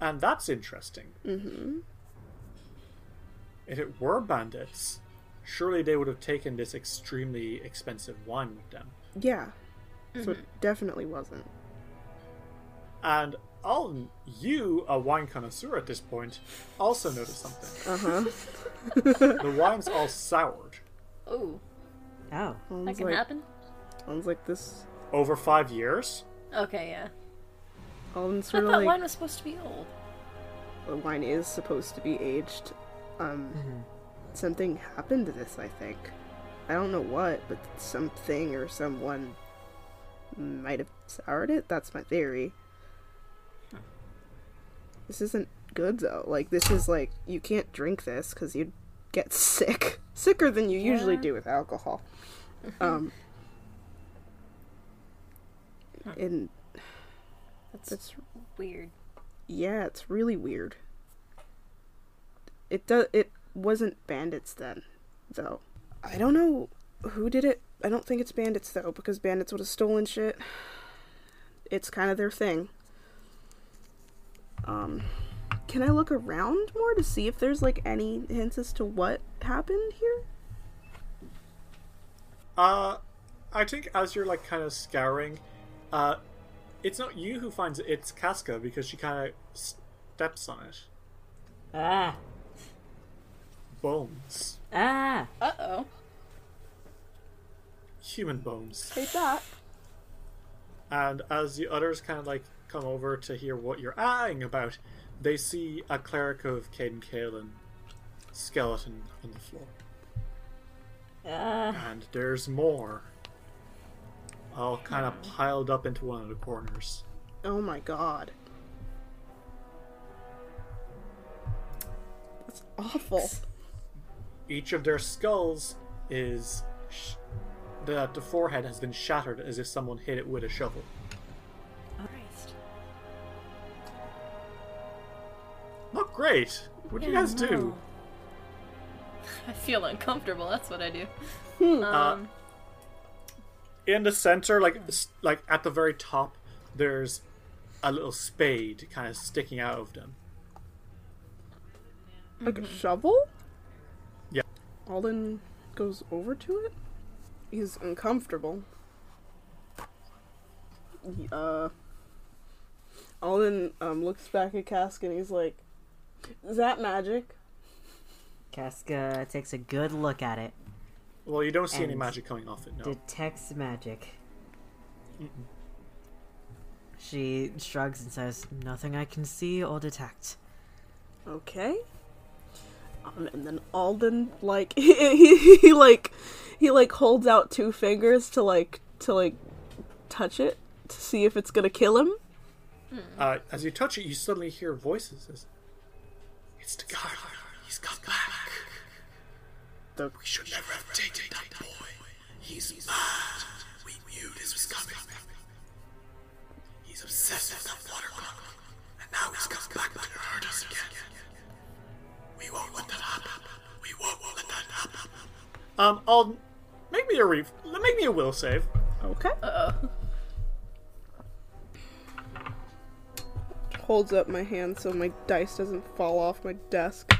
S6: And that's interesting. Mm-hmm. If it were bandits, surely they would have taken this extremely expensive wine with them.
S3: Yeah. So it definitely wasn't.
S6: And Alden, you, a wine connoisseur at this point, also noticed something.
S3: Uh huh.
S6: The wine's all soured.
S2: Oh,
S4: Oh,
S2: that
S3: One's
S2: can
S3: like,
S2: happen.
S3: Owen's like this.
S6: Over five years?
S2: Okay, yeah.
S3: Owen's
S2: I
S3: sort of
S2: thought
S3: like
S2: wine was supposed to be old.
S3: the wine is supposed to be aged. Um, something happened to this. I think. I don't know what, but something or someone might have soured it. That's my theory. This isn't good though. Like this is like you can't drink this because you'd get sick, sicker than you usually
S2: Yeah.
S3: do with alcohol. Um. And
S2: That's,
S3: that's
S2: weird.
S3: Yeah, it's really weird. It does. It wasn't bandits then, though. I don't know who did it. I don't think it's bandits though, because bandits would have stolen shit. It's kind of their thing. Um, can I look around more to see if there's like any hints as to what happened here?
S6: Uh, I think as you're like kind of scouring, uh, it's not you who finds it, it's Casca because she kind of steps on it.
S4: ah,
S6: bones.
S4: Ah,
S2: Uh oh.
S6: Human bones.
S3: Take that.
S6: And as the others kind of like come over to hear what you're eyeing about, they see a cleric of Caden Kalen skeleton on the floor.
S2: Ah.
S6: And there's more. All kind of piled up into one of the corners.
S3: Oh my god. That's awful.
S6: Each of their skulls is. Sh- the, the forehead has been shattered as if someone hit it with a shovel.
S2: Christ.
S6: Not great! What do you
S2: Yeah,
S6: guys do?
S2: no. I feel uncomfortable. That's what I do.
S6: Uh, in the center, like s- like at the very top, there's a little spade kind of sticking out of them.
S3: Like a shovel?
S6: Yeah.
S3: Alden goes over to it. He's uncomfortable. Y- Uh, Alden um, looks back at Cask and he's like, Is that magic?
S4: Casca takes a good look at it,
S6: Well, you don't see any
S4: And
S6: magic coming off it. No.
S4: detects magic. She shrugs and says, "Nothing I can see or detect."
S3: Okay. Um, and then Alden like he, he, he like he like holds out two fingers to like to like touch it to see if it's gonna kill him.
S6: Uh, as you touch it, you suddenly hear voices. It's, it's the guard. He's come back.
S3: The-
S6: we should never have taken that boy. He's mad. We knew this was coming. He's obsessed with that water clock. And now he's come back to hurt us again. We won't let that happen. We won't let that happen. Um, I'll make me a re- make me a will save.
S3: Okay. Uh. Holds up my hand so my dice doesn't fall off my desk.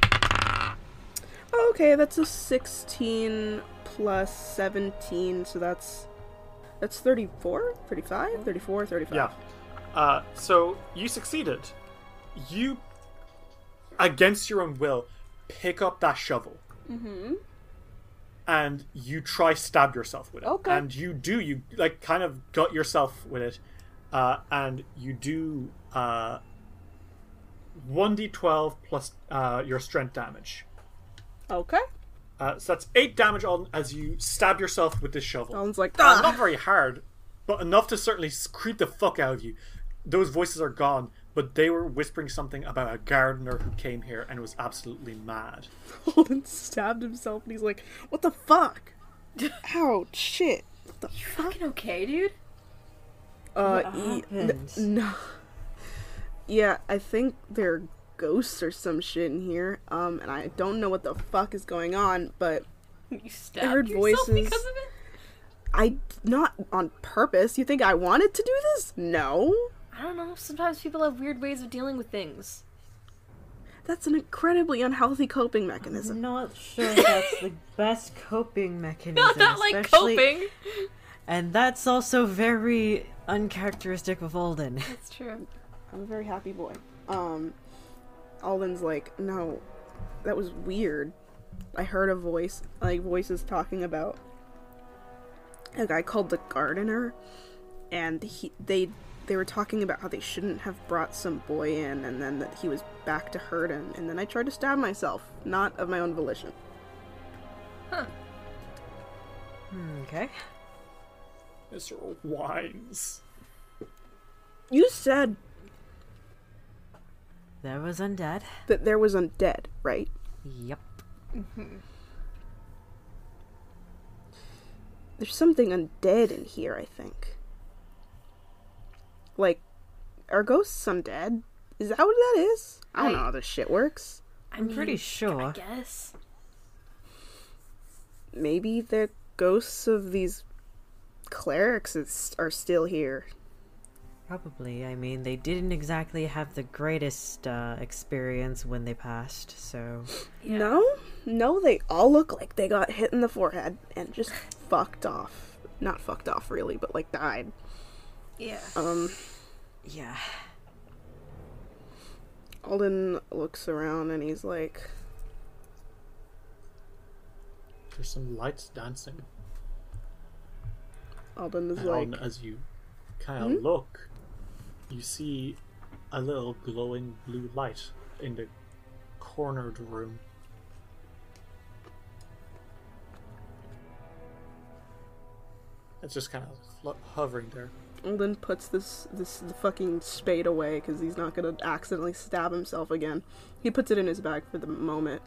S3: Oh, Okay, that's a 16 plus 17, so that's that's 34, 35, 34, 35.
S6: Yeah. Uh, so you succeeded. You, against your own will, pick up that shovel. Mm-hmm. And you try stab yourself with it.
S3: Okay.
S6: And you do. You like kind of gut yourself with it, uh, and you do uh, one d twelve plus uh, your strength damage.
S3: Okay.
S6: Uh, so that's eight damage on as you stab yourself with this shovel.
S3: Alden's like,
S6: Uh,
S3: "Ah."
S6: not very hard, but enough to certainly creep the fuck out of you. Those voices are gone, but they were whispering something about a gardener who came here and was absolutely mad.
S3: Holden stabbed himself and he's like, what the fuck? Ouch, shit. What the fuck?
S2: Fucking okay, dude.
S3: Uh,
S4: What
S3: e-
S4: happened?
S3: no. Yeah, I think there are ghosts or some shit in here. Um, and I don't know what the fuck is going on, but
S2: You stabbed
S3: heard
S2: yourself
S3: voices.
S2: because of it.
S3: I not on purpose. You think I wanted to do this? No.
S2: I don't know. Sometimes people have weird ways of dealing with things.
S3: That's an incredibly unhealthy coping mechanism.
S4: Not sure that's the best coping mechanism.
S2: Not that like
S4: especially-
S2: coping.
S4: And that's also very uncharacteristic of Olden.
S2: That's true.
S3: I'm a very happy boy. Um, Alden's like, no, that was weird. I heard a voice, like voices talking about a guy called the gardener, and he they they were talking about how they shouldn't have brought some boy in, and then that he was back to hurt him, and then I tried to stab myself, not of my own volition.
S4: Okay.
S6: Mr. Wines.
S3: You said
S4: There was undead.
S3: that there was undead, right?
S4: Yep.
S3: There's something undead in here, I think. Like, are ghosts undead? Is that what that is? I don't know how this shit works.
S4: I'm pretty sure.
S2: Guess.
S3: Maybe the ghosts of these clerics is, are still here.
S4: Probably. I mean, they didn't exactly have the greatest uh, experience when they passed, so.
S3: No? No, they all look like they got hit in the forehead and just fucked off. Not fucked off, really, but like died.
S2: Yeah.
S3: Um,
S4: Yeah.
S3: Alden looks around and he's like,
S6: There's some lights dancing.
S3: Alden is
S6: And
S3: like, Hmm?
S6: on as you kind of look, you see a little glowing blue light in the cornered room. It's just kind of fl- hovering there.
S3: Alden puts this this the fucking spade away because he's not gonna accidentally stab himself again. He puts it in his bag for the moment,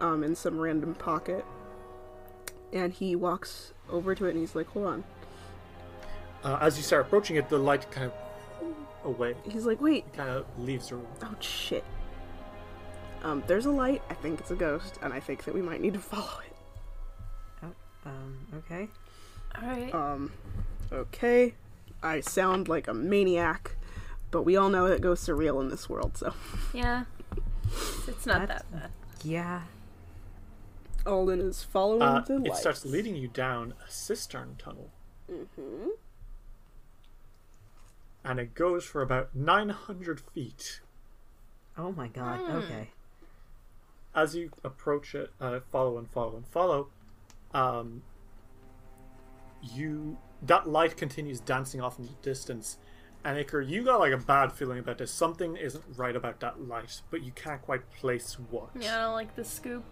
S3: um, in some random pocket, and he walks over to it and he's like, "Hold on."
S6: Uh, as you start approaching it, the light kind of away,
S3: He's like, "Wait,
S6: kind of leaves the room.
S3: oh shit." Um, there's a light. I think it's a ghost, and I think that we might need to follow it.
S4: Oh, um, okay.
S2: Alright.
S3: Um, okay. I sound like a maniac, but we all know that ghosts are real in this world, so.
S2: yeah. It's, it's not
S4: That's-
S2: that bad.
S4: Yeah.
S3: Alden is following
S6: Uh,
S3: the light.
S6: it starts leading you down a cistern tunnel. Mm-hmm. And it goes for about 900 feet.
S4: Oh my god. Okay.
S6: As you approach it, uh, follow and follow and follow, um, you that light continues dancing off in the distance. And Iker, you got like a bad feeling about this. Something isn't right about that light, but you can't quite place what.
S2: Yeah, I don't like the scoop.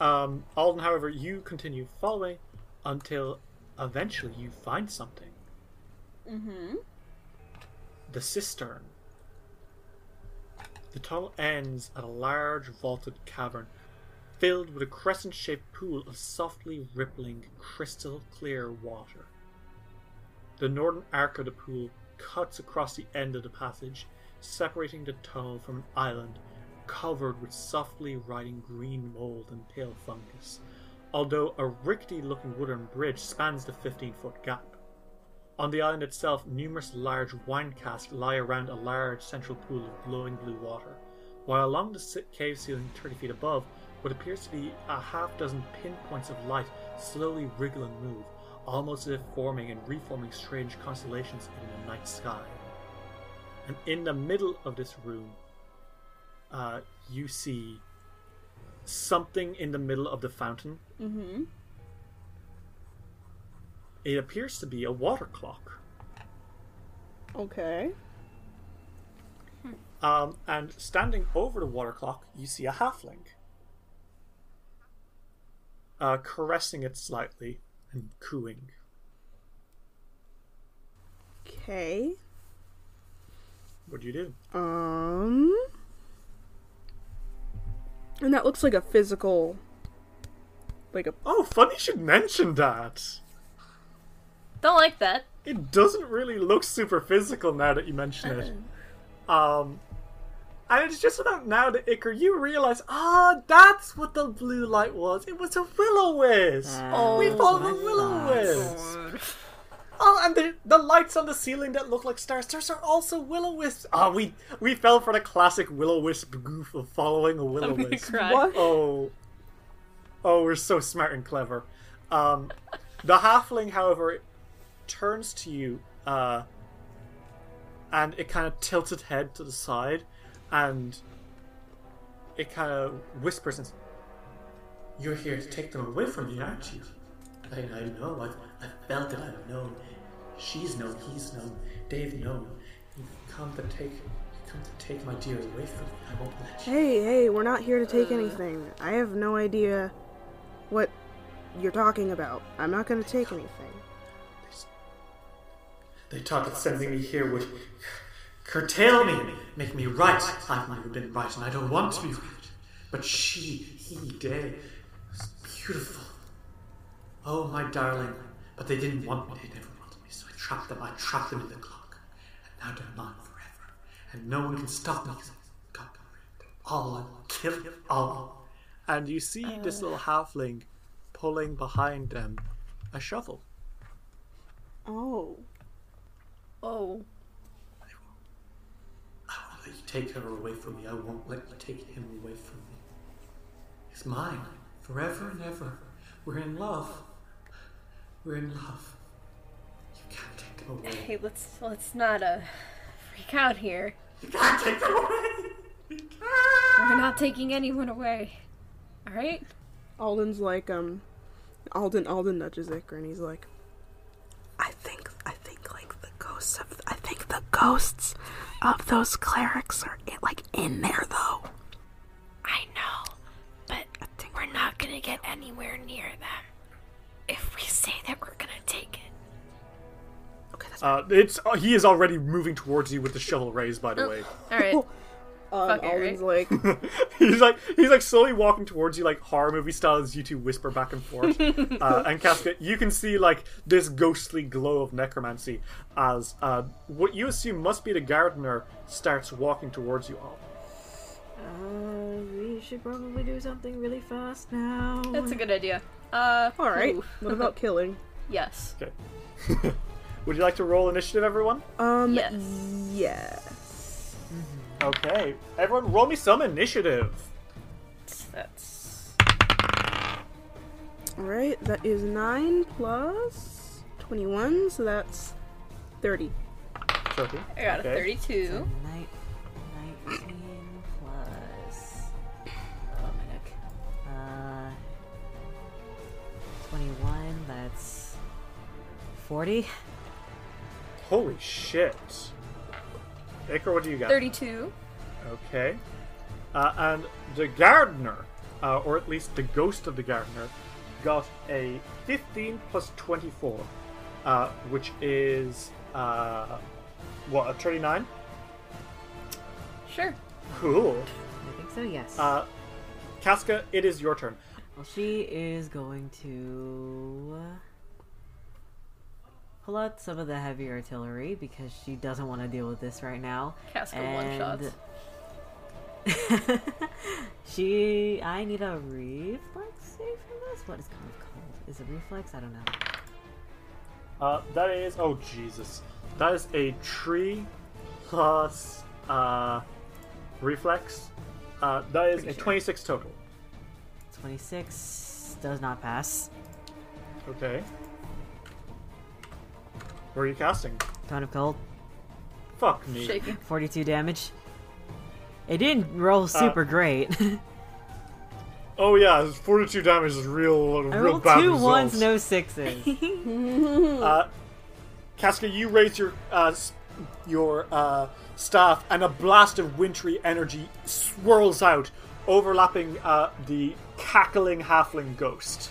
S6: Um, Alden, however, you continue following until eventually you find something. Mm-hmm. The cistern. The tunnel ends at a large vaulted cavern filled with a crescent shaped pool of softly rippling, crystal clear water. The northern arc of the pool cuts across the end of the passage, separating the tunnel from an island covered with softly riding green mold and pale fungus, although a rickety looking wooden bridge spans the 15 foot gap. On the island itself, numerous large wine casks lie around a large central pool of glowing blue water, while along the si- cave ceiling 30 feet above, what appears to be a half dozen pinpoints of light slowly wriggle and move, almost as if forming and reforming strange constellations in the night sky. And in the middle of this room, uh, you see something in the middle of the fountain. Mm-hmm. It appears to be a water clock.
S3: Okay.
S6: Um, and standing over the water clock, you see a halfling. Uh, caressing it slightly and cooing.
S3: Okay.
S6: What do you do?
S3: Um. And that looks like a physical. Like a.
S6: Oh, funny you should mention that.
S2: Don't like that.
S6: It doesn't really look super physical now that you mention it.
S4: Uh-huh.
S6: Um, and it's just about now that Icar, you realize, ah, that's what the blue light was. It was a willow wisp.
S4: Oh,
S6: we followed
S4: my
S6: the willow
S4: God.
S6: wisp. Oh, and the, the lights on the ceiling that look like stars, those are also willow wisps. Ah, we we fell for the classic willow wisp goof of following a willow
S2: I'm gonna
S6: wisp.
S2: cry.
S6: Oh, oh, we're so smart and clever. Um, the halfling, however, turns to you, uh, and it kind of tilts its head to the side, and it kind of whispers, and, s- "You're here to take them away from me, aren't you? I, I know. I've, I've felt it. I've known. She's known. He's known. They've known. You've come to take, you've come to take my dear away from me. I won't let you."
S3: Hey, hey, we're not here to take
S2: Uh.
S3: anything. I have no idea what you're talking about. I'm not gonna take anything.
S6: They talk of sending me here would curtail me, make me right. I've never been right, and I don't want to be right. But she, he, they, was beautiful. Oh, my darling. But they didn't want me, they never wanted me, so I trapped them. I trapped them in the clock. And now they're mine forever. And no one can stop me because I've got them rid of all. and Kill it all. And you see this little halfling pulling behind them a shovel.
S3: Oh.
S2: Oh.
S6: I won't let you take her away from me. I won't let you take him away from me. He's mine, forever and ever. We're in love. We're in love. You can't take them away.
S2: Hey, let's let's not uh freak out here.
S6: You can't take them away. You can't.
S2: We're not taking anyone away. Alright?
S3: Alden's like, um, Alden Alden nudges Icker and he's like, I think I think like the ghosts of I think the ghosts of those clerics are in, like in there though.
S1: I know, but we're not gonna get anywhere near them if we say that we're gonna take it.
S3: Okay, that's
S8: Uh, it's uh, he is already moving towards you with the shovel raised. By
S2: Oh.
S8: the way,
S2: All right.
S3: um,
S2: fuck it,
S3: Alden's like,
S8: he's like he's like slowly walking towards you, like horror movie style, as you two whisper back and forth. uh, and Casca, you can see like this ghostly glow of necromancy as uh, what you assume must be the gardener starts walking towards you all.
S4: Uh, we should probably do something really fast now.
S2: That's a good idea. Uh,
S3: all right.
S2: ooh,
S3: What about killing?
S2: yes.
S8: Okay. Would you like to roll initiative, everyone?
S3: Um,
S2: Yes.
S3: yeah.
S8: Okay, everyone, roll me some initiative.
S2: That's
S3: All right, that is nine plus twenty-one, so that's thirty.
S8: Turkey.
S2: I got a
S8: Okay.
S2: 32.
S4: Night, 19 plus. Oh my neck. Uh, 21, that's 40.
S8: Holy shit. Iker, what do you got?
S2: 32.
S8: Okay. Uh, and the gardener, uh, or at least the ghost of the gardener, got a 15 plus 24, uh, which is, uh, what, a 39?
S2: Sure.
S8: Cool.
S4: I think so, yes.
S8: Uh, Casca, it is your turn.
S4: well, she is going to uh, pull out some of the heavy artillery because she doesn't want to deal with this right now.
S2: Casca one
S4: and
S2: shots.
S4: she, I need a reflex save from this. What is kind of called? Is it reflex? I don't know.
S8: Uh, that is, oh Jesus. That is a tree plus, uh, reflex. Uh, that is a 26 total.
S4: 26 does not pass.
S8: Okay. Where are you casting?
S4: Ton of cold.
S8: Fuck me.
S2: Shaking.
S4: 42 damage. It didn't
S8: Uh,
S4: roll super great.
S8: Oh yeah, forty-two damage is real,
S4: I
S8: real
S4: rolled
S8: bad
S4: two
S8: results.
S4: ones, no sixes.
S8: Uh, Casca, you raise your uh, s- your uh, staff, and a blast of wintry energy swirls out, overlapping uh, the cackling halfling ghost.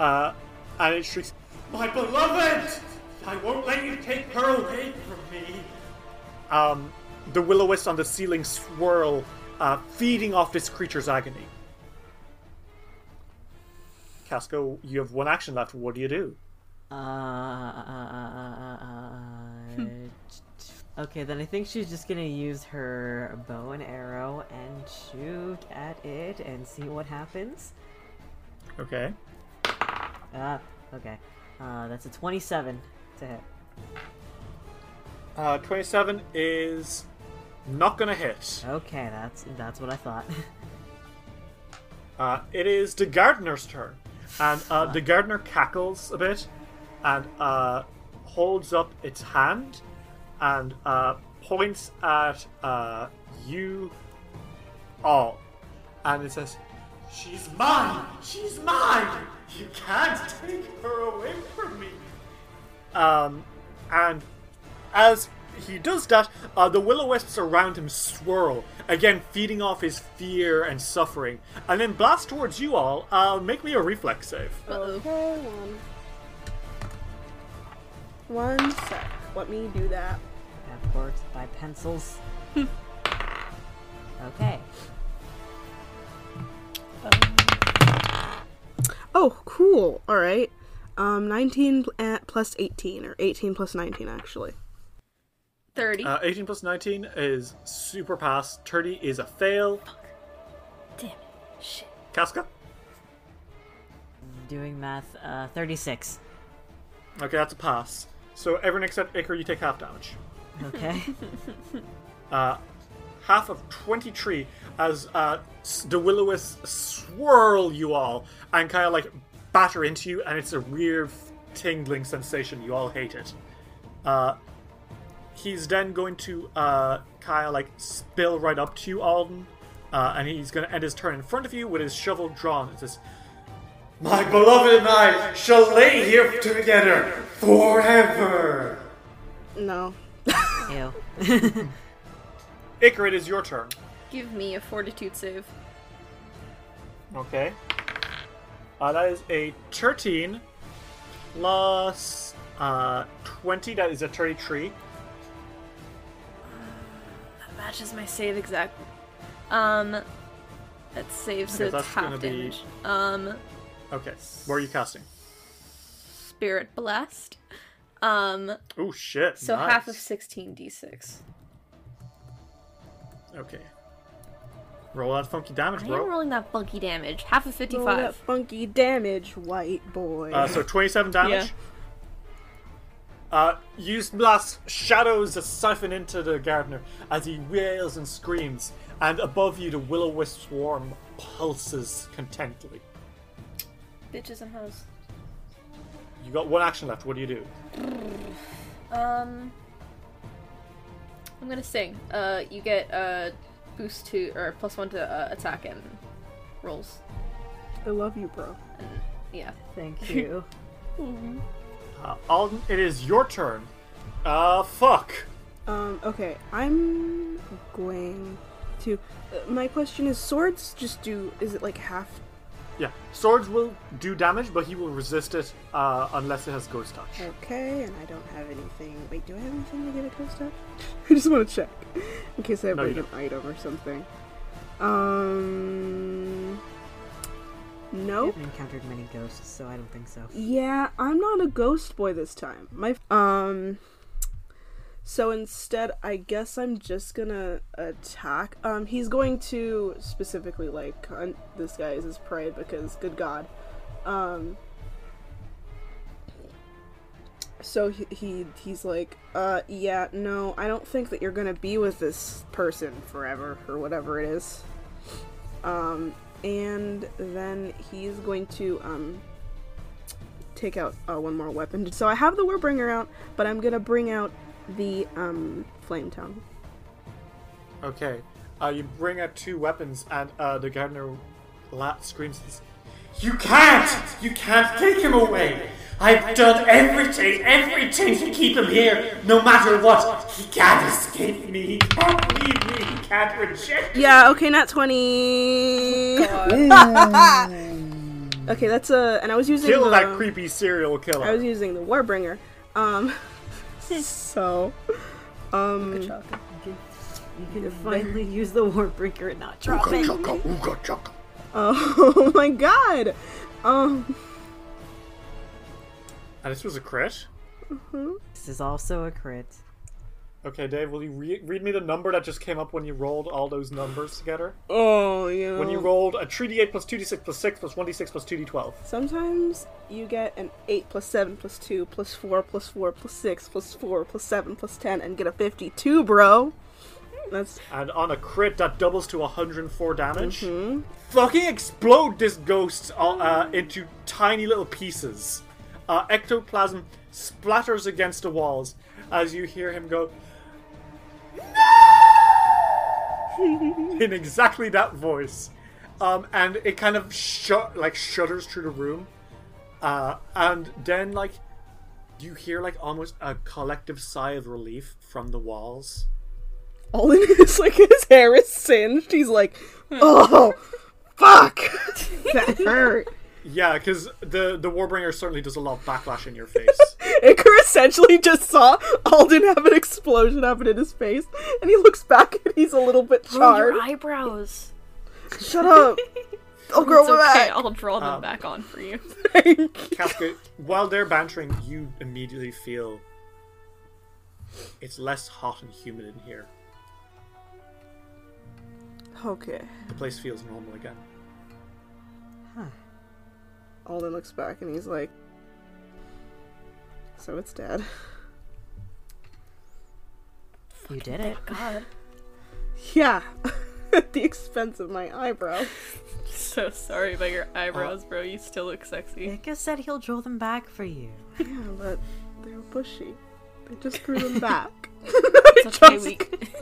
S8: Uh, and it shrieks, "My beloved! I won't let you take her away from me!" Um, the will o wisps on the ceiling swirl, uh, feeding off this creature's agony. Casco, you have one action left. What do you do?
S4: uh, uh, okay, then I think she's just gonna use her bow and arrow and shoot at it and see what happens.
S8: Okay.
S4: Uh, okay. Uh, that's a 27 to hit.
S8: Uh, 27 is not gonna hit.
S4: Okay, that's that's what I thought.
S8: Uh, it is the gardener's turn. And uh, the gardener cackles a bit and uh, holds up its hand and uh, points at uh, you all. And it says, She's mine! She's mine! You can't take her away from me! Um, and as he does that, uh, the will o wisps around him swirl, again feeding off his fear and suffering, and then blast towards you all. Uh, make me a reflex save.
S2: Uh-oh.
S3: Okay, one. One sec. Let me do that.
S4: Of course, by pencils. okay.
S3: Oh, cool. All right. Um, 19 pl- eh, plus 18, or 18 plus 19, actually.
S2: 30.
S8: Uh, 18 plus 19 is super pass, 30 is a fail.
S1: Damn it. Shit.
S8: Casca?
S4: Doing math, uh, 36.
S8: Okay, that's a pass. So everyone except Iker, you take half damage.
S4: Okay.
S8: half of 23 as uh, s- the willowists swirl you all and kind of like batter into you, and it's a weird tingling sensation. You all hate it. Uh, he's then going to uh, kind of like spill right up to you, Alden, Uh, and he's going to end his turn in front of you with his shovel drawn. It says, My beloved and I shall lay here together forever.
S3: No.
S4: Ew.
S8: Icar, it is your turn.
S2: Give me a fortitude save.
S8: Okay. Uh, that is a 13 plus uh, 20. That is a 33.
S2: That matches my save exactly. Um, that saves so
S8: Okay,
S2: it's
S8: that's gonna
S2: half
S8: be-
S2: damage. Um,
S8: Okay. Where are you casting?
S2: spirit blast. Um,
S8: Oh, shit.
S2: so half of
S8: nice.
S2: sixteen d6.
S8: Okay. Roll that funky damage,
S2: I am
S8: bro.
S2: rolling that funky damage. Half of
S3: Roll Oh, that
S2: fifty-five.
S3: funky damage, white boy.
S8: Uh, so 27 damage. Uh, you blast shadows that siphon into the gardener as he wails and screams, and above you the willow wisp swarm pulses contently.
S2: Bitches and hoes.
S8: You got one action left. What do you do?
S2: Um, I'm gonna sing. Uh, you get a boost to or plus one to uh, attack and rolls.
S3: I love you, bro.
S2: Yeah.
S4: Thank you.
S8: Uh, Alden, it is your turn. Uh, fuck.
S3: Um, okay, I'm going to. Uh, my question is swords just do. Is it like half?
S8: Yeah, swords will do damage, but he will resist it uh, unless it has ghost touch.
S3: Hmm. Okay, and I don't have anything. Wait, do I have anything to get a ghost touch? I just want to check. In case I have
S8: No, you
S3: like an item or something. Um. Nope.
S4: I've encountered many ghosts, so I don't think so.
S3: Yeah, I'm not a ghost boy this time. My um so instead I guess I'm just going to attack. Um he's going to specifically like hunt this guy as his prey because good god. Um so he, he he's like, uh, yeah, no, I don't think that you're gonna be with this person forever or whatever it is. Um, and then he's going to um take out uh, one more weapon. So I have the Warbringer out, but I'm gonna bring out the um, Flame Tongue.
S8: Okay. Uh, you bring out two weapons, and uh, the gardener la- screams, this, You can't! You can't take him away! I've done everything, everything to keep him here, no matter what! He can't escape me, he can't leave me, he can't reject me!
S3: Yeah. Okay. Not twenty. okay, that's a. And I was using
S8: Kill
S3: the,
S8: that creepy serial
S3: I was
S8: killer.
S3: using the Warbringer. Um. so. Um.
S4: You can finally use the Warbreaker and not drop it.
S3: Oh my god. Um.
S8: And this was a crit?
S4: This is also a crit.
S8: Okay, Dave, will you re- read me the number that just came up when you rolled all those numbers together?
S3: Oh, you know.
S8: When you rolled a 3d8 plus 2d6 plus 6 plus 1d6 plus 2d12.
S3: Sometimes you get an 8 plus 7 plus 2 plus 4 plus 4 plus 6 plus 4 plus 7 plus 10 and get a 52, bro. That's
S8: And on a crit, that doubles to 104 damage. Fucking explode this ghost uh, uh, into tiny little pieces. Uh, ectoplasm splatters against the walls as you hear him go, No! In exactly that voice. Um, and it kind of shut, like shudders through the room. Uh, and then, like, you hear, like, almost a collective sigh of relief from the walls.
S3: all in his like his hair is singed. He's like, oh, fuck, that hurt.
S8: Yeah, because the the Warbringer certainly does a lot of backlash in your face.
S3: Icar essentially just saw Alden have an explosion happen in his face, and he looks back and he's a little bit
S9: Oh,
S3: charred.
S9: your eyebrows.
S3: Shut up. Oh, girl,
S2: It's okay.
S3: we're back.
S2: I'll draw them back on for you.
S8: Kafka, while they're bantering, you immediately feel it's less hot and humid in here.
S3: Okay.
S8: The place feels normal again.
S3: Alden looks back and he's like, so it's dad.
S4: You did it.
S2: God,
S3: Yeah. At the expense of my eyebrow.
S2: so sorry about your eyebrows, bro. You still look sexy.
S4: Ica said he'll draw them back for you.
S3: Yeah, but they're bushy. They just grew them back.
S2: It's okay. We,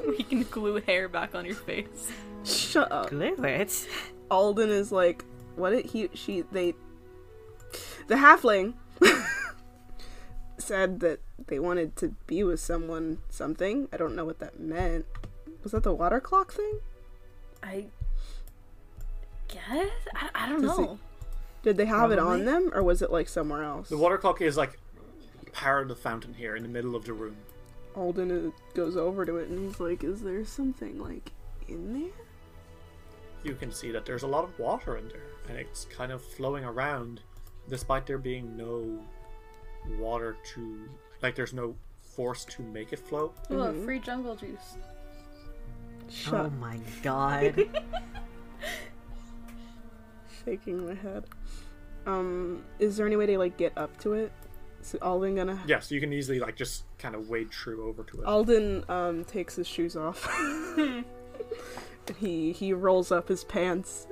S2: we can glue hair back on your face.
S3: Shut up.
S4: Glue it.
S3: Alden is like, what did he, she, they, the halfling said that they wanted to be with someone, something. I don't know what that meant. Was that the water clock thing?
S2: I guess? I, I don't
S3: Does it-
S2: know.
S3: Did they have it on them, or was it like somewhere else?
S8: The water clock is like power of the fountain here in the middle of the room.
S3: Alden uh, goes over to it and he's like, is there something like in there?
S8: You can see that there's a lot of water in there, and it's kind of flowing around, despite there being no water to like. There's no force to make it flow.
S2: Well, free jungle juice.
S3: Shut
S4: Oh my god.
S3: shaking my head. Um, is there any way to like get up to it? Is Alden gonna?
S8: Yeah, so you can easily like just kind of wade through over to it.
S3: Alden um takes his shoes off. And he he rolls up his pants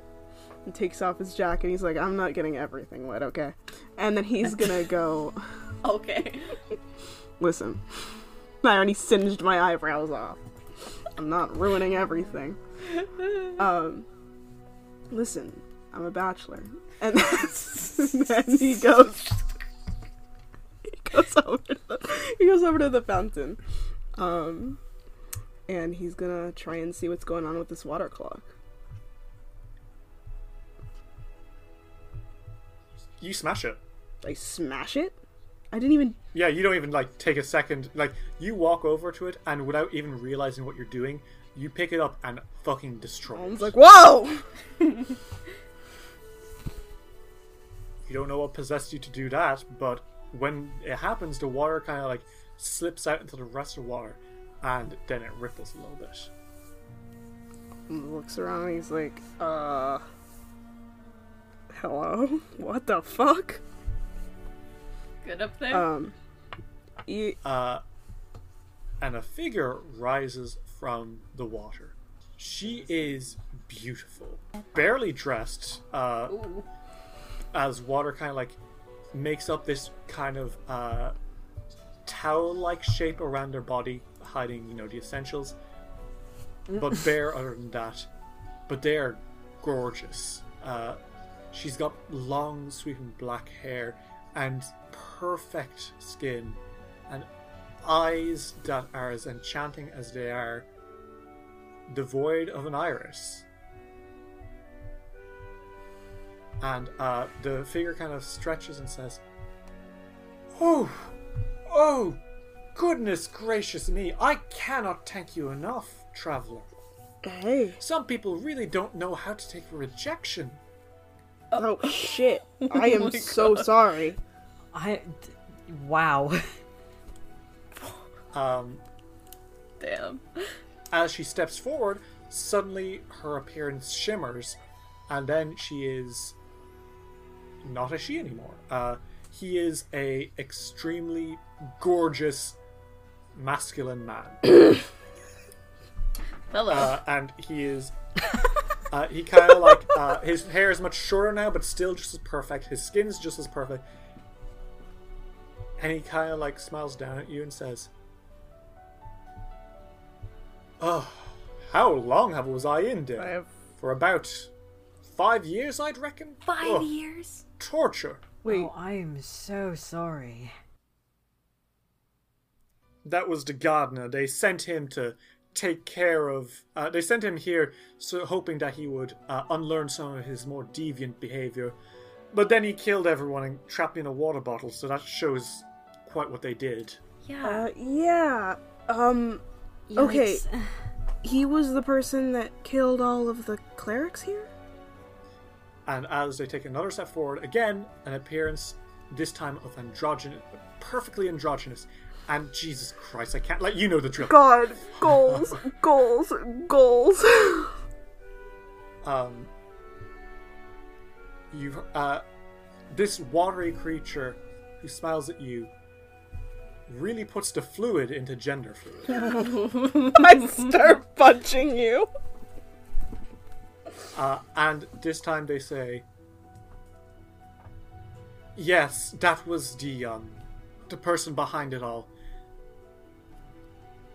S3: and takes off his jacket. He's like, I'm not getting everything wet, okay? And then he's gonna go.
S2: Okay.
S3: Listen, I already singed my eyebrows off. I'm not ruining everything. Um, listen, I'm a bachelor, and then he goes. He goes over to the, he goes over to the fountain, um, and he's gonna try and see what's going on with this water clock.
S8: You smash it.
S3: I smash it. I didn't even.
S8: Yeah, you don't even like take a second. Like you walk over to it, and without even realizing what you're doing, you pick it up and fucking destroy.
S3: I was like,
S8: It.
S3: whoa!
S8: you don't know what possessed you to do that, but when it happens, the water kind of like slips out into the rest of the water, and then it ripples a little bit.
S3: looks around and he's like, uh, hello? What the fuck?
S2: Good up there.
S3: Um, you,
S8: Uh, and a figure rises from the water. She is beautiful, barely dressed, uh,
S2: Ooh.
S8: as water kind of like makes up this kind of uh, towel-like shape around her body, hiding you know the essentials, but bare other than that. But they are gorgeous. Uh, she's got long, sweeping black hair and perfect skin, and eyes that are as enchanting as they are devoid of an iris and uh, the figure kind of stretches and says, "Oh, oh, goodness gracious me! I cannot thank you enough, traveler.
S3: hey.
S8: Some people really don't know how to take rejection.
S3: Oh, shit. I am so sorry.
S4: I. Wow.
S8: Um,
S2: Damn.
S8: as she steps forward, suddenly her appearance shimmers, and then she is not a she anymore. Uh, he is a extremely gorgeous, masculine man.
S2: Hello.
S8: uh, and he is uh, he kind of like uh, his hair is much shorter now but still just as perfect his skin's just as perfect and he kind of like smiles down at you and says oh how long have was i in there for about five years i'd reckon
S10: Five
S8: Ugh,
S10: years?
S8: torture
S3: Wait,
S4: Oh, I am so sorry.
S8: that was the gardener. They sent him to take care of. Uh, they sent him here, so hoping that he would uh, unlearn some of his more deviant behavior. But then he killed everyone and trapped me in a water bottle. So that shows quite what they did.
S10: Yeah.
S3: uh, yeah. Um, okay.
S4: Yikes.
S3: He was the person that killed all of the clerics here?
S8: And as they take another step forward, again an appearance, this time of androgynous, perfectly androgynous. And Jesus Christ, I can't. Like you know the drill.
S3: God, goals, goals, goals.
S8: um, you uh, this watery creature who smiles at you really puts the fluid into gender fluid.
S3: I start punching you.
S8: Uh, and this time they say, "Yes, that was the um, the person behind it all."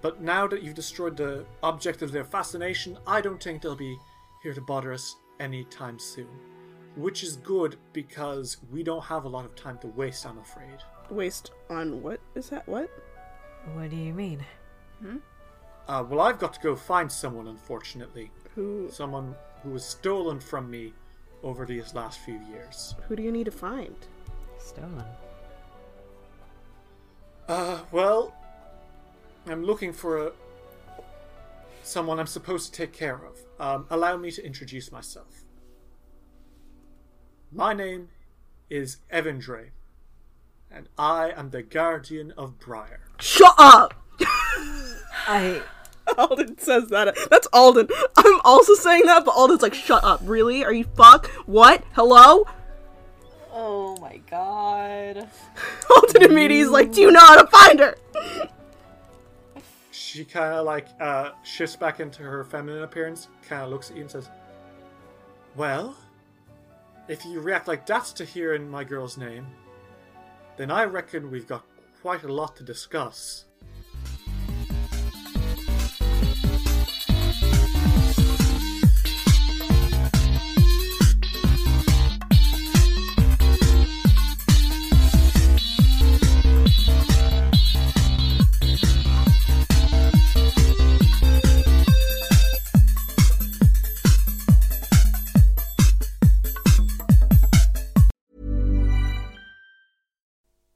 S8: But now that you've destroyed the object of their fascination, I don't think they'll be here to bother us anytime soon. Which is good because we don't have a lot of time to waste, I'm afraid.
S3: Waste on what is that? What?
S4: What do you mean?
S8: Uh, well, I've got to go find someone, unfortunately.
S3: Who?
S8: Someone who was stolen from me over these last few years.
S3: Who do you need to find?
S4: Stolen.
S8: Uh, well, I'm looking for a someone I'm supposed to take care of. Um, allow me to introduce myself. My name is Evandre, and I am the guardian of Briar.
S3: Shut up!
S4: I.
S3: Alden says that. That's Alden. I'm also saying that, but Alden's like, "Shut up! Really? Are you fuck? What? Hello?"
S4: Oh my god.
S3: Alden immediately is like, "Do you know how to find her?"
S8: She kind of like uh, shifts back into her feminine appearance, kind of looks at you and says, Well, if you react like that to hearing my girl's name, then I reckon we've got quite a lot to discuss.